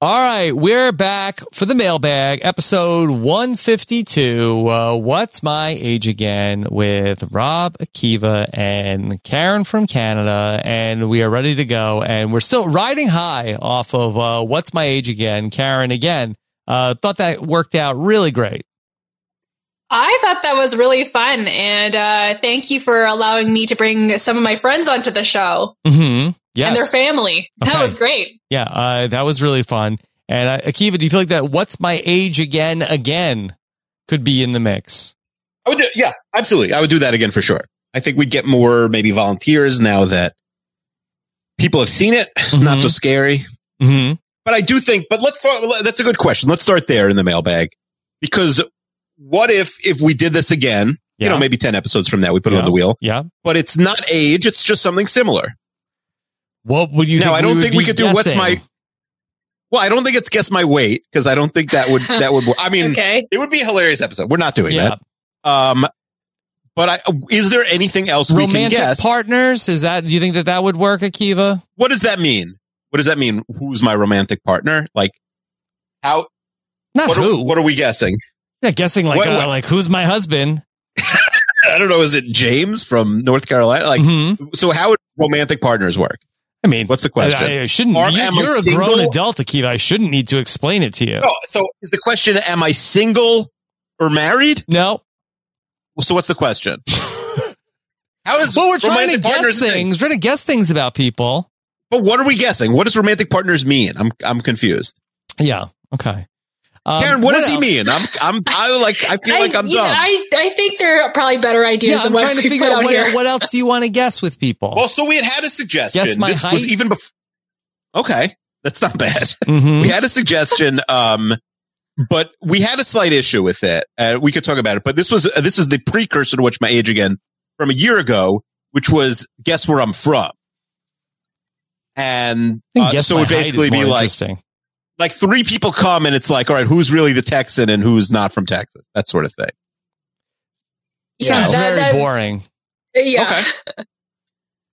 S4: All right, we're back for the mailbag, episode 152. Uh, What's my age again? With Rob Akiva and Karen from Canada, and we are ready to go. And we're still riding high off of uh, What's my age again? Karen again. Uh, thought that worked out really great.
S6: I thought that was really fun, and uh, thank you for allowing me to bring some of my friends onto the show
S4: Mm-hmm. Yes.
S6: and their family. That
S4: Okay.
S6: was great.
S4: Yeah, uh, that was really fun. And uh, Akiva, do you feel like that? What's my age again? Again could be in the mix.
S5: I would do, yeah, absolutely. I would do that again for sure. I think we'd get more maybe volunteers now that people have seen it. Not so scary.
S4: Mm-hmm.
S5: But I do think, but let's, thought- that's a good question. Let's start there in the mailbag because what if, if we did this again, you know, maybe 10 episodes from that, we put it on the wheel.
S4: Yeah.
S5: But it's not age. It's just something similar.
S4: What would you
S5: Now,
S4: think
S5: I don't
S4: would
S5: think we
S4: be
S5: could do what's
S4: guessing?
S5: my, well, I don't think it's guess my weight because I don't think that would, that would, I mean,
S6: Okay.
S5: it would be a hilarious episode. We're not doing
S4: Yeah.
S5: that. Um, but I, is there anything else we can
S4: romantic
S5: guess?
S4: partners? Is that? Do you think that that would work, Akiva?
S5: what does that mean? What does that mean? Who's my romantic partner? Like how?
S4: Not
S5: what
S4: who.
S5: Are, what are we guessing?
S4: Yeah, guessing like
S5: What-
S4: uh,
S5: what-
S4: like who's my husband?
S5: I don't know. Is it James from North Carolina? Like,
S4: Mm-hmm.
S5: so how would romantic partners work?
S4: I mean,
S5: what's the question?
S4: I, I shouldn't.
S5: Or
S4: you,
S5: am I
S4: are a
S5: single?
S4: grown adult, Akiva. I shouldn't need to explain it to you.
S5: No, so is the question, am I single or married?
S4: No.
S5: So what's the question? how is
S4: well, we're trying to
S5: romantic
S4: guess
S5: partners thing?
S4: things. We're trying to guess things about people.
S5: But what are we guessing? What does romantic partners mean? I'm, I'm confused.
S4: Yeah. Okay. Um,
S5: Karen, what,
S4: what
S5: does he
S4: else?
S5: mean? I'm, I'm, I like, I feel like I'm
S6: you know,
S5: dumb.
S6: I, I think there are probably better ideas
S4: um, Yeah,
S6: than
S4: I'm
S6: what
S4: trying to
S6: we
S4: figure
S6: put
S4: out
S6: out
S4: what,
S6: here.
S4: what else do you want to guess with people.
S5: Well, Oh, so we had had a suggestion.
S4: Guess my
S5: this
S4: height.
S5: was even before. Okay, that's not bad.
S4: Mhm.
S5: We had a suggestion, um, but we had a slight issue with it. Uh, we could talk about it, but this was uh, this was the precursor to watch my age again from a year ago, which was guess where I'm from, and
S4: I think
S5: uh,
S4: guess
S5: so it
S4: my
S5: would
S4: height is
S5: basically be
S4: more
S5: like
S4: interesting.
S5: like three people come and it's like all right, who's really the Texan and who's not from Texas, that sort of thing.
S4: Sounds
S5: Yeah.
S4: very
S5: That- that-
S4: boring.
S6: Yeah.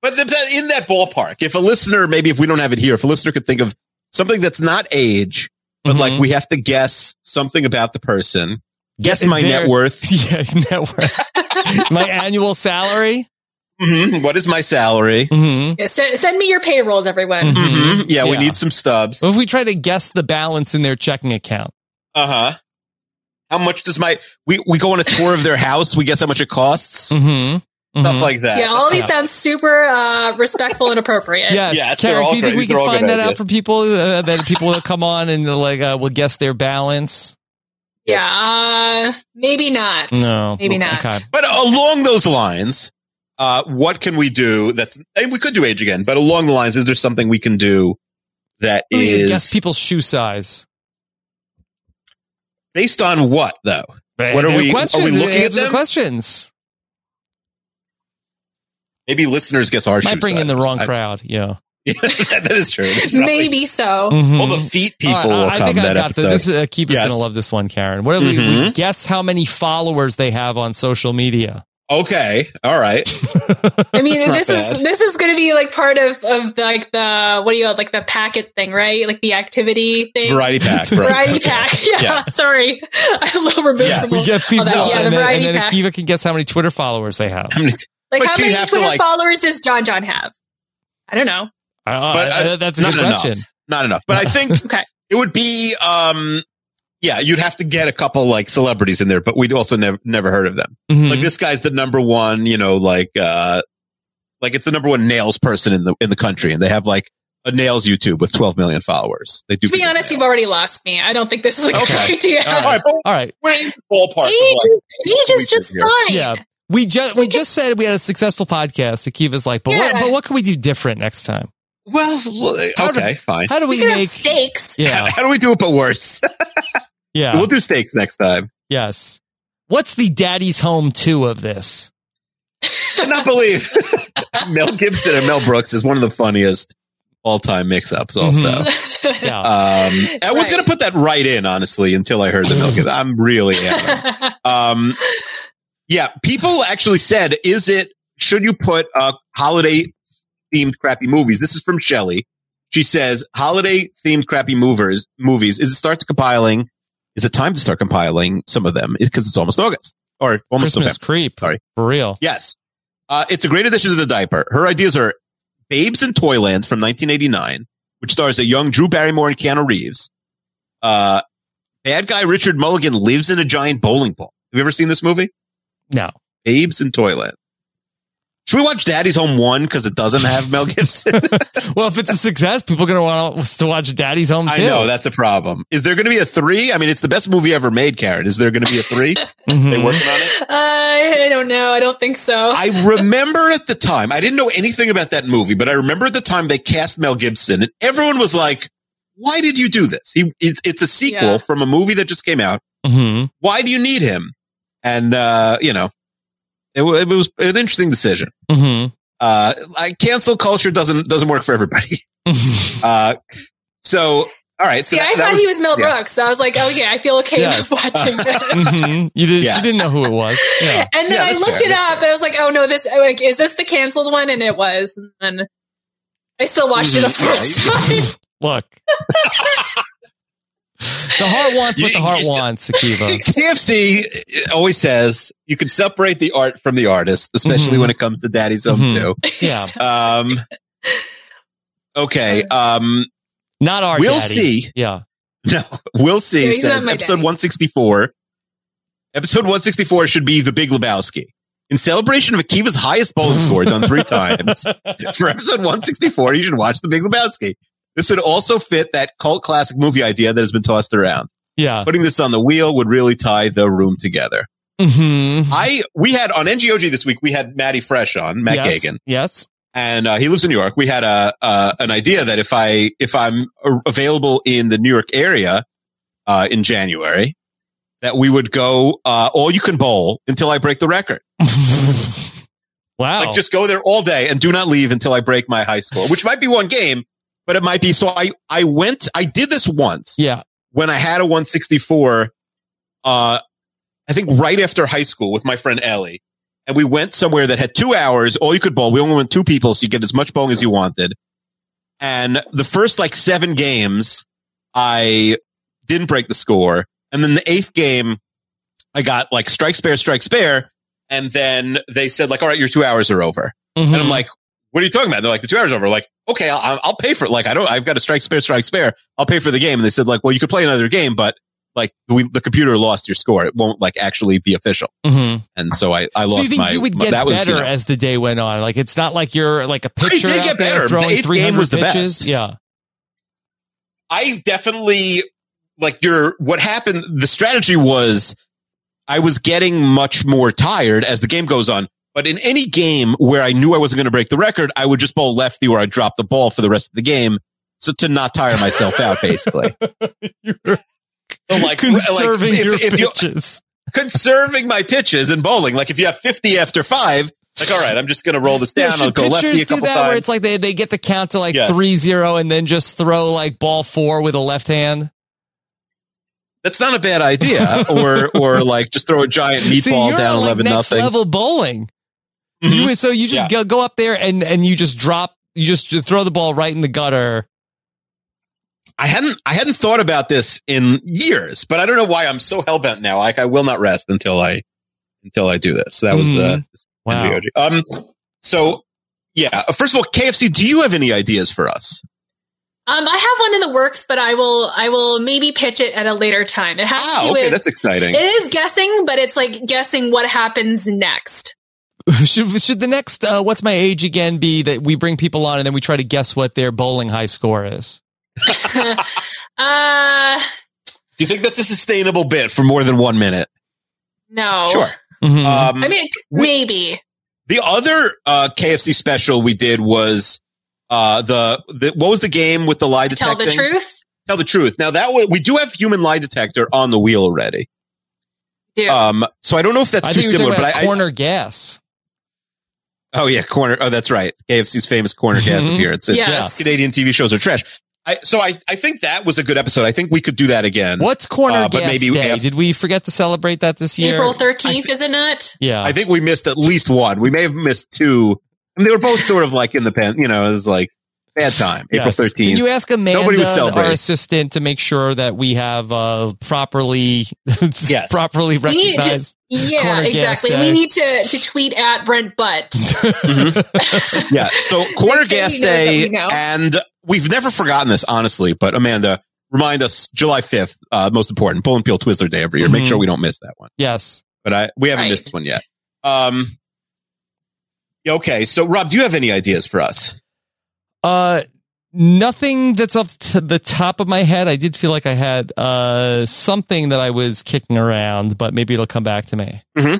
S5: But th- that in that ballpark, if a listener, maybe if we don't have it here, if a listener could think of something that's not age, but like
S4: Mm-hmm.
S5: we have to guess something about the person, guess
S4: Yeah,
S5: my
S4: they're-
S5: net worth.
S4: Yeah, net worth. my annual salary.
S5: Mhm. What is my salary? Mm-hmm.
S4: Mm-hmm.
S6: Yeah, send, send me your payrolls, everyone.
S5: Yeah, we need some stubs.
S4: What if we try to guess the balance in their checking account?
S5: Uh
S4: Uh-huh.
S5: huh. How much does my we we go on a tour of their house? We guess how much it costs.
S4: Mm-hmm.
S5: Stuff like that.
S6: Yeah, all these sounds super uh, respectful and appropriate.
S4: Yes, Karen, do you think we can find that out for people? Uh, that people will come on and they're like uh, will guess their balance.
S6: Yeah, uh, maybe not.
S4: No.
S6: maybe not.
S5: But along those lines, uh, what can we do? That's and we could do age again, but along the lines, is there something we can do that
S4: Well, you
S5: is
S4: guess people's shoe size.
S5: based on what though? What are
S4: Their
S5: we? Are
S4: questions,
S5: we
S4: they
S5: looking at
S4: answer the
S5: them?
S4: questions?
S5: Maybe listeners guess our
S4: Might
S5: shoe
S4: bring in
S5: size.
S4: the wrong
S5: I-
S4: crowd. Yeah.
S5: that that is true.
S6: Maybe so.
S4: Mm-hmm.
S5: All the feet people
S4: All right,
S5: will
S4: I
S5: come
S4: think I
S5: that
S4: got the,
S5: episode.
S4: this. Uh, Keep is
S5: Yes.
S4: going to love this one, Karen. What do we, we
S5: Mhm.
S4: guess how many followers they have on social media?
S5: Okay. All right.
S6: I mean,
S5: It's not
S6: this
S5: bad.
S6: is this is going to be like part of of the, like the what do you call it? like the packet thing, right? Like the activity thing,
S4: Variety pack, right.
S6: variety
S4: Okay.
S6: pack. Yeah,
S4: Yes.
S6: sorry, I'm a little removed. from
S4: We
S6: all-
S4: get
S6: all
S4: Kiva,
S6: that. Yeah, the
S4: and, then,
S6: variety
S4: and then
S6: pack.
S4: Akiva can guess how many Twitter followers they have. How
S5: many?
S6: Like
S5: But
S6: how
S5: you
S6: many
S5: have to,
S6: Twitter
S5: like-
S6: followers does John John have? I don't know.
S5: but
S4: I-
S5: uh,
S4: that's a
S5: not
S4: good
S5: enough.
S4: question.
S5: Not enough. But I think it would be, um, yeah, you'd have to get a couple like celebrities in there, but we'd also never never heard of them.
S4: Mm-hmm.
S5: Like this guy's the number one, you know, like uh, like it's the number one nails person in the in the country, and they have like a nails YouTube with 12 million followers. They do.
S6: To be honest, you've already lost me. I don't think this is a
S5: Okay.
S6: good idea.
S5: All right, but
S4: All right.
S5: we're in ballpark.
S6: Age, age is just fine.
S4: Yeah. We just we just said we had a successful podcast. Akiva's like, but what
S6: Yeah.
S4: but what can we do different next time?
S5: Well, eh, okay, fine.
S4: How do we
S6: could have
S4: make
S6: stakes?
S4: Yeah.
S5: How do we do it but worse?
S4: yeah.
S5: We'll do steaks next time.
S4: Yes. What's the daddy's home two of this?
S5: cannot believe Mel Gibson and Mel Brooks is one of the funniest all time mix ups. Also,
S4: Mm-hmm. Yeah.
S5: um, I was going to put that right in honestly until I heard the Mel Gibson. I'm really adamant. um, yeah. People actually said, "Is it should you put uh, holiday themed crappy movies?" This is from Shelley. She says, "Holiday themed crappy movers movies is it start to compiling? Is it time to start compiling some of them? Because it's almost August or almost
S4: Christmas
S5: November.
S4: creep. Sorry. For real.
S5: Yes. Uh, it's a great addition to the diaper. Her ideas are Babes in Toyland from 1989, which stars a young Drew Barrymore and Keanu Reeves. Uh, bad guy Richard Mulligan lives in a giant bowling ball. Have you ever seen this movie?
S4: No.
S5: Babes in Toyland. Should we watch Daddy's Home 1 because it doesn't have Mel Gibson?
S4: Well, if it's a success, people are gonna want us to watch Daddy's Home
S5: I
S4: too.
S5: know, that's a problem. Is there going to be a 3? I mean, it's the best movie ever made, Karen. Is there going to be a 3? They working on it?
S6: Uh, I don't know. I don't think so.
S5: I remember at the time, I didn't know anything about that movie, but I remember at the time they cast Mel Gibson and everyone was like, why did you do this? He, it's, it's a sequel
S6: Yeah.
S5: from a movie that just came out.
S4: Mm-hmm.
S5: Why do you need him? And, uh, you know, it, wa- it was an interesting decision.
S4: Mm-hmm.
S5: Uh, I cancel culture doesn't, doesn't work for everybody. uh, so, all right. So
S6: See, I
S5: that- that
S6: thought he was Mel
S5: yeah.
S6: Brooks. So I was like, oh yeah, I feel okay
S5: Yes.
S6: with watching this.
S4: hmm You did.
S5: Yes.
S4: She didn't know who it was. Yeah.
S6: And then
S4: Yeah,
S6: I
S4: that's
S6: looked
S4: fair,
S6: it
S4: that's
S6: up and I was like, oh no, this like is this the canceled one? And it was. And then I still watched it a
S5: Mm-hmm.
S4: Mhm.
S6: first time.
S4: Look. the heart wants what the heart wants, Akiva.
S5: CFC always says you can separate the art from the artist, especially when it comes to Daddy's Home too.
S4: Mm-hmm. Yeah.
S5: Um, okay. Um,
S4: Not our
S5: We'll
S4: daddy.
S5: see.
S4: Yeah.
S5: No, we'll see.
S4: Yeah, he's not
S5: says
S4: my
S5: episode
S4: daddy.
S5: 164. Episode 164 should be The Big Lebowski. In celebration of Akiva's highest bowling score done three times, for episode 164, you should watch The Big Lebowski. This would also fit that cult classic movie idea that has been tossed around.
S4: Yeah.
S5: Putting this on the wheel would really tie the room together.
S4: Mm-hmm.
S5: I we had on NGOG this week. We had Matty Fresh on Matt
S4: Yes,
S5: Gagan.
S4: Yes,
S5: and uh, he lives in New York. We had a uh, an idea that if I if I'm a- available in the New York area uh, in January, that we would go uh, all you can bowl until I break the record.
S4: wow!
S5: Like just go there all day and do not leave until I break my high score, which might be one game, but it might be. So I I went. I did this once.
S4: Yeah.
S5: When I had a 164. Uh, I think right after high school with my friend Ellie. And we went somewhere that had two hours, all you could bowl. We only went two people, so you get as much bowling as you wanted. And the first like seven games, I didn't break the score. And then the eighth game, I got like strike spare, strike spare. And then they said like, all right, your two hours are over. And
S4: Mm-hmm.
S5: I'm like, what are you talking about? They're like, the two hours are over. Like, okay, I'll, I'll pay for it. Like, I don't, I've got a strike spare, strike spare. I'll pay for the game. And they said like, well, you could play another game, but like we, the computer lost your score. It won't like actually be official.
S4: Mm-hmm.
S5: And so I, I lost
S4: So you think
S5: my,
S4: you would get
S5: that was,
S4: better
S5: you know,
S4: as the day went on? Like it's not like you're like a
S5: I
S4: pitcher
S5: did
S4: out
S5: get
S4: there
S5: better.
S4: throwing
S5: The eighth game
S4: 300
S5: was the
S4: pitches.
S5: best.
S4: Yeah.
S5: I definitely like your what happened. The strategy was I was getting much more tired as the game goes on. But in any game where I knew I wasn't going to break the record, I would just bowl lefty or I would drop the ball for the rest of the game. So to not tire myself out, basically. So, like,
S4: Conserving your pitches.
S5: Conserving my pitches and bowling. Like if you have 50 after five, like, all right, I'm just going to roll this down.
S4: Should
S5: I'll go
S4: pitchers
S5: lefty a
S4: do
S5: couple
S4: that
S5: times.
S4: where it's like they, they get the count to like
S5: Yes.
S4: three zero and then just throw like ball four with a left hand?
S5: That's not a bad idea. or or like just throw a giant meatball
S4: See, you're
S5: down
S4: on, like,
S5: eleven
S4: next
S5: nothing.
S4: level bowling.
S5: Mm-hmm.
S4: You so you just go, go up there and and you just drop you just throw the ball right in the gutter.
S5: I hadn't I hadn't thought about this in years, but I don't know why I'm so hellbent now. Like I will not rest until I until I do this. That was uh,
S4: Mhm. Wow.
S5: NVOG. Um. So yeah, Uh, first of all, KFC. Do you have any ideas for us?
S6: Um, I have one in the works, but I will I will maybe pitch it at a later time. It has to
S5: Ah,
S6: do
S5: okay,
S6: with
S5: that's exciting.
S6: it is guessing, but it's like guessing what happens next.
S4: should should the next uh, what's my age again be that we bring people on and then we try to guess what their bowling high score is?
S6: Uh
S5: Do you think that's a sustainable bit for more than one minute?
S6: no.
S5: Sure.
S4: Mm-hmm.
S5: Um,
S6: I mean maybe.
S5: The other uh, KFC special we did was uh, the, the what was the game with the lie
S6: Tell
S5: detector?
S6: the truth.
S5: Tell the truth. Now that one, we do have human lie detector on the wheel already.
S6: Yeah.
S5: Um, so I don't know if that's
S4: I
S5: too
S4: think we were
S5: similar,
S4: talking
S5: but
S4: about
S5: I, I
S4: corner guess.
S5: oh yeah, corner. Oh, that's right. KFC's famous corner gas
S4: Mhm.
S5: appearance. It-
S4: Yes.
S5: Canadian TV shows are trash. I, so I, I think that was a good episode. I think we could do that again.
S4: What's corner
S5: Uh,
S4: guess day? Did we forget to celebrate that this year?
S6: April thirteenth, is it not?
S4: Yeah.
S5: I think we missed at least one. We may have missed two. And they were both sort of like in the pen, you know, it was like bad time. April
S4: Yes.
S5: 13th.
S4: Can you ask
S5: Nobody was
S4: Amanda, our
S5: celebrating.
S4: assistant, to make sure that we have uh, properly properly
S6: We need to-
S4: recognized?
S6: yeah,
S4: corner gas
S6: exactly.
S4: day?
S6: We need to, to tweet at Brent Butt.
S5: yeah. So corner
S6: Make sure
S5: gas
S6: you know that
S5: day,
S6: we know.
S5: and we've never forgotten this, honestly. But Amanda, remind us July fifth, uh, most important, Pull and Peel Twizzler Day every year. Make
S4: Mhm.
S5: sure we don't miss that one.
S4: Yes.
S5: But I we haven't missed one yet. Um. Okay, so Rob, do you have any ideas for us?
S4: Uh, nothing that's up to the top of my head. I did feel like I had uh something that I was kicking around, but maybe it'll come back to me.
S5: Mm-hmm.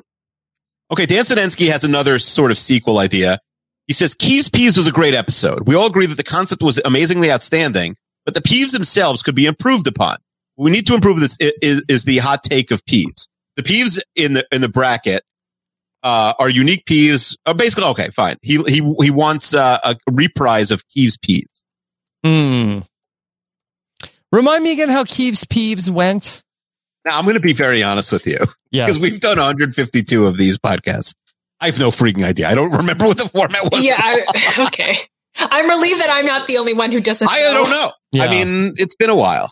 S5: Okay, Dan Sadensky has another sort of sequel idea. He says Keeves Peeves was a great episode. We all agree that the concept was amazingly outstanding, but the Peeves themselves could be improved upon. What we need to improve this i- is, is the hot take of Peeves. The Peeves in the in the bracket uh, are unique Peeves. Uh, basically, okay, fine. He he he wants uh, a reprise of Keeves Peeves.
S4: Hmm. Remind me again how Keeves Peeves went.
S5: Now I'm going to be very honest with you,
S4: Yes.
S5: because we've done 152 of these podcasts. I have no freaking idea. I don't remember what the format was.
S6: yeah, I, okay. I'm relieved that I'm not the only one who doesn't.
S5: I don't know. I mean, it's been a while.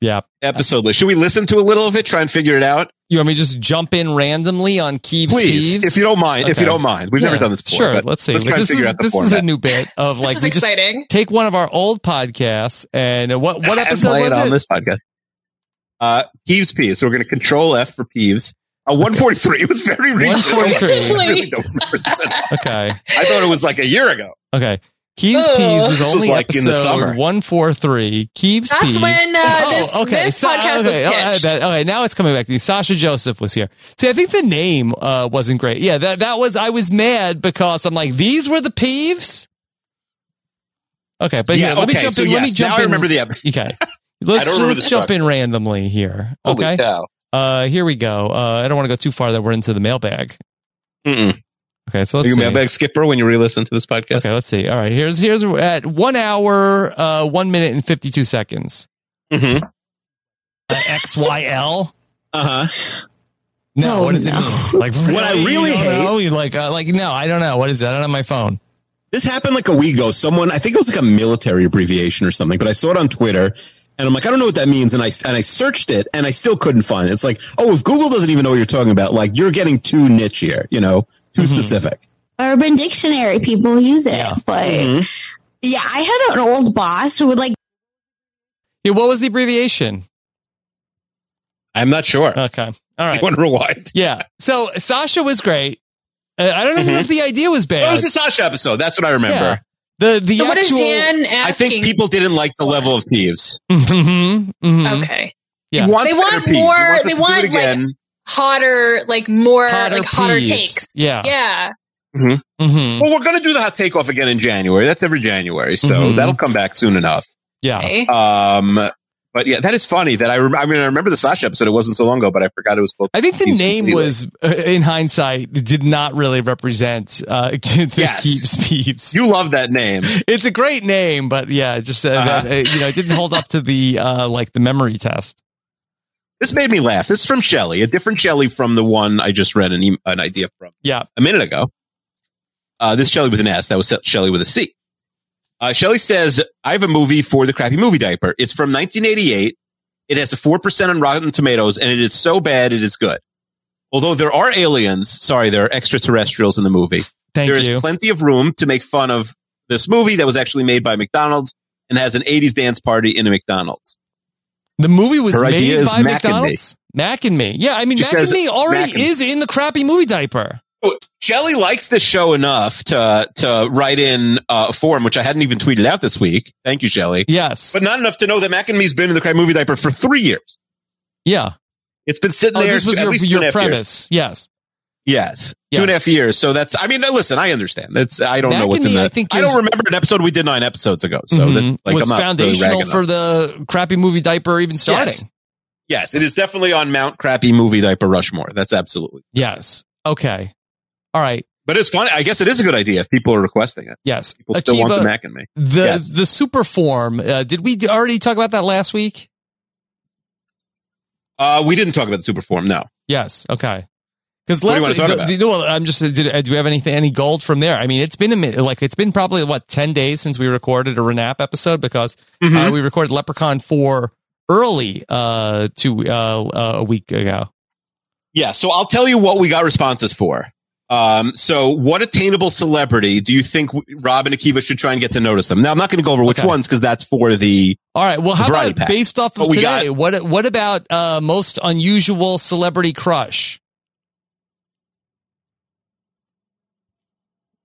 S4: Yeah.
S5: Episode list. Should we listen to a little of it, try and figure it out?
S4: You want me to just jump in randomly on Keeves
S5: Please,
S4: Peeves?
S5: if you don't mind, if you don't mind. We've never done this before,
S4: Sure,
S5: but
S4: let's see.
S5: let's try
S4: But
S5: and
S4: this
S5: figure
S4: is,
S5: out the
S4: this is a
S5: format.
S4: new bit of like
S6: is
S4: we just
S6: exciting.
S4: take one of our old podcasts and uh, what what
S5: And
S4: episode
S5: play
S4: was
S5: it on
S4: it?
S5: this podcast. Uh, Peeves Peeves. So we're going to control F for Peeves. Uh, 143. It was very recent.
S4: 143.
S5: I really don't remember this.
S4: Okay.
S5: I thought it was like a year ago.
S4: Okay. Keeves
S5: Oh.
S4: Peeves was
S5: This was
S4: only
S5: like in the summer.
S4: episode one four three. Keeves
S6: That's
S4: Peeves. Oh,
S6: when, uh,
S5: Oh.
S6: this- this podcast was
S4: okay,
S6: pitched.
S4: that- okay, now it's coming back to me. Sasha Joseph was here. See, I think the name uh, wasn't great. Yeah, that that was. I was mad because I'm like, these were the Peeves. Okay, but yeah,
S5: Yeah,
S4: let me
S5: okay,
S4: jump
S5: so
S4: in. let me
S5: yes,
S4: jump
S5: now I
S4: in.
S5: remember the episode.
S4: Okay, let's,
S5: don't remember
S4: let's
S5: the
S4: jump
S5: structure.
S4: in randomly here.
S5: Holy
S4: Okay,
S5: cow.
S4: Uh, here we go. Uh, I don't want to go too far that we're into the mailbag.
S5: Mm-mm.
S4: Okay, so
S5: Are
S4: let's
S5: you a
S4: see.
S5: mailbag skipper when you re-listen to this podcast?
S4: Okay, let's see. All right, here's here's at one hour, uh, one minute and fifty two seconds.
S5: Mm-hmm.
S4: Uh, XYL.
S5: Uh huh.
S4: No,
S5: Oh,
S4: what does
S5: no.
S4: it mean? Like
S5: What I really
S4: you don't
S5: hate-
S4: know? You like uh, like no, I don't know. What is that? I don't have my phone.
S5: This happened like a week ago. Someone, I think it was like a military abbreviation or something, but I saw it on Twitter and I'm like, I don't know what that means. And I, and I searched it and I still couldn't find it. It's like, oh, if Google doesn't even know what you're talking about, like you're getting too niche here, you know, too
S4: Mm-hmm.
S5: specific.
S16: Urban Dictionary. People use it, but
S4: Mm-hmm.
S16: yeah, I had an old boss who would like
S4: Yeah, what was the abbreviation?
S5: I'm not sure.
S4: Okay. All right.
S5: You want to rewind?
S4: Yeah. So Sasha was great. Uh, I don't even know if the idea was bad.
S5: That was the Sasha episode. That's what I remember.
S4: The the
S6: So what is
S4: actual.
S6: Dan asking?
S5: I think people didn't like the level of thieves.
S4: Mhm, mhm.
S6: Okay.
S4: Yeah.
S6: they want more. they want like hotter, like more
S5: Hotter
S6: like hotter
S5: peeves.
S6: takes.
S5: Yeah.
S6: yeah.
S5: Mm-hmm.
S4: Mm-hmm.
S5: Well, we're going to do the hot takeoff again in January. That's every January, so
S4: Mhm.
S5: that'll come back soon enough.
S4: Yeah.
S6: Okay.
S5: Um. But yeah, that is funny that I. Rem- I mean, I remember the Sasha episode. It wasn't so long ago, but I forgot it was. Both
S4: I think the
S5: Keeps
S4: name
S5: completely.
S4: was, uh, in hindsight, did not really represent uh, the Keeps Peeps.
S5: You love that name. Uh-huh.
S4: It's a great name, but yeah, it just uh, that, uh, you know, it didn't hold up to the uh, like the memory test.
S5: This made me laugh. This is from Shelley, a different Shelley from the one I just read an, em- an idea from
S4: yeah.
S5: a minute ago. Uh, this Shelley with an S. That was Shelley with a C. Uh, Shelley says, I have a movie for the crappy movie diaper. It's from 1988. It has a 4% on Rotten Tomatoes, and it is so bad it is good. Although there are aliens, sorry, there are extraterrestrials in the movie.
S4: Thank
S5: There is
S4: you.
S5: plenty of room to make fun of this movie that was actually made by McDonald's and has an 80s dance party in a McDonald's.
S4: The movie was
S5: Her
S4: made
S5: idea is
S4: by
S5: Mac and Me.
S4: McDonald's. Mac and me. Yeah, I mean,
S5: She
S4: Mac and
S5: says
S4: me already
S5: Mac and-
S4: is in the crappy movie diaper.
S5: Shelly likes this show enough to to write in uh, a form, which I hadn't even tweeted out this week. Thank you, Shelly.
S4: Yes.
S5: But not enough to know that Mac and me's been in the crime movie diaper for three years.
S4: Yeah.
S5: It's been sitting
S4: Oh,
S5: there.
S4: this was
S5: at
S4: your,
S5: least two
S4: your
S5: and a half years.
S4: premise. Yes.
S5: Yes. Two and a
S4: Yes.
S5: half years. So that's, I mean, listen, I understand. That's, I don't
S4: Mac
S5: know what's
S4: and
S5: in
S4: Me,
S5: that.
S4: I think,
S5: I
S4: is-
S5: don't remember an episode we did nine episodes ago. So
S4: Mhm.
S5: that's, like,
S4: was
S5: I'm not
S4: foundational
S5: really ragging on
S4: for
S5: it.
S4: the crappy movie diaper even starting.
S5: Yes. Yes. It is definitely on Mount Crappy Movie Diaper Rushmore. That's absolutely.
S4: Yes. Okay. All right.
S5: But it's fun. I guess it is a good idea if people are requesting it.
S4: Yes.
S5: People still want
S4: Akiva,
S5: the Mac and me.
S4: The
S5: Yes.
S4: the super form. Uh, did we d- already talk about that last week?
S5: Uh, we didn't talk about the super form. No.
S4: Yes. Okay. Because
S5: What do
S4: last
S5: you wanna
S4: week,
S5: talk
S4: the-
S5: about?
S4: the- no, I'm just did, uh, do we have anything any gold from there? I mean, it's been a minute. Like it's been probably what ten days since we recorded a Renap episode because uh,
S5: Mhm.
S4: we recorded Leprechaun four early uh two uh, uh a week ago.
S5: Yeah. So I'll tell you what we got responses for. Um, so what attainable celebrity do you think w- Rob and Akiva should try and get to notice them? Now I'm not going to go over which ones because that's for the.
S4: All right. Well, how
S5: Variety
S4: about
S5: pack.
S4: based off of
S5: But we
S4: today?
S5: got-
S4: what what about uh, most unusual celebrity crush?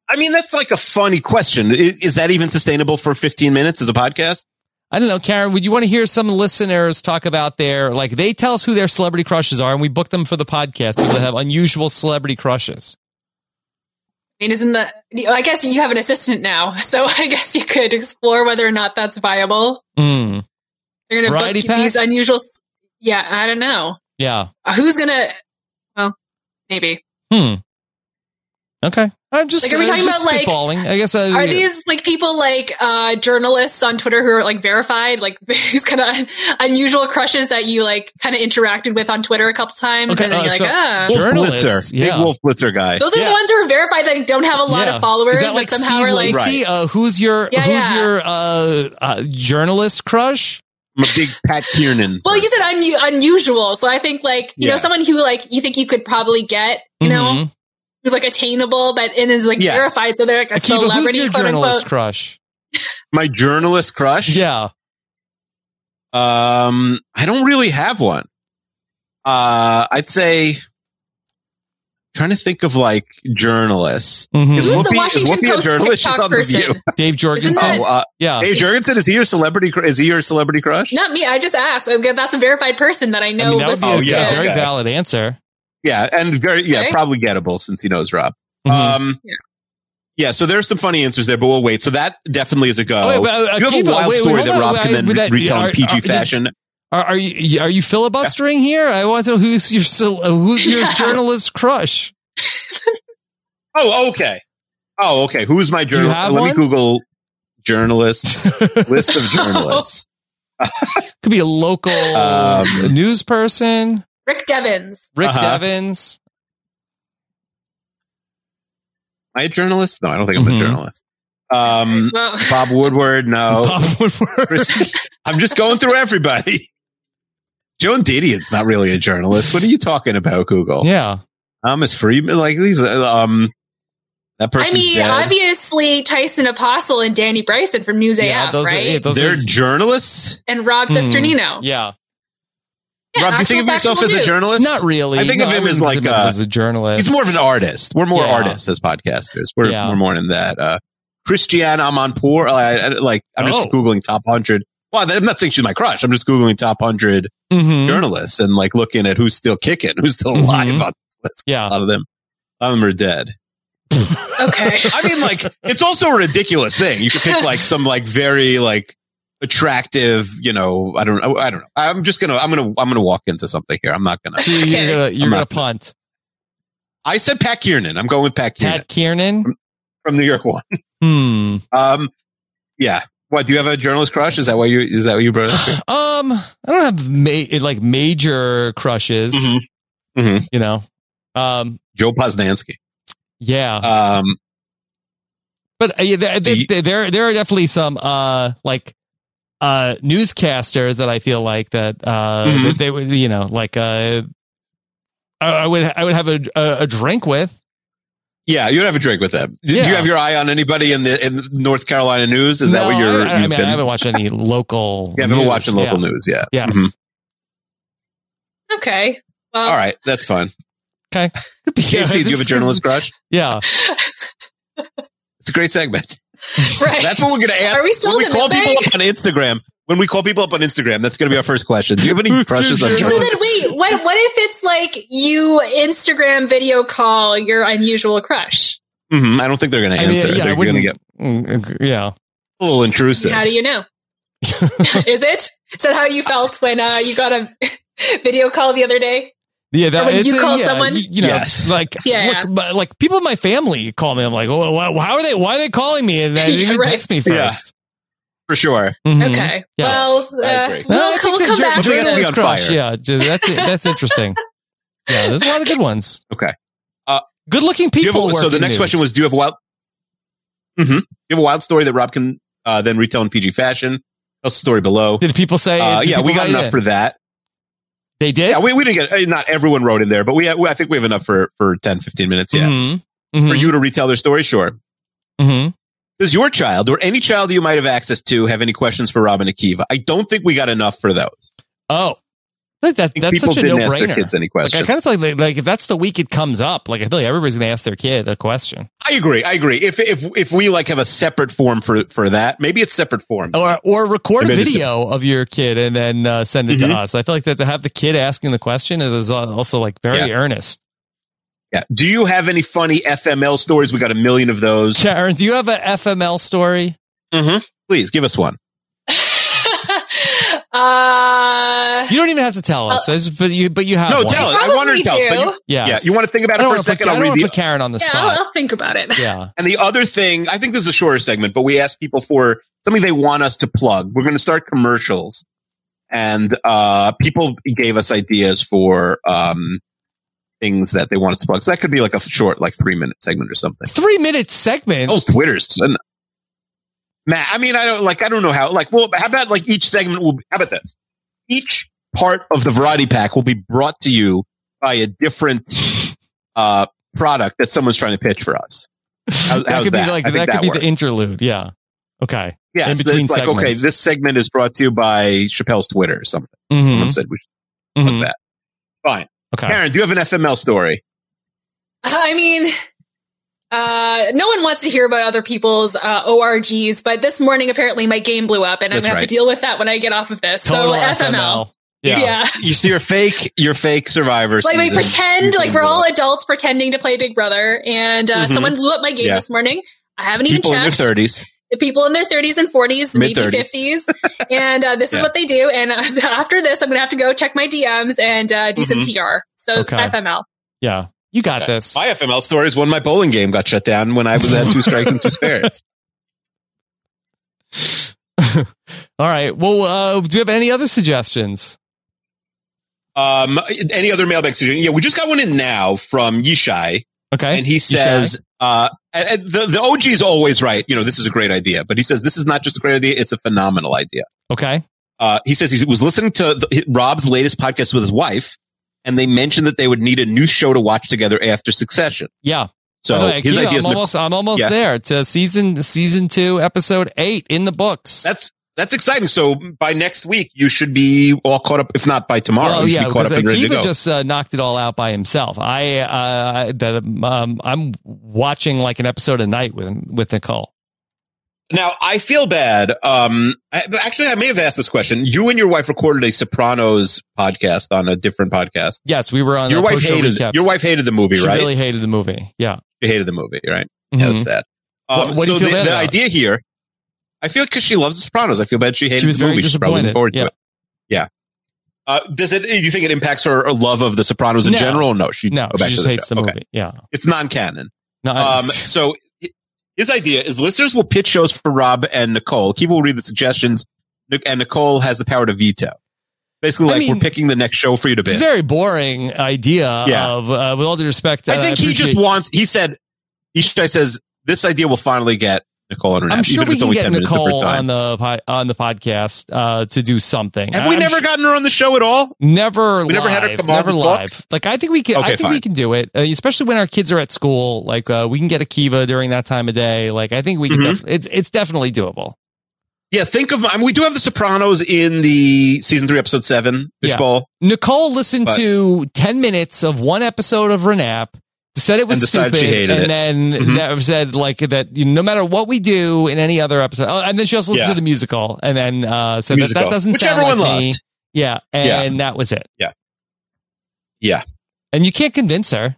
S5: I mean, that's like a funny question. I- Is, that even sustainable for 15 minutes as a podcast?
S4: I don't know, Karen. Would you want to hear some listeners talk about their like they tell us who their celebrity crushes are, and we book them for the podcast. People that have unusual celebrity crushes.
S6: I mean, isn't the? I guess you have an assistant now, so I guess you could explore whether or not that's viable.
S4: Mm.
S6: You're gonna
S4: Variety
S6: book
S4: pack?
S6: these unusual. s- Yeah, I don't know
S4: Yeah.
S6: Uh, who's gonna. Well, maybe.
S4: Hmm. Okay. I'm just
S6: Like, are we
S4: I'm
S6: talking
S4: just
S6: about, like,
S4: spitballing. I guess. Uh,
S6: Are these like people like uh journalists on Twitter who are like verified, like these kind of unusual crushes that you like kind of interacted with on Twitter a couple times,
S4: Okay,
S6: and then
S4: uh,
S6: you're like,
S4: so-
S6: ah.
S4: Wolf Journalists,
S5: Blitzer.
S4: yeah.
S5: Big Wolf Blitzer guy.
S6: Those are the ones who are verified that don't have a lot
S4: Yeah.
S6: of followers,
S4: Is that like
S6: but somehow
S4: Steve
S6: are like,
S4: Lacy? Uh, who's your
S6: Yeah,
S4: who's
S6: yeah.
S4: your uh, uh, journalist crush?
S5: I'm a big Pat Kiernan.
S6: Well, you said un- unusual, so I think like you know
S4: Yeah.
S6: someone who like you think you could probably get, you
S4: Mm-hmm.
S6: know, who's like attainable, but and is like
S5: Yes.
S6: verified, so they're like a
S4: Akiva, who's
S6: celebrity.
S4: your
S6: quote
S4: journalist
S6: unquote.
S4: crush?
S5: My journalist crush?
S4: Yeah.
S5: Um, I don't really have one. Uh, I'd say trying to think of like journalists.
S4: Mhm. Who's
S5: Is
S4: the
S5: Whoopi- is
S4: Washington
S5: Whoopi a
S4: Post
S5: journalist? She's
S4: TikTok
S5: on the
S4: person?
S5: View.
S4: Dave Jorgensen.
S6: Isn't that-
S5: Oh, uh,
S4: yeah.
S5: Dave Jorgensen is he your celebrity? cr- Is he your celebrity crush?
S6: Not me. I just asked. I'm good- That's a verified person that I
S4: I
S6: know.
S4: mean, that would be
S6: listens
S4: a
S6: to-
S4: a very
S5: Okay.
S4: valid answer.
S5: Yeah, and very yeah,
S6: Okay.
S5: probably gettable since he knows Rob.
S4: Mm-hmm.
S5: Um, yeah. so there are some funny answers there, but we'll wait. So that definitely is a go.
S4: Oh, wait, but, uh,
S5: you have
S4: Akiva,
S5: a wild
S4: wait, wait,
S5: story
S4: hold
S5: that
S4: on,
S5: Rob
S4: wait,
S5: can then
S4: but that-
S5: retell
S4: are-
S5: in PG
S4: are-
S5: fashion.
S4: Are, are you are you filibustering here? I want to know who's your cel- uh, who's your
S5: Yeah.
S4: journalist crush?
S5: Oh, okay. Oh, okay. Who's my
S4: you
S5: journalist?
S4: have
S5: Let me
S4: one?
S5: Google journalist list of journalists.
S4: Could be a local
S5: Um,
S4: news person,
S6: Oh, Rick Devins.
S4: Rick
S5: Uh-huh.
S4: Devins.
S5: Am I a journalist? No, I don't think I'm
S4: Mm-hmm.
S5: a journalist. Um,
S6: Well-
S5: Bob Woodward, no.
S4: Bob Woodward.
S5: I'm just going through everybody. Joan Didion's not really a journalist. What are you talking about, Google?
S4: Yeah.
S5: Thomas Friedman, like these, uh, um, that
S6: I
S5: person's
S6: mean,
S5: dead.
S6: obviously Tyson Apostle and Danny Bryson from News AF, right?
S5: They're journalists?
S6: and Rob Sesternino.
S4: Hmm. Yeah.
S6: Yeah,
S5: Rob, do you think of yourself
S6: actual
S5: as
S6: factual
S5: a
S6: news.
S5: journalist?
S4: Not really.
S5: I think
S4: No,
S5: of
S4: I
S5: him
S4: wouldn't
S5: as like
S4: consider
S5: a,
S4: him as a journalist.
S5: He's more of an artist. We're more
S4: Yeah.
S5: artists as podcasters. We're
S4: Yeah.
S5: we're more in that. Uh, Christiane Amanpour. I, I- like I'm
S4: Oh.
S5: just googling top hundred. Well, I'm not saying she's my crush. I'm just googling top 100
S4: Mhm.
S5: journalists and like looking at who's still kicking, who's still alive. On this list.
S4: Mm-hmm. Yeah,
S5: a lot of them. A lot of them are dead.
S6: okay.
S5: I mean, like it's also a ridiculous thing. You could pick like some like very like attractive. You know, I don't. I, I don't know. I'm just gonna. I'm gonna. I'm gonna walk into something here. I'm not gonna.
S4: So you're gonna you're
S5: I'm
S4: gonna
S5: not
S4: punt.
S5: I said Pat Kiernan. I'm going with Pat Kiernan.
S4: Pat Kiernan
S5: from New York one.
S4: Hmm.
S5: Um, yeah. What do you have a journalist crush? Is that why you is that what you brought up? here?
S4: Um, I don't have ma- like major crushes. You know, um,
S5: Mm-hmm. Joe Posnanski.
S4: Yeah.
S5: Um,
S4: but uh, yeah, there, there, there, there are definitely some uh, like uh, newscasters that I feel like that uh,
S5: Mhm.
S4: that they would, you know, like uh, I, I would, I would have a a, a drink with.
S5: Yeah, you'd have a drink with them. Do you have your eye on anybody in the in North Carolina news? Is that
S4: No,
S5: what you're?
S4: I- I
S5: you've
S4: mean, I
S5: been-
S4: haven't watched any local.
S5: You haven't been
S4: news,
S5: watching local news. Yeah.
S4: Yes.
S5: Mhm.
S6: Okay. Well,
S5: All right, that's fine.
S4: Okay.
S5: KFC, do you have a journalist crush?
S4: Yeah.
S5: It's a great segment.
S6: Right.
S5: That's what we're going to ask.
S6: Are we still
S5: when we
S6: in the
S5: call
S6: milk
S5: people up
S6: bag?
S5: on Instagram, when we call people up on Instagram, that's going to be our first question. Do you have any crushes on
S6: So then,
S5: journalists?
S6: wait. What? What if it's like you Instagram video call your unusual crush?
S5: Mhm, I don't think they're going to
S4: I mean,
S5: answer.
S4: yeah, I
S5: they're going to
S4: wouldn't-
S5: get
S4: yeah
S5: a little intrusive.
S6: How do you know? Is it? Is that how you felt when uh, you got a video call the other day?
S4: Yeah,
S6: Or when
S4: it's-
S6: you call
S4: yeah,
S6: someone?
S4: You, you know,
S5: Yes.
S4: like
S6: Yeah,
S4: look,
S6: yeah.
S4: My, like people in my family call me. I'm like, oh, wh- how are they? Why are they calling me? And then
S6: Yeah,
S4: you
S6: right.
S4: text me
S5: Yeah.
S4: first.
S5: For sure.
S4: Mhm.
S6: Okay.
S4: Yeah.
S6: Well, uh,
S4: Well,
S6: we'll,
S4: I
S6: co-
S4: think
S6: we'll
S4: that
S6: come
S4: Jer-
S6: back. to
S4: Jerry
S6: this.
S4: Lewis Crush, Yeah, j- that's it. That's interesting. Yeah, there's a lot of good ones.
S5: Okay. Uh,
S4: good looking
S5: Do you have a-
S4: people. work
S5: so the
S4: in
S5: next
S4: news.
S5: question was: Do you have a wild? Mhm. Do you have a wild story that Rob can uh, then retell in PG fashion? Tell us the story below.
S4: Did people say?
S5: Uh,
S4: did
S5: yeah,
S4: people
S5: we got
S4: write
S5: enough
S4: in?
S5: for that.
S4: They did.
S5: Yeah, we, we didn't get. eh, Not everyone wrote in there, but we, ha- we I think we have enough for for 10, 15 minutes. Yeah,
S4: Mhm.
S5: for you to retell their story. Sure.
S4: Mhm.
S5: Does your child or any child you might have access to have any questions for Robin Akiva? I don't think we got enough for those.
S4: Oh, Like that,
S5: think
S4: that's
S5: people
S4: such a no
S5: didn't ask their
S4: brainer.
S5: kids any
S4: Like, I
S5: questions.
S4: kind of feel like, like if that's the week it comes up, like I feel like everybody's going to ask their kid a question.
S5: I agree. I agree. If if if we like have a separate form for for that, maybe it's separate forms.
S4: Or or record a
S5: Maybe it's-
S4: video of your kid and then uh, send it
S5: Mhm.
S4: to us. I feel like that to have the kid asking the question is also like very
S5: Yeah.
S4: earnest.
S5: Yeah. Do you have any funny FML stories? We got a million of those.
S4: Karen, do you have an FML story?
S5: Mm-hmm. Please give us one.
S6: Uh,
S4: You don't even have to tell us, I just- but you but you have.
S5: no,
S4: one.
S5: tell us. I want her to tell us. but you-
S4: Yes.
S5: Yeah. You want to think about
S4: I
S5: it
S4: don't
S5: for a
S4: wanna
S5: second?
S4: Put, I
S5: I'll
S4: don't
S5: read
S4: wanna
S5: the.
S4: put Karen on the
S6: yeah, I'll,
S4: spot.
S6: I'll think about it.
S4: Yeah.
S5: And the other thing, I think this is a shorter segment, but we asked people for something they want us to plug. We're going to start commercials, and uh, people gave us ideas for um, things that they want us to plug. So that could be like a short, like three minute segment or something.
S4: Three minute segment.
S5: Those Twitters, Matt. I mean, I don't like. I don't know how. Like, well, how about like each segment will? How about this? Each part of the variety pack will be brought to you by a different uh, product that someone's trying to pitch for us. How,
S4: that
S5: how's
S4: could
S5: that?
S4: be like
S5: I think
S4: that, could be
S5: works.
S4: the interlude. Yeah. Okay.
S5: Yeah,
S4: In
S5: so
S4: between
S5: it's like
S4: segments.
S5: okay, this segment is brought to you by Chappelle's Twitter or something.
S4: Mhm.
S5: Someone said we should put that. Fine.
S4: Mm-hmm. Okay.
S5: Karen, do you have an FML story?
S6: I mean, uh, no one wants to hear about other people's uh, ORGs, but this morning apparently my game blew up, and I'm
S5: That's
S6: gonna have
S5: right.
S6: to deal with that when I get off of this.
S5: Total
S6: so FML, yeah.
S5: You see your fake, your fake survivors.
S6: Like we pretend, like we're all adults pretending to play Big Brother, and uh,
S5: Mhm.
S6: someone blew up my game
S5: Yeah.
S6: this morning. I haven't even
S5: people in
S6: checked.
S5: their thirties.
S6: the people in their 30s and 40s, maybe
S5: Mid-thirties.
S6: 50s. and uh, this
S5: Yeah.
S6: is what they do. And uh, after this, I'm going to have to go check my DMs and uh, do some
S5: Mhm.
S6: PR. So
S5: Okay.
S6: FML.
S4: Yeah, you got this.
S5: My FML story is when my bowling game got shut down when I was at two strikes and two spares.
S4: All right. Well, uh, do you have any other suggestions?
S5: Um, any other mailbag suggestion? Yeah, we just got one in now from Yishai.
S4: Okay,
S5: and he
S4: Yishai.
S5: says, uh, and- and the the OG is always right. You know, this is a great idea, but he says this is not just a great idea; it's a phenomenal idea.
S4: Okay.
S5: Uh, he says he was listening to the, Rob's latest podcast with his wife, and they mentioned that they would need a new show to watch together after Succession.
S4: Yeah.
S5: So
S4: By the way,
S5: his
S4: Akiva,
S5: idea is
S4: I'm almost, I'm almost
S5: Yeah.
S4: there to season season two, episode eight in the books.
S5: That's that's exciting. So by next week, you should be all caught up. If not by tomorrow,
S4: Well,
S5: you should
S4: yeah,
S5: be caught
S4: because
S5: up and ready to go.
S4: Akiva just uh, knocked it all out by himself. I uh, that um, I'm watching like an episode a night with with Nicole.
S5: now I feel bad. Um, I, but actually, I may have asked this question. You and your wife recorded a Sopranos podcast on a different podcast.
S4: Yes, we were on
S5: your
S4: the
S5: wife
S4: post-show
S5: hated
S4: recaps.
S5: your wife hated the movie,
S4: She
S5: right?
S4: really hated the movie. Yeah.
S5: She hated the movie, right? Yeah,
S4: Mhm.
S5: that's sad.
S4: What-
S5: Um,
S4: what do
S5: so
S4: you feel
S5: the,
S4: bad
S5: the
S4: about?
S5: idea here, I feel because she loves The Sopranos. I feel bad she hated
S4: She was
S5: the
S4: very
S5: movie. She's probably looking
S4: disappointed,
S5: forward
S4: yeah.
S5: to it. Yeah. Uh, does it? Do you think it impacts her, her love of The Sopranos in
S4: No.
S5: general? No, she
S4: No,
S5: go back
S4: she
S5: to
S4: just hates
S5: show.
S4: the
S5: Okay.
S4: movie. Yeah.
S5: It's non-canon.
S4: No,
S5: um,
S4: it's-
S5: so hi- his idea is listeners will pitch shows for Rob and Nicole. Keith will read the suggestions, Nic- and Nicole has the power to veto.
S4: I
S5: Basically, like
S4: mean-
S5: we're picking the next show for you to
S4: It's a
S5: bid.
S4: very boring idea
S5: Yeah.
S4: of, uh, with all due respect.
S5: I
S4: uh,
S5: think he just
S4: appreciate-
S5: wants. He said, "Ishtai says this idea will finally get Nicole on her."
S4: I'm
S5: nap,
S4: sure
S5: even if
S4: we
S5: it's
S4: can
S5: only
S4: get
S5: 10 minutes of her
S4: Nicole
S5: time."
S4: on the po- on the podcast uh, to do something.
S5: Have we
S4: I'm
S5: never
S4: sure-
S5: gotten her on the show at all?
S4: Never,
S5: We never had her
S4: live,
S5: come on
S4: never
S5: to talk?
S4: live. Like I think we can. I
S5: Okay,
S4: think we
S5: fine.
S4: can do it, uh, especially when our kids are at school. Like uh, we can get a Kiva during that time of day. Like I think we can.
S5: Mhm.
S4: def- it's it's definitely doable.
S5: Yeah, think of. I mean, we do have the Sopranos in the season three, episode seven. Fishbowl.
S4: Nicole listened
S5: But-
S4: to 10 minutes of one episode of Renap, said it was
S5: And decided
S4: stupid,
S5: she hated
S4: and
S5: it.
S4: then
S5: Mhm.
S4: that said like that you know, no matter what we do in any other episode, oh, and then she also listened
S5: Yeah.
S4: to the musical, and then uh, said that
S5: Musical,
S4: that doesn't
S5: which
S4: sound
S5: everyone
S4: like me.
S5: loved.
S4: Yeah,
S5: Yeah.
S4: and that was it.
S5: Yeah. Yeah.
S4: and you can't convince her.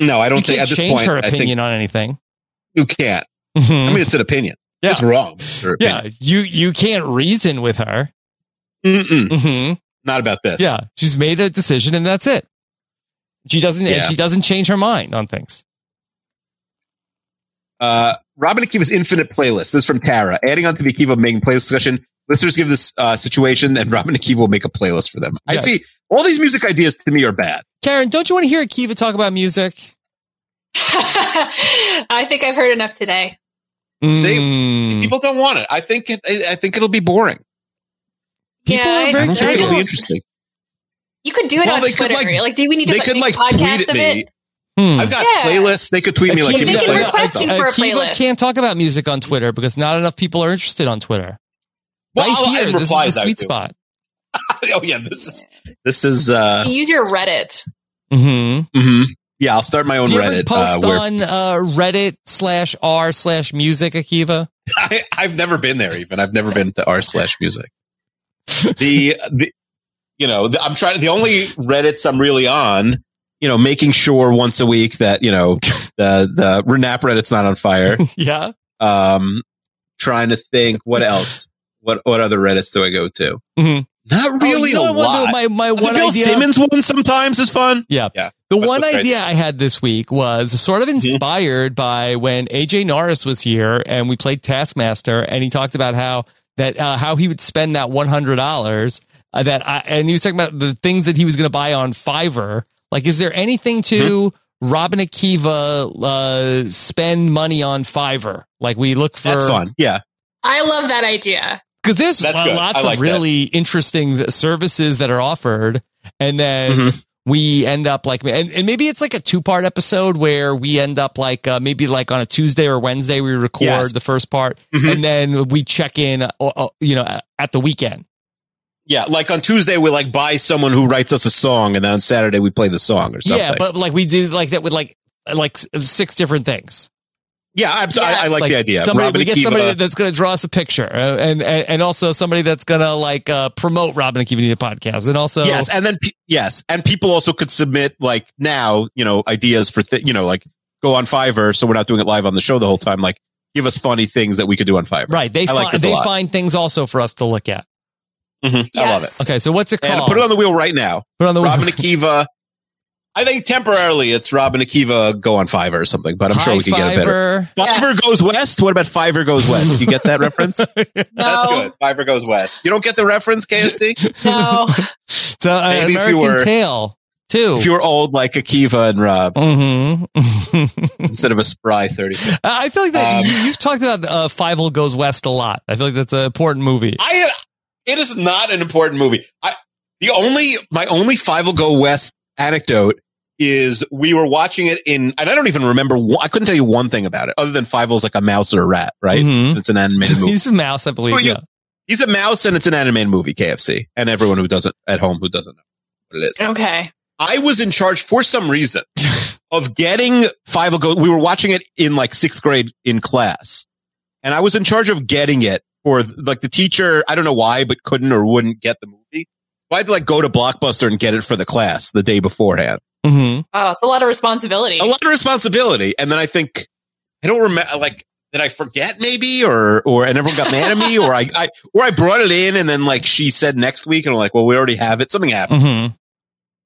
S5: No, I don't
S4: you
S5: think
S4: can't
S5: at this
S4: change
S5: point.
S4: her
S5: I think
S4: opinion on anything.
S5: you can't. I mean, it's an opinion.
S4: Mm-hmm. Yeah.
S5: It's wrong. but it's her
S4: Yeah,
S5: opinion.
S4: you you can't reason with her.
S5: Mm-mm.
S4: Mm-hmm.
S5: Not about this.
S4: Yeah, she's made a decision and that's it. She doesn't and
S5: Yeah.
S4: she doesn't change her mind on things.
S5: Uh, Robin Akiva's infinite playlist. This is from Tara. Adding on to the Akiva making playlist discussion, listeners give this uh, situation, and Robin Akiva will make a playlist for them.
S4: Yes.
S5: I see. All these music ideas to me are bad.
S4: Karen, don't you want to hear Akiva talk about music?
S6: I think I've heard enough today.
S5: They, people don't want it. I think. It, I I think it'll be boring.
S6: People yeah, I-
S5: I don't think
S6: I
S5: it'll
S6: don't-
S5: be interesting.
S6: You could do it
S5: Well,
S6: on
S5: they could,
S6: Twitter.
S5: like-
S6: Like, do we need to
S5: they
S6: like,
S5: could,
S6: make
S5: like,
S6: podcasts
S5: tweet at
S6: of
S5: me.
S6: it?
S5: I've got
S6: Yeah.
S5: playlists. They could tweet me like.
S4: Hmm. Akiva-
S5: give me
S6: They can
S5: playlists.
S6: request you for a
S4: Akiva
S6: playlist.
S4: can't talk about music on Twitter because not enough people are interested on Twitter.
S5: Well,
S4: right
S5: I'll- I
S4: here,
S5: have
S4: this is the
S5: replies I
S4: sweet
S5: do.
S4: spot.
S5: oh yeah, this is this is. uh
S6: Use your Reddit.
S4: hmm
S5: Yeah, I'll start my own
S4: Do you ever
S5: Reddit.
S4: post
S5: uh, where
S4: on uh, Reddit slash r slash music, Akiva?
S5: I, I've never been there. Even I've never been to r slash music. The the you know the, I'm trying. The only Reddit's I'm really on, you know, making sure once a week that you know the the Renap Reddit's not on fire.
S4: Yeah.
S5: Um, trying to think what else. What what other Reddits do I go to?
S4: Mm-hmm.
S5: Not really
S4: you know
S5: a
S4: what, though?
S5: lot.
S4: My- my
S5: The
S4: one
S5: Bill
S4: idea-
S5: Simmons one sometimes is fun.
S4: Yeah.
S5: Yeah.
S4: The
S5: But-
S4: one
S5: but-
S4: idea I had this week was sort of
S5: Mm-hmm.
S4: inspired by when AJ Norris was here and we played Taskmaster, and he talked about how that uh, how he would spend that one hundred dollars uh, that I, and he was talking about the things that he was going to buy on Fiverr. Like, is there anything to
S5: Mm-hmm.
S4: Robin Akiva uh, spend money on Fiverr? Like, we look for
S5: That's fun. Yeah.
S6: I love that idea.
S4: because there's
S5: That's
S4: uh,
S5: good. I
S4: lots
S5: like
S4: of
S5: that.
S4: really interesting th- services that are offered, and then
S5: Mm-hmm.
S4: we end up like, and, and maybe it's like a two part episode where we end up like uh, maybe like on a Tuesday or Wednesday we record
S5: Yes.
S4: the first part,
S5: Mhm.
S4: and then we check in, uh, uh, you know, at the weekend.
S5: Yeah, like on Tuesday we like buy someone who writes us a song, and then on Saturday we play the song or something.
S4: Yeah, but like we did like that with like like s- six different things.
S5: yeah, I'm so, I, I like, the idea.
S4: Somebody,
S5: Robin
S4: we get
S5: Akiva.
S4: somebody that's going to draw us a picture, uh, and, and and also somebody that's going to like uh, promote Robin Akiva Need a podcast, and also
S5: yes, and then pe- yes, and people also could submit like now you know ideas for th- you know like go on Fiverr, so we're not doing it live on the show the whole time. Like give us funny things that we could do on Fiverr.
S4: Right. They
S5: I
S4: fi-
S5: like this a
S4: they
S5: lot.
S4: find things also for us to look at.
S5: Mhm, I love it.
S4: Okay, so what's it
S5: And
S4: called?
S5: put it on the wheel right now.
S4: Put it on the
S5: Robin Akiva. I think temporarily it's Robin Akiva go on Fiverr or something, but I'm sure
S4: High
S5: we can get it better.
S4: Fiverr.
S5: Fiverr goes west. What about Fiverr goes west? You get that reference? That's good. Fiverr goes west. You don't get the reference, KFC?
S6: No.
S4: It's a, an
S5: Maybe if
S4: uh, American
S5: you were-
S4: Tale too.
S5: If you were old like Akiva and Rob
S4: Mm-hmm.
S5: instead of a spry 30.
S4: I I feel like
S5: Um,
S4: that you, you've talked about uh, Five Will Goes West a lot. I feel like that's an important movie.
S5: I it is not an important movie. I the only my only five will go west anecdote is we were watching it in and I don't even remember one, I couldn't tell you one thing about it other than Five Will's like a mouse or a rat, right?
S4: Mhm.
S5: It's an animated movie.
S4: He's a mouse, I believe.
S5: Who are you?
S4: Yeah.
S5: He's a mouse and it's an animated movie, KFC. And everyone who doesn't at home who doesn't know what it is.
S6: Okay.
S5: I was in charge for some reason of getting Five Will Go. We were watching it in like sixth grade in class, and I was in charge of getting it for like the teacher. I don't know why, but couldn't or wouldn't get the movie. So I had to like go to Blockbuster and get it for the class the day beforehand.
S4: Mm-hmm.
S6: Oh, it's a lot of responsibility.
S4: Oh,
S5: A lot of responsibility, and then I think I don't remember. Like, did I forget maybe, or or and everyone got mad at me, or I, I or I brought it in, and then like she said next week, and I'm like, well, we already have it. Something happened.
S4: Mm-hmm.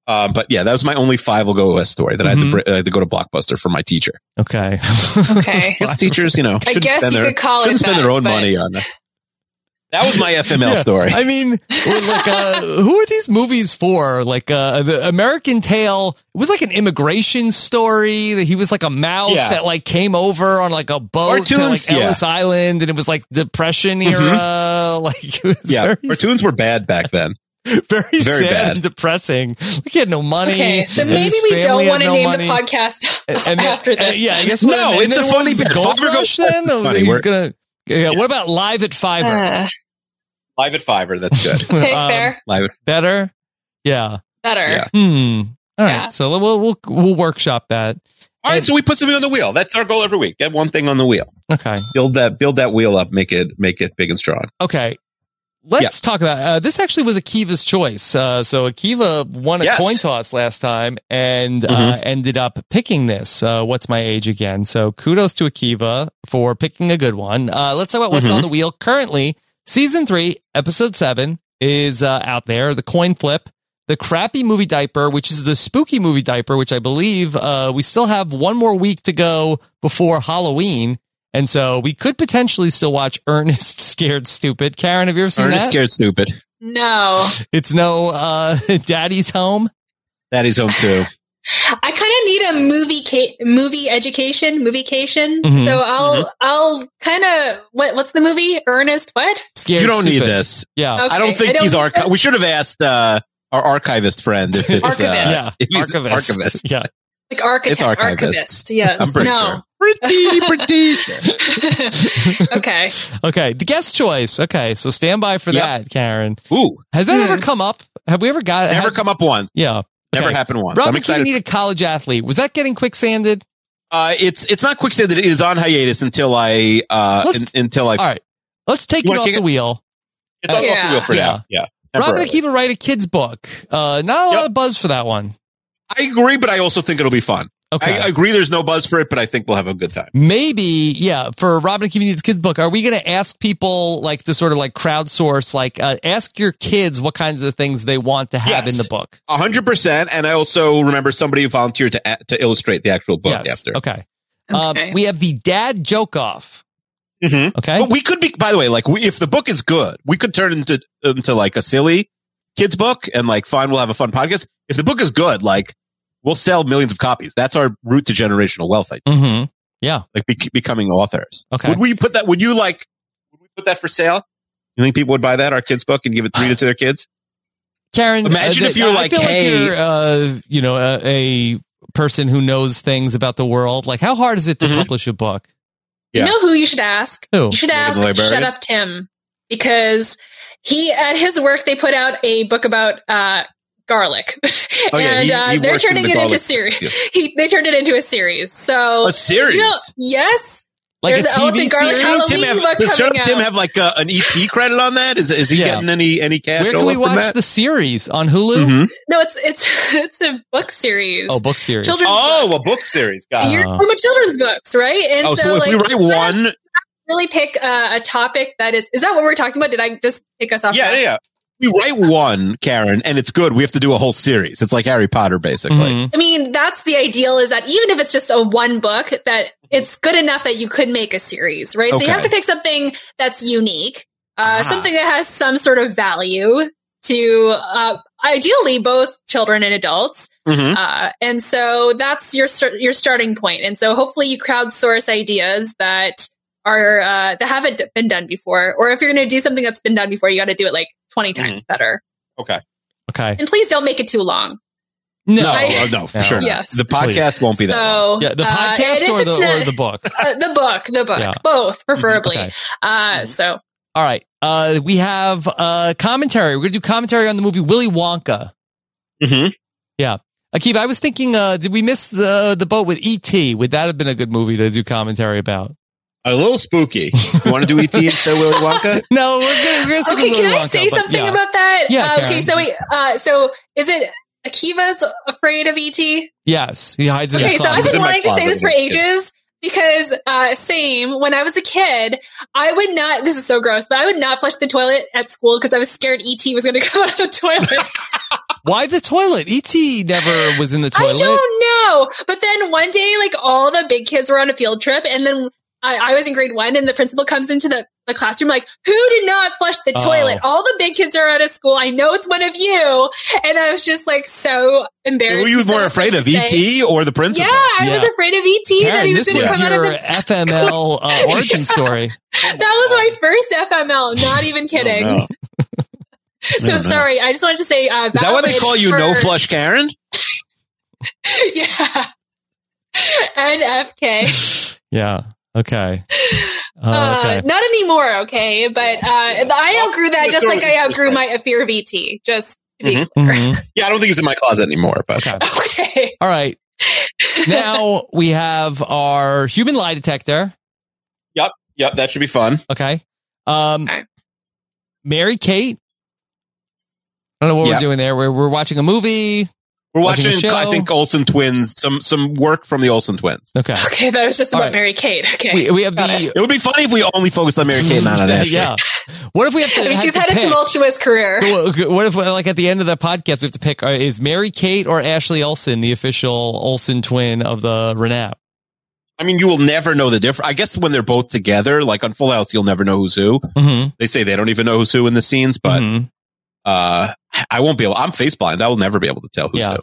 S5: Um, but yeah, that was my only five will go OS story that I, had to, br- I had to go to Blockbuster for my teacher.
S4: Okay.
S6: Okay.
S5: Because teachers, you know,
S6: I
S5: shouldn't
S6: guess
S5: spend
S6: you
S5: their,
S6: could call it
S5: shouldn't spend their
S6: that,
S5: own
S6: but-
S5: money on that. That was my FML
S4: Yeah.
S5: story.
S4: I mean, like, uh, who are these movies for? Like, uh, the American Tale it was like an immigration story that he was like a mouse
S5: Yeah.
S4: that like came over on like a boat to like
S5: Cartoons, yeah. Mm-hmm.
S4: Ellis Island, and it was like Depression era. Like, it was
S5: yeah,
S4: very,
S5: cartoons were bad back then.
S4: very,
S5: very
S4: sad
S5: bad.
S4: and depressing. Like, he had no money.
S6: Okay, so
S4: and
S6: maybe
S4: his
S6: we don't
S4: family had
S6: want to
S4: no
S6: name
S4: money.
S6: the podcast
S4: And then-
S6: after this.
S4: and- yeah, I guess
S5: No,
S4: what, and
S5: it's
S4: then
S5: a
S4: what
S5: funny
S4: was the
S5: bit.
S4: Gold
S5: Fiverr
S4: Rush.
S5: Gold
S4: Then Oh,
S5: Rush is funny.
S4: he's
S5: We're-
S4: gonna. Yeah, What about live at Fiverr? Um,
S6: Uh,
S5: Live at Fiverr, that's good.
S6: Okay, fair.
S5: Live at
S4: better. Yeah.
S6: better.
S4: Hmm. All right.
S6: Yeah.
S4: So we'll we'll we'll workshop that.
S5: All right, so we put something on the wheel. That's our goal every week. Get one thing on the wheel.
S4: Okay.
S5: Build that build that wheel up, make it make it big and strong.
S4: Okay. Let's talk about uh, this. Actually, was Akiva's choice. Uh, so Akiva won a
S5: Yes.
S4: coin toss last time and uh,
S5: Mhm.
S4: ended up picking this. Uh, What's my age again? So kudos to Akiva for picking a good one. Uh, let's talk about what's
S5: Mhm.
S4: on the wheel currently. Season three, episode seven is uh, out there. The coin flip, the crappy movie diaper, which is the spooky movie diaper, which I believe uh, we still have one more week to go before Halloween. And so we could potentially still watch Ernest Scared Stupid. Karen, have you ever seen
S5: Ernest
S4: that?
S5: Scared Stupid.
S6: No,
S4: It's no uh, Daddy's Home.
S5: Daddy's Home too.
S6: I kind of need a movie ca- movie education, moviecation.
S4: Mhm.
S6: So I'll I'll kind of what what's the movie? Ernest what?
S4: Scared
S5: you don't need
S4: Stupid.
S5: this.
S4: Yeah.
S5: I
S6: Okay,
S5: don't
S6: I
S5: think
S6: don't
S5: he's
S6: need
S5: archi- we should have asked uh, our archivist friend if it's
S6: Archivist.
S5: Uh,
S4: Yeah.
S5: if he's
S4: Archivist.
S5: archivist.
S4: Yeah.
S6: Like architect,
S5: It's archivist.
S6: archivist. Yes.
S5: I'm pretty
S6: no.
S5: Pretty pretty sure.
S6: okay.
S4: Okay, the guest choice. Okay, so stand by for that, Karen.
S5: Ooh,
S4: has that ever come up? Have we ever got?
S5: Never
S4: had-
S5: come up once.
S4: Yeah,
S5: Never
S4: Okay.
S5: happened once.
S4: Robert
S5: I'm excited.
S4: King needed a college athlete. Was that getting quicksanded?
S5: uh, it's it's not quicksand. It is on hiatus until I uh,
S4: Let's-
S5: un- until I.
S4: All right, let's take it
S5: You wanna
S4: off
S5: kick
S4: the
S5: it?
S4: wheel.
S5: It's all off
S6: Yeah.
S5: the wheel for
S4: Yeah.
S5: now. Yeah.
S4: Robert
S5: temporarily.
S4: Akiva write a kid's book. Uh, not a lot of buzz for that one.
S5: I agree, but I also think it'll be fun.
S4: Okay.
S5: I agree. There's no buzz for it, but I think we'll have a good time.
S4: Maybe, yeah, for Robin Akiva Needs Kids book, are we going to ask people like to sort of like crowdsource, like uh, ask your kids what kinds of things they want to have in the book?
S5: A hundred percent. And I also remember somebody who volunteered to a- to illustrate the actual book
S4: Yes.
S5: after.
S4: Okay. Um, we have the dad joke off. Okay.
S5: Mm-hmm. But we could be. By the way, like we, if the book is good, we could turn into into like a silly kids book, and like fine, we'll have a fun podcast. If the book is good, like we'll sell millions of copies. That's our route to generational wealth. I think.
S4: Mm-hmm. Yeah.
S5: Like be- becoming authors.
S4: Okay.
S5: Would we put that? Would you like? Would we put that for sale? You think people would buy that our kids book and give it read it to their kids?
S4: Karen,
S5: Imagine
S4: uh,
S5: if you were
S4: I
S5: like,
S4: feel
S5: "Hey."
S4: you're, uh, you know, uh, a person who knows things about the world. Like, how hard is it to
S5: Mm-hmm.
S4: publish a book?
S6: You know who you should ask?
S4: Who?
S6: You should
S4: David
S6: ask
S4: Librarian?
S6: Shut Up Tim because he at his work they put out a book about uh garlic.
S5: Oh, yeah,
S6: and
S5: he- he
S6: uh, they're
S5: works in
S6: turning
S5: the
S6: it into
S5: garlic
S6: series.
S5: field.
S6: He they turned it into a series. So
S5: A series?
S6: you know- yes.
S4: Like
S6: There's
S4: a
S6: an
S4: TV
S6: Elephant Garlic
S4: series?
S5: Does Tim
S6: Halloween
S5: have,
S6: book
S5: does Shut
S6: coming
S5: Up
S6: out.
S5: Tim have like a, an EP credit on that? Is is he
S4: Yeah.
S5: getting any any cash?
S4: Where can
S5: roll
S4: we
S5: from
S4: watch
S5: that? Mm-hmm.
S4: the series on Hulu?
S6: no, it's it's it's a book series.
S4: Oh, book series.
S6: Children's
S5: oh, a book series. Got
S6: You're
S5: it.
S6: from a children's books, right? And
S5: oh, so, if we write
S6: you gotta
S5: one,
S6: really pick uh, a topic that is is that what we're talking about? Did I just pick us off?
S5: yeah,
S6: track?
S5: yeah, yeah. We write one, Karen, and it's good. We have to do a whole series. It's like Harry Potter, basically.
S4: Mm-hmm.
S6: I mean, that's the ideal is that even if it's just a one book, that it's good enough that you could make a series, right? So you
S5: Mm-hmm. Okay.
S6: have to pick something that's unique, uh,
S5: Ah.
S6: something that has some sort of value to uh, ideally both children and adults.
S5: Mhm.
S6: Uh, and so that's your start- your starting point. And so hopefully you crowdsource ideas that are uh, that haven't been done before, or if you're going to do something that's been done before, you got to do it like twenty
S5: Mm-hmm.
S6: times better.
S5: Okay.
S4: Okay.
S6: And please don't make it too long.
S4: No,
S6: I-
S5: uh, no, for sure. not.
S6: Yes.
S5: The podcast won't be that. long.
S6: So
S4: Yeah, the
S6: uh,
S4: podcast
S6: and if
S4: or,
S6: it's
S4: the,
S6: not-
S4: or the book?
S6: Uh, the book, the book,
S4: Yeah. Mm-hmm.
S6: both preferably.
S4: Okay. Mm-hmm.
S6: Uh, so
S4: All right. Uh, we have uh, commentary. We're going to do commentary on the movie Willy Wonka.
S5: Mm-hmm.
S4: Yeah. Akiva, I was thinking, uh, did we miss the the boat with E.T.? Would that have been a good movie to do commentary about?
S5: A little spooky. You want to do ET instead of Willy Wonka?
S4: No, we're going we're gonna stick
S6: okay,
S4: with
S6: can
S4: Willy
S6: I
S4: Wonka,
S6: say
S4: but
S6: something
S4: yeah.
S6: about that?
S4: Yeah,
S6: Uh, okay,
S4: Karen.
S6: so wait, uh, so is it Akiva's afraid of ET?
S4: Yes, he hides in
S6: Okay,
S4: his
S6: so I've
S4: closet.
S6: been wanting to say this for ages because uh, same when I was a kid, I would not. This is E so gross, but I would not flush the toilet at school because I was scared ET was going to come out of the toilet.
S4: Why the toilet? ET never was in the
S6: I
S4: toilet.
S6: don't know. But then one day, like all the big kids were on a field trip, and then I, I was in grade one, and the principal comes into the, the classroom like, "Who did not flush the
S4: Oh.
S6: toilet? All the big kids are out of school. I know it's one of you." And I was just like so embarrassed.
S5: Who were you
S6: and so
S5: more afraid of,
S6: ashamed to say.
S5: ET or the principal?
S6: Yeah, I was afraid of ET that he
S4: Karen,
S6: was
S4: this
S6: going to
S4: was
S6: come out of
S4: your
S6: the.
S4: FML uh, origin story.
S6: That was my first FML. Not
S5: Oh,
S6: even kidding.
S4: no.
S6: so
S5: No, no.
S6: sorry. I just wanted to say. Uh,
S5: Is that why they
S6: valid
S5: call you
S6: for-
S5: No Flush Karen?
S6: yeah. NFK.
S4: Yeah. Okay. Uh,
S6: Uh,
S4: okay.
S6: not anymore, okay? But uh, I outgrew that just like I outgrew my fear of ET. Just to be
S4: Mm-hmm.
S5: Mhm. Yeah, I don't think it's in my closet anymore. But
S6: okay.
S4: All right. Now we have our human lie detector.
S5: Yep. Yep. That should be fun.
S4: Okay. Um, Mary Kate. I don't know what
S5: Yeah.
S4: we're doing there. We're, we're watching a movie.
S5: We're
S4: a
S5: watching,
S4: show.
S5: I think, Olsen Twins, some some work from the Olsen Twins.
S4: Okay.
S6: Okay, that was just
S4: All
S6: about
S4: right.
S6: Mary Kate. Okay.
S4: We- we have the-
S6: Got it. Mm-hmm.
S5: It would be funny if we only focused on Mary Kate and Anna Nash.
S4: Yeah. What if we have to?
S6: I mean,
S4: have
S6: she's
S4: to
S6: had a
S4: pick?
S6: tumultuous career.
S4: What what if, like, at the end of the podcast, we have to pick uh, is Mary Kate or Ashley Olsen the official Olsen twin of the Renap?
S5: I mean, you will never know the difference. I guess when they're both together, like on Full House, you'll never know who's who.
S4: Mhm.
S5: They say they don't even know who's who in the scenes, but
S4: Mm-hmm.
S5: uh, I won't be able. I'm face blind. I will never be able to tell who's
S4: Yeah.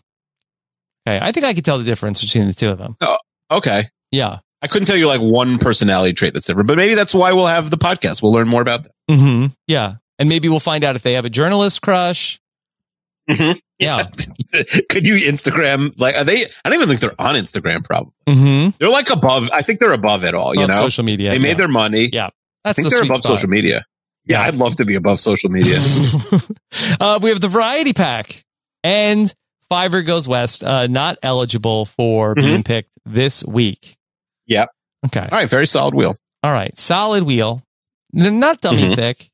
S4: Okay, I think I could tell the difference between the two of them.
S5: who. Oh, Okay.
S4: Yeah.
S5: I couldn't tell you like one personality trait that's different, but maybe that's why we'll have the podcast. We'll learn more about that.
S4: hmm Yeah, and maybe we'll find out if they have a journalist crush. Mm-hmm. Yeah.
S5: Could you Instagram? Like, are they? I don't even think they're on Instagram. Probably
S4: hmm
S5: they're like above. I think they're above it all. You
S4: Above
S5: know,
S4: social media,
S5: They
S4: yeah.
S5: made their money.
S4: Yeah,
S5: I
S4: That's
S5: think
S4: the
S5: they're
S4: sweet
S5: above
S4: spot.
S5: social media. Yeah, I'd love to be above social media.
S4: Uh, we have the variety pack and Fiverr goes west. Uh, not eligible for being picked this week.
S5: Mm-hmm. Yep.
S4: Okay. All
S5: right. Very solid wheel.
S4: All right. Solid wheel. N- Not dummy
S5: Mhm.
S4: thick.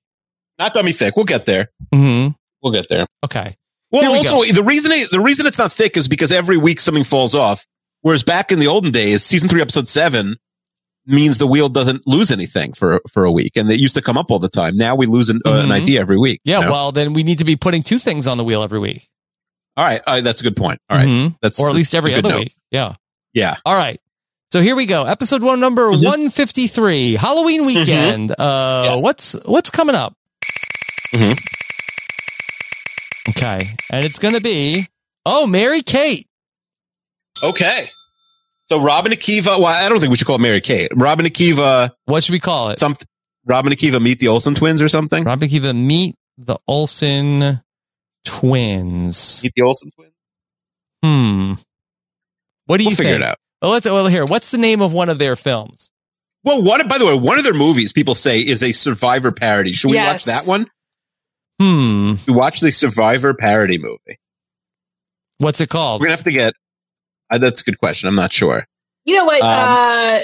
S5: Not dummy thick. We'll get there.
S4: Mm-hmm.
S5: We'll get there.
S4: Okay. Here
S5: Well,
S4: we
S5: also
S4: go.
S5: the reason it, the reason it's not thick is because every week something falls off. Whereas back in the olden days, season three, episode seven means the wheel doesn't lose anything for for a week, and it used to come up all the time. Now we lose an, uh, an
S4: Mhm.
S5: idea every week.
S4: Yeah.
S5: you know?
S4: Well, then we need to be putting two things on the wheel every week,
S5: all right, all right, that's a good point. All right.
S4: Mhm.
S5: that's
S4: or at
S5: that's
S4: least
S5: a
S4: every
S5: good
S4: other
S5: note.
S4: week. Yeah.
S5: Yeah.
S4: All right. So here we go. Episode one, number
S5: Mhm.
S4: 153, Halloween
S5: Mm-hmm.
S4: weekend. Uh, what's, what's coming up?
S5: Mm-hmm.
S4: Okay. And it's going to be, oh, Mary Kate.
S5: Okay. So Robin Akiva. Well, I don't think we should call it Mary Kate. Robin Akiva.
S4: What should we call it?
S5: Something. Robin Akiva meet the Olsen twins or something.
S4: Robin Akiva meet the Olsen twins.
S5: Meet the Olsen twins.
S4: Hmm. What do
S5: We'll
S4: you
S5: figure
S4: think?
S5: it out.
S4: Well, let's, well, here, what's the name of one of their films?
S5: Well, one by the way, one of their movies people say is a Survivor parody. Should we
S4: Yes.
S5: watch that one?
S4: Hmm.
S5: We watch the Survivor parody movie.
S4: What's it called?
S5: We're gonna have to get. Uh, that's a good question. I'm not sure.
S6: You know what?
S5: Um,
S6: uh,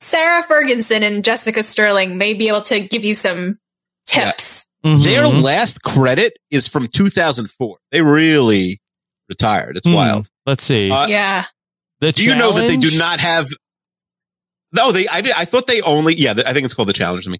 S6: Sarah Ferguson and Jessica Sterling may be able to give you some tips.
S4: Mm-hmm.
S5: Their last credit is from 2004. They really retired. It's
S4: Hmm.
S5: wild. Uh,
S4: Let's see.
S6: yeah.
S4: The
S5: do you know that they do
S4: Challenge?
S5: not have? No, they. I did. I thought they only. Yeah, I think it's called the challenge to me.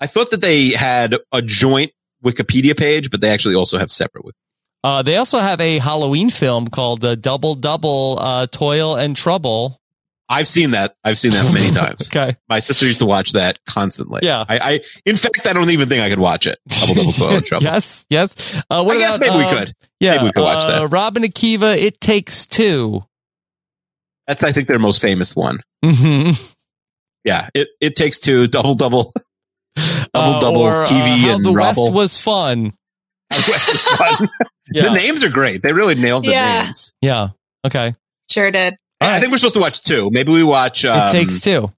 S5: I thought that they had a joint Wikipedia page, but they actually also have separate. Wik-
S4: Uh, they also have a Halloween film called uh, Double Double uh, Toil and Trouble.
S5: I've seen that. I've seen that many times.
S4: okay.
S5: My sister used to watch that constantly.
S4: Yeah.
S5: I, I in fact, I don't even think I could watch it. Double double Toil and trouble.
S4: Yes, yes. Uh, what
S5: I guess
S4: about,
S5: maybe we
S4: um,
S5: could.
S4: Yeah,
S5: Maybe we could watch
S4: uh,
S5: that.
S4: Robin Akiva, It Takes 2
S5: That's I think their most famous one.
S4: Mm-hmm.
S5: Yeah. It it takes two double double double
S4: Uh,
S5: double
S4: or, uh,
S5: Kiwi
S4: How
S5: and
S4: the
S5: Rubble.
S4: West Was Fun. Yeah.
S5: The names are great. They really nailed the
S6: Yeah.
S5: names.
S4: Yeah. Okay.
S6: Sure did.
S5: I think we're supposed to watch two. Maybe we watch. Um,
S4: it Takes Two.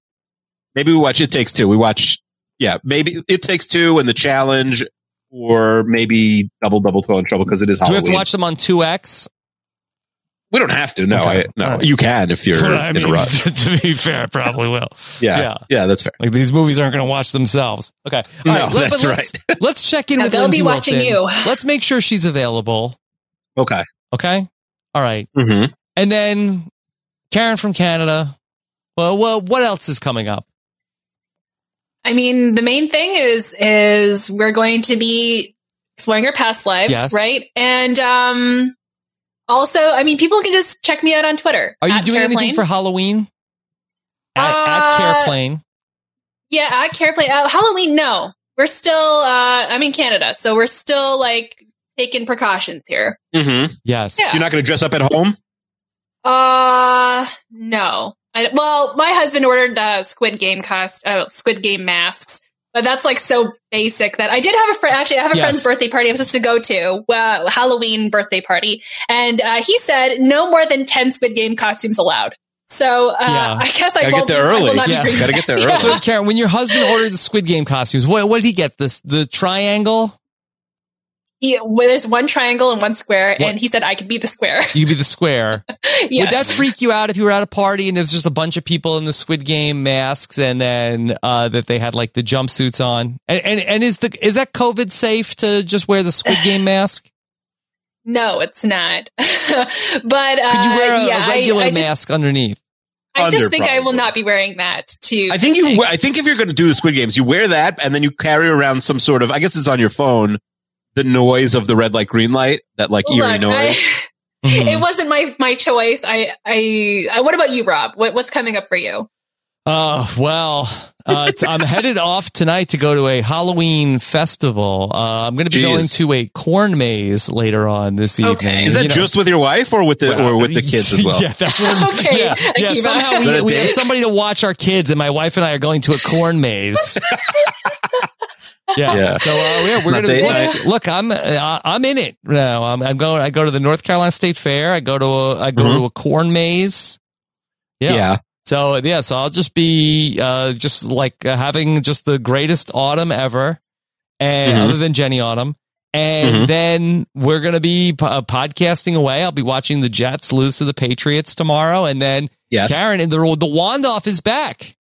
S5: Maybe we watch It Takes Two. We watch. Yeah, maybe It Takes Two and The Challenge, or maybe Double Double Toil and Trouble because it is
S4: Do we
S5: Halloween.
S4: have to watch them on 2X?
S5: We don't have to. No, I, no, you can if you're
S4: I
S5: in a
S4: mean,
S5: rush.
S4: to be fair, I probably will.
S5: Yeah,
S4: Yeah.
S5: yeah, that's fair.
S4: Like these movies aren't going to watch themselves. Okay.
S5: No,
S4: All right, let-
S5: that's
S4: but let's, Let's check in
S6: Now
S4: with
S6: they'll
S4: Lindsay
S6: be watching
S4: Wilson.
S6: you.
S4: Let's make sure she's available.
S5: Okay.
S4: Okay. All right.
S5: Mm-hmm.
S4: And then Karen from Canada. Well, well, what else is coming up?
S6: I mean, the main thing is is we're going to be exploring our past lives,
S4: Yes.
S6: right? And um Also, I mean, people can just check me out on Twitter.
S4: Are you
S6: at
S4: doing
S6: Careplane.
S4: anything for Halloween? At, at
S6: Uh,
S4: Careplane.
S6: Yeah, at Careplane. Uh, Halloween, no. We're still, uh, I'm in Canada, so we're still like taking precautions here.
S5: Mm-hmm.
S4: Yes.
S5: You're not going to dress up at home?
S6: Uh, no. I, well, my husband ordered uh, Squid Game cost, uh, Squid Game masks, but that's like so basic that I did have a friend. Actually, I have a
S1: Yes.
S6: friend's birthday party I was supposed to go to, uh, Halloween birthday party, and uh, he said no more than ten Squid Game costumes allowed. So uh, I guess I won't. be- I will not be bringing- Yeah.
S4: So, Karen, when your husband ordered the Squid Game costumes, what, what did he get? This the triangle?
S6: He, well, there's one triangle and one square, and he said I could be the square.
S4: You'd be the square.
S6: Yes.
S4: Would that freak you out if you were at a party and there's just a bunch of people in the Squid Game masks and then uh, that they had like the jumpsuits on? And, and and is the is that COVID safe to just wear the Squid Game mask?
S6: No, it's not. but uh,
S4: Could you wear a,
S6: yeah,
S4: a regular
S6: I, I just,
S4: mask underneath?
S6: I just
S5: Under,
S6: think I will not be wearing that to.
S5: I think you. I think if you're going to do the Squid Games, you wear that, and then you carry around some sort of. I guess it's on your phone. The noise of the red light, green light, that like eerie
S6: Look, I-
S5: noise.
S4: Mm-hmm.
S6: It wasn't my my choice. I, I I. What about you, Rob? What what's coming up for you?
S4: Uh, well, uh, t- I'm headed off tonight to go to a Halloween festival. Uh, I'm going to be
S5: Jeez.
S4: going to a corn maze later on this evening.
S5: Is that
S4: You know- uh,
S5: just with your wife or with the or with the kids as well?
S4: Yeah, that's what I'm-
S6: Okay,
S4: Yeah, yeah,
S6: Akiva.
S4: somehow
S5: Is that
S4: we,
S5: a
S4: we have
S5: date?
S4: somebody to watch our kids, and my wife and I are going to a corn maze. Yeah.
S5: Yeah.
S4: So uh, yeah, we're
S5: Not
S4: gonna
S5: date
S4: look,
S5: night.
S4: look. I'm uh, I'm in it now. I'm, I'm going. I go to the North Carolina State Fair. I go to a, I go
S5: Mm-hmm.
S4: to a corn maze. Yeah.
S5: Yeah.
S4: So yeah. So I'll just be uh, just like uh, having just the greatest autumn ever, and
S5: Mhm.
S4: other than Jenny Autumn. And
S5: Mhm.
S4: then we're gonna be po- uh, podcasting away. I'll be watching the Jets lose to the Patriots tomorrow, and then
S5: Yes.
S4: Karen and the the Wandoff is back.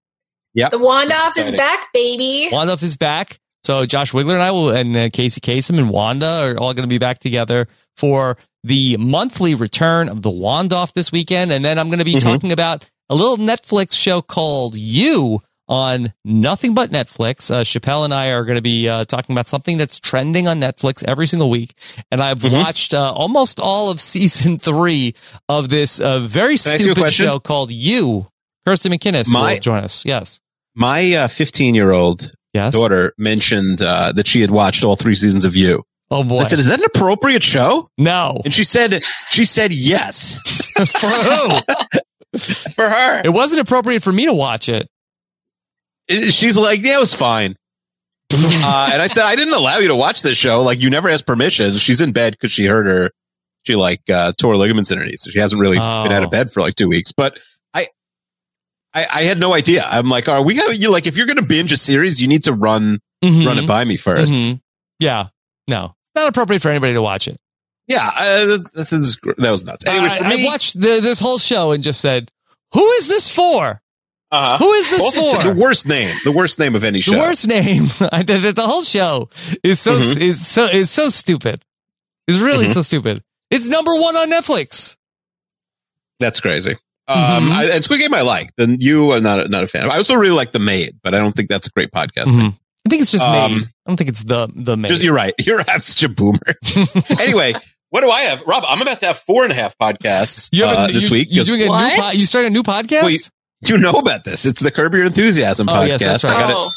S5: Yeah.
S6: The wand off is
S4: Exciting.
S6: back, baby.
S4: Wandoff is back. So Josh Wiggler and I will, and uh, Casey Kasem and Wanda are all going to be back together for the monthly return of the Wandoff this weekend, and then I'm going to be
S5: Mhm.
S4: talking about a little Netflix show called You on Nothing But Netflix. Uh, Chappelle and I are going to be uh, talking about something that's trending on Netflix every single week, and I've
S5: Mm-hmm.
S4: watched uh, almost all of season three of this uh, very
S5: Can I ask you a
S4: stupid
S5: question?
S4: show called You. Kirsten McInnes
S5: My-
S4: will join us. Yes.
S5: My 15 year old daughter mentioned uh, that she had watched all three seasons of You.
S4: Oh boy!
S5: I said, "Is that an appropriate show?"
S4: No.
S5: And she said, "She said yes."
S4: For who?
S5: for her.
S4: It wasn't appropriate for me to watch it.
S5: She's like, "Yeah, it was fine." uh, and I said, "I didn't allow you to watch this show. Like, you never asked permission." She's in bed because she hurt her. She like uh, tore ligaments in her knee, so she hasn't really been out
S4: Oh.
S5: of bed for like two weeks. But I, I, I had no idea. I'm like, "Are we going you like if you're going to binge a series, you need to run
S4: Mhm.
S5: run it by me Uh, 1st
S4: Mhm. Yeah. Mm-hmm. No. It's not appropriate for anybody to watch it.
S5: Yeah, uh, this is gr- that was nuts. Anyway,
S4: I,
S5: for
S4: I
S5: me,
S4: watched the, this whole show and just said, "Who is this for?"
S5: uh-huh.
S4: Who is this
S5: Also,
S4: for?
S5: The worst name, the worst name of any show.
S4: The worst name. I- the, the- the whole show is so
S5: Mhm.
S4: is so is so stupid. It's really
S5: Mhm.
S4: so stupid. It's number one on Netflix.
S5: That's crazy.
S4: Mm-hmm.
S5: Um, I, and Squid Game, I like. Then you are not not a fan. I also really like The Maid, but I don't think that's a great podcast.
S4: Mhm.
S5: name.
S4: I think it's just
S5: Um,
S4: made. I don't think it's the the made.
S5: Just, you're right. You're I'm such a boomer. anyway, what do I have, Rob? I'm about to have four and a half podcasts
S4: You have a-
S5: uh, this
S4: you-
S5: week.
S4: You're
S5: 'cause-
S4: doing a new. Po- you starting a new podcast?
S5: Well, you, you know about this. It's the Curb Your Enthusiasm
S4: Oh,
S5: podcast.
S4: yes, that's
S5: I,
S4: right.
S5: gotta-
S4: Oh.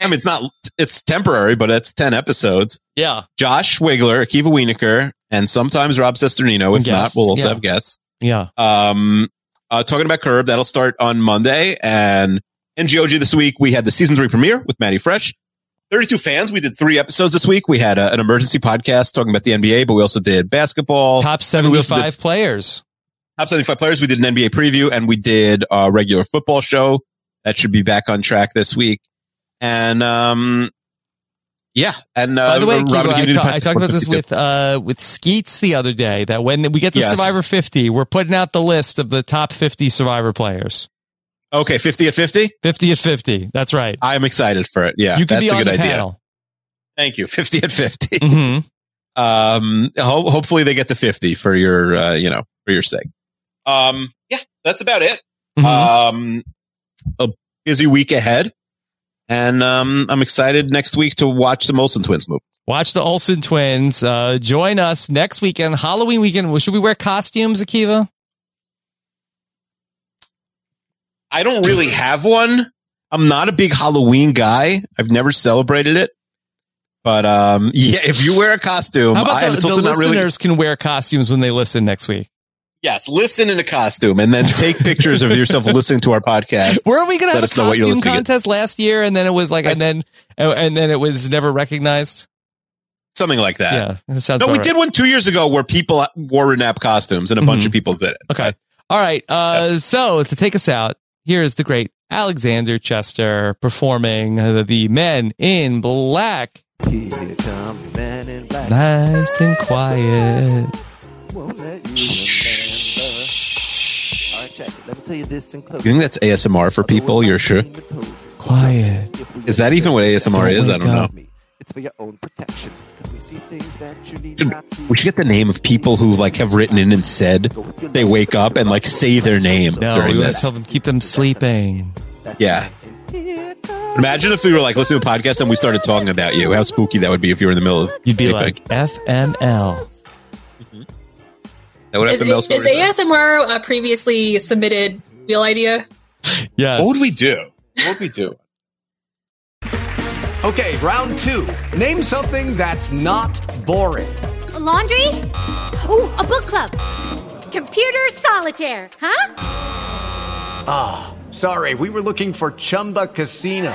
S5: I mean, it's not. It's temporary, but it's ten episodes.
S4: Yeah.
S5: Josh Wiggler, Akiva Wienerker, and sometimes Rob Sesternino. If
S4: Guests,
S5: not, we'll also
S4: yeah.
S5: have guests.
S4: yeah.
S5: Um, uh, talking about Curb, that'll start on Monday. And NGOG this week, we had the season three premiere with Maddie Fresh. 32 fans. We did three episodes this week. We had uh an emergency podcast talking about the NBA, but we also did basketball.
S4: Top
S5: And we also did
S4: 75 players.
S5: Top 75 players. We did an NBA preview and we did a regular football show. That should be back on track this week. And, um, yeah. And, uh,
S4: By the way,
S5: Robin,
S4: Kiva,
S5: give
S4: I,
S5: me the
S4: ta-
S5: podcast
S4: I talked about this
S5: 152.
S4: with uh, with Skeets the other day. That when we get to
S5: Yes.
S4: Survivor 50, we're putting out the list of the top 50 Survivor players.
S5: Okay, 50 at 50?
S4: 50 at 50. That's right.
S5: I'm excited for it. Yeah.
S4: You can
S5: that's
S4: be
S5: a
S4: on
S5: good
S4: the
S5: idea.
S4: panel.
S5: Thank you. 50 at 50.
S4: Mhm.
S5: Um, ho- hopefully they get to 50 for your, uh, you know, for your sake. Um, yeah, that's about it.
S4: Mm-hmm.
S5: Um, a busy week ahead. And, um, I'm excited next week to watch the Molson Twins movie.
S4: Watch the Olsen twins. Uh, join us next weekend, Halloween weekend. Should we wear costumes, Akiva?
S5: I don't really have one. I'm not a big Halloween guy. I've never celebrated it. But um, yeah, if you wear a costume,
S4: How about
S5: Um, I-
S4: the,
S5: it's
S4: the
S5: also not
S4: listeners
S5: really-
S4: can wear costumes when they listen next week?
S5: yes, listen in a costume and then take pictures of yourself listening to our podcast.
S4: Were we going to
S5: Let
S4: have a
S5: us know what you're
S4: costume
S5: listening to.
S4: contest last year, and then it was like, and then and then it was never recognized?
S5: Something like that.
S4: Yeah, sounds about
S5: no, we
S4: right. Mm-hmm.
S5: did one two years ago where people wore nap costumes and a bunch of people did it.
S4: Okay. All right. Uh, So to take us out, here is the great Alexander Chester performing uh, the Men in Black.
S1: Here come the man in black.
S4: Nice and quiet.
S1: Won't let you stand up. All right, check it. Let me tell you this in
S5: You
S1: close.
S5: think that's ASMR for people? You're sure?
S4: Quiet.
S5: Is that even what ASMR is? I don't know.
S1: It's for your own protection. 'Cause we see things that you need
S5: Should-
S1: not see.
S5: We should get the name of people who like have written in and said they wake up and like say their name
S4: No,
S5: during
S4: we want to
S5: this.
S4: tell them keep them sleeping.
S5: yeah. Imagine if we were like listening to a podcast and we started talking about you. How spooky that would be if you were in the middle of
S4: You'd be
S5: sleeping.
S4: like FML.
S5: that would
S6: Is,
S5: have
S6: is ASMR a uh, previously submitted real idea?
S4: Yes.
S5: What would we do? What would we do?
S10: Okay, round two. Name something that's not boring.
S7: laundry? Ooh, a book club. Computer solitaire, huh?
S10: Ah, sorry, we were looking for Chumba Casino.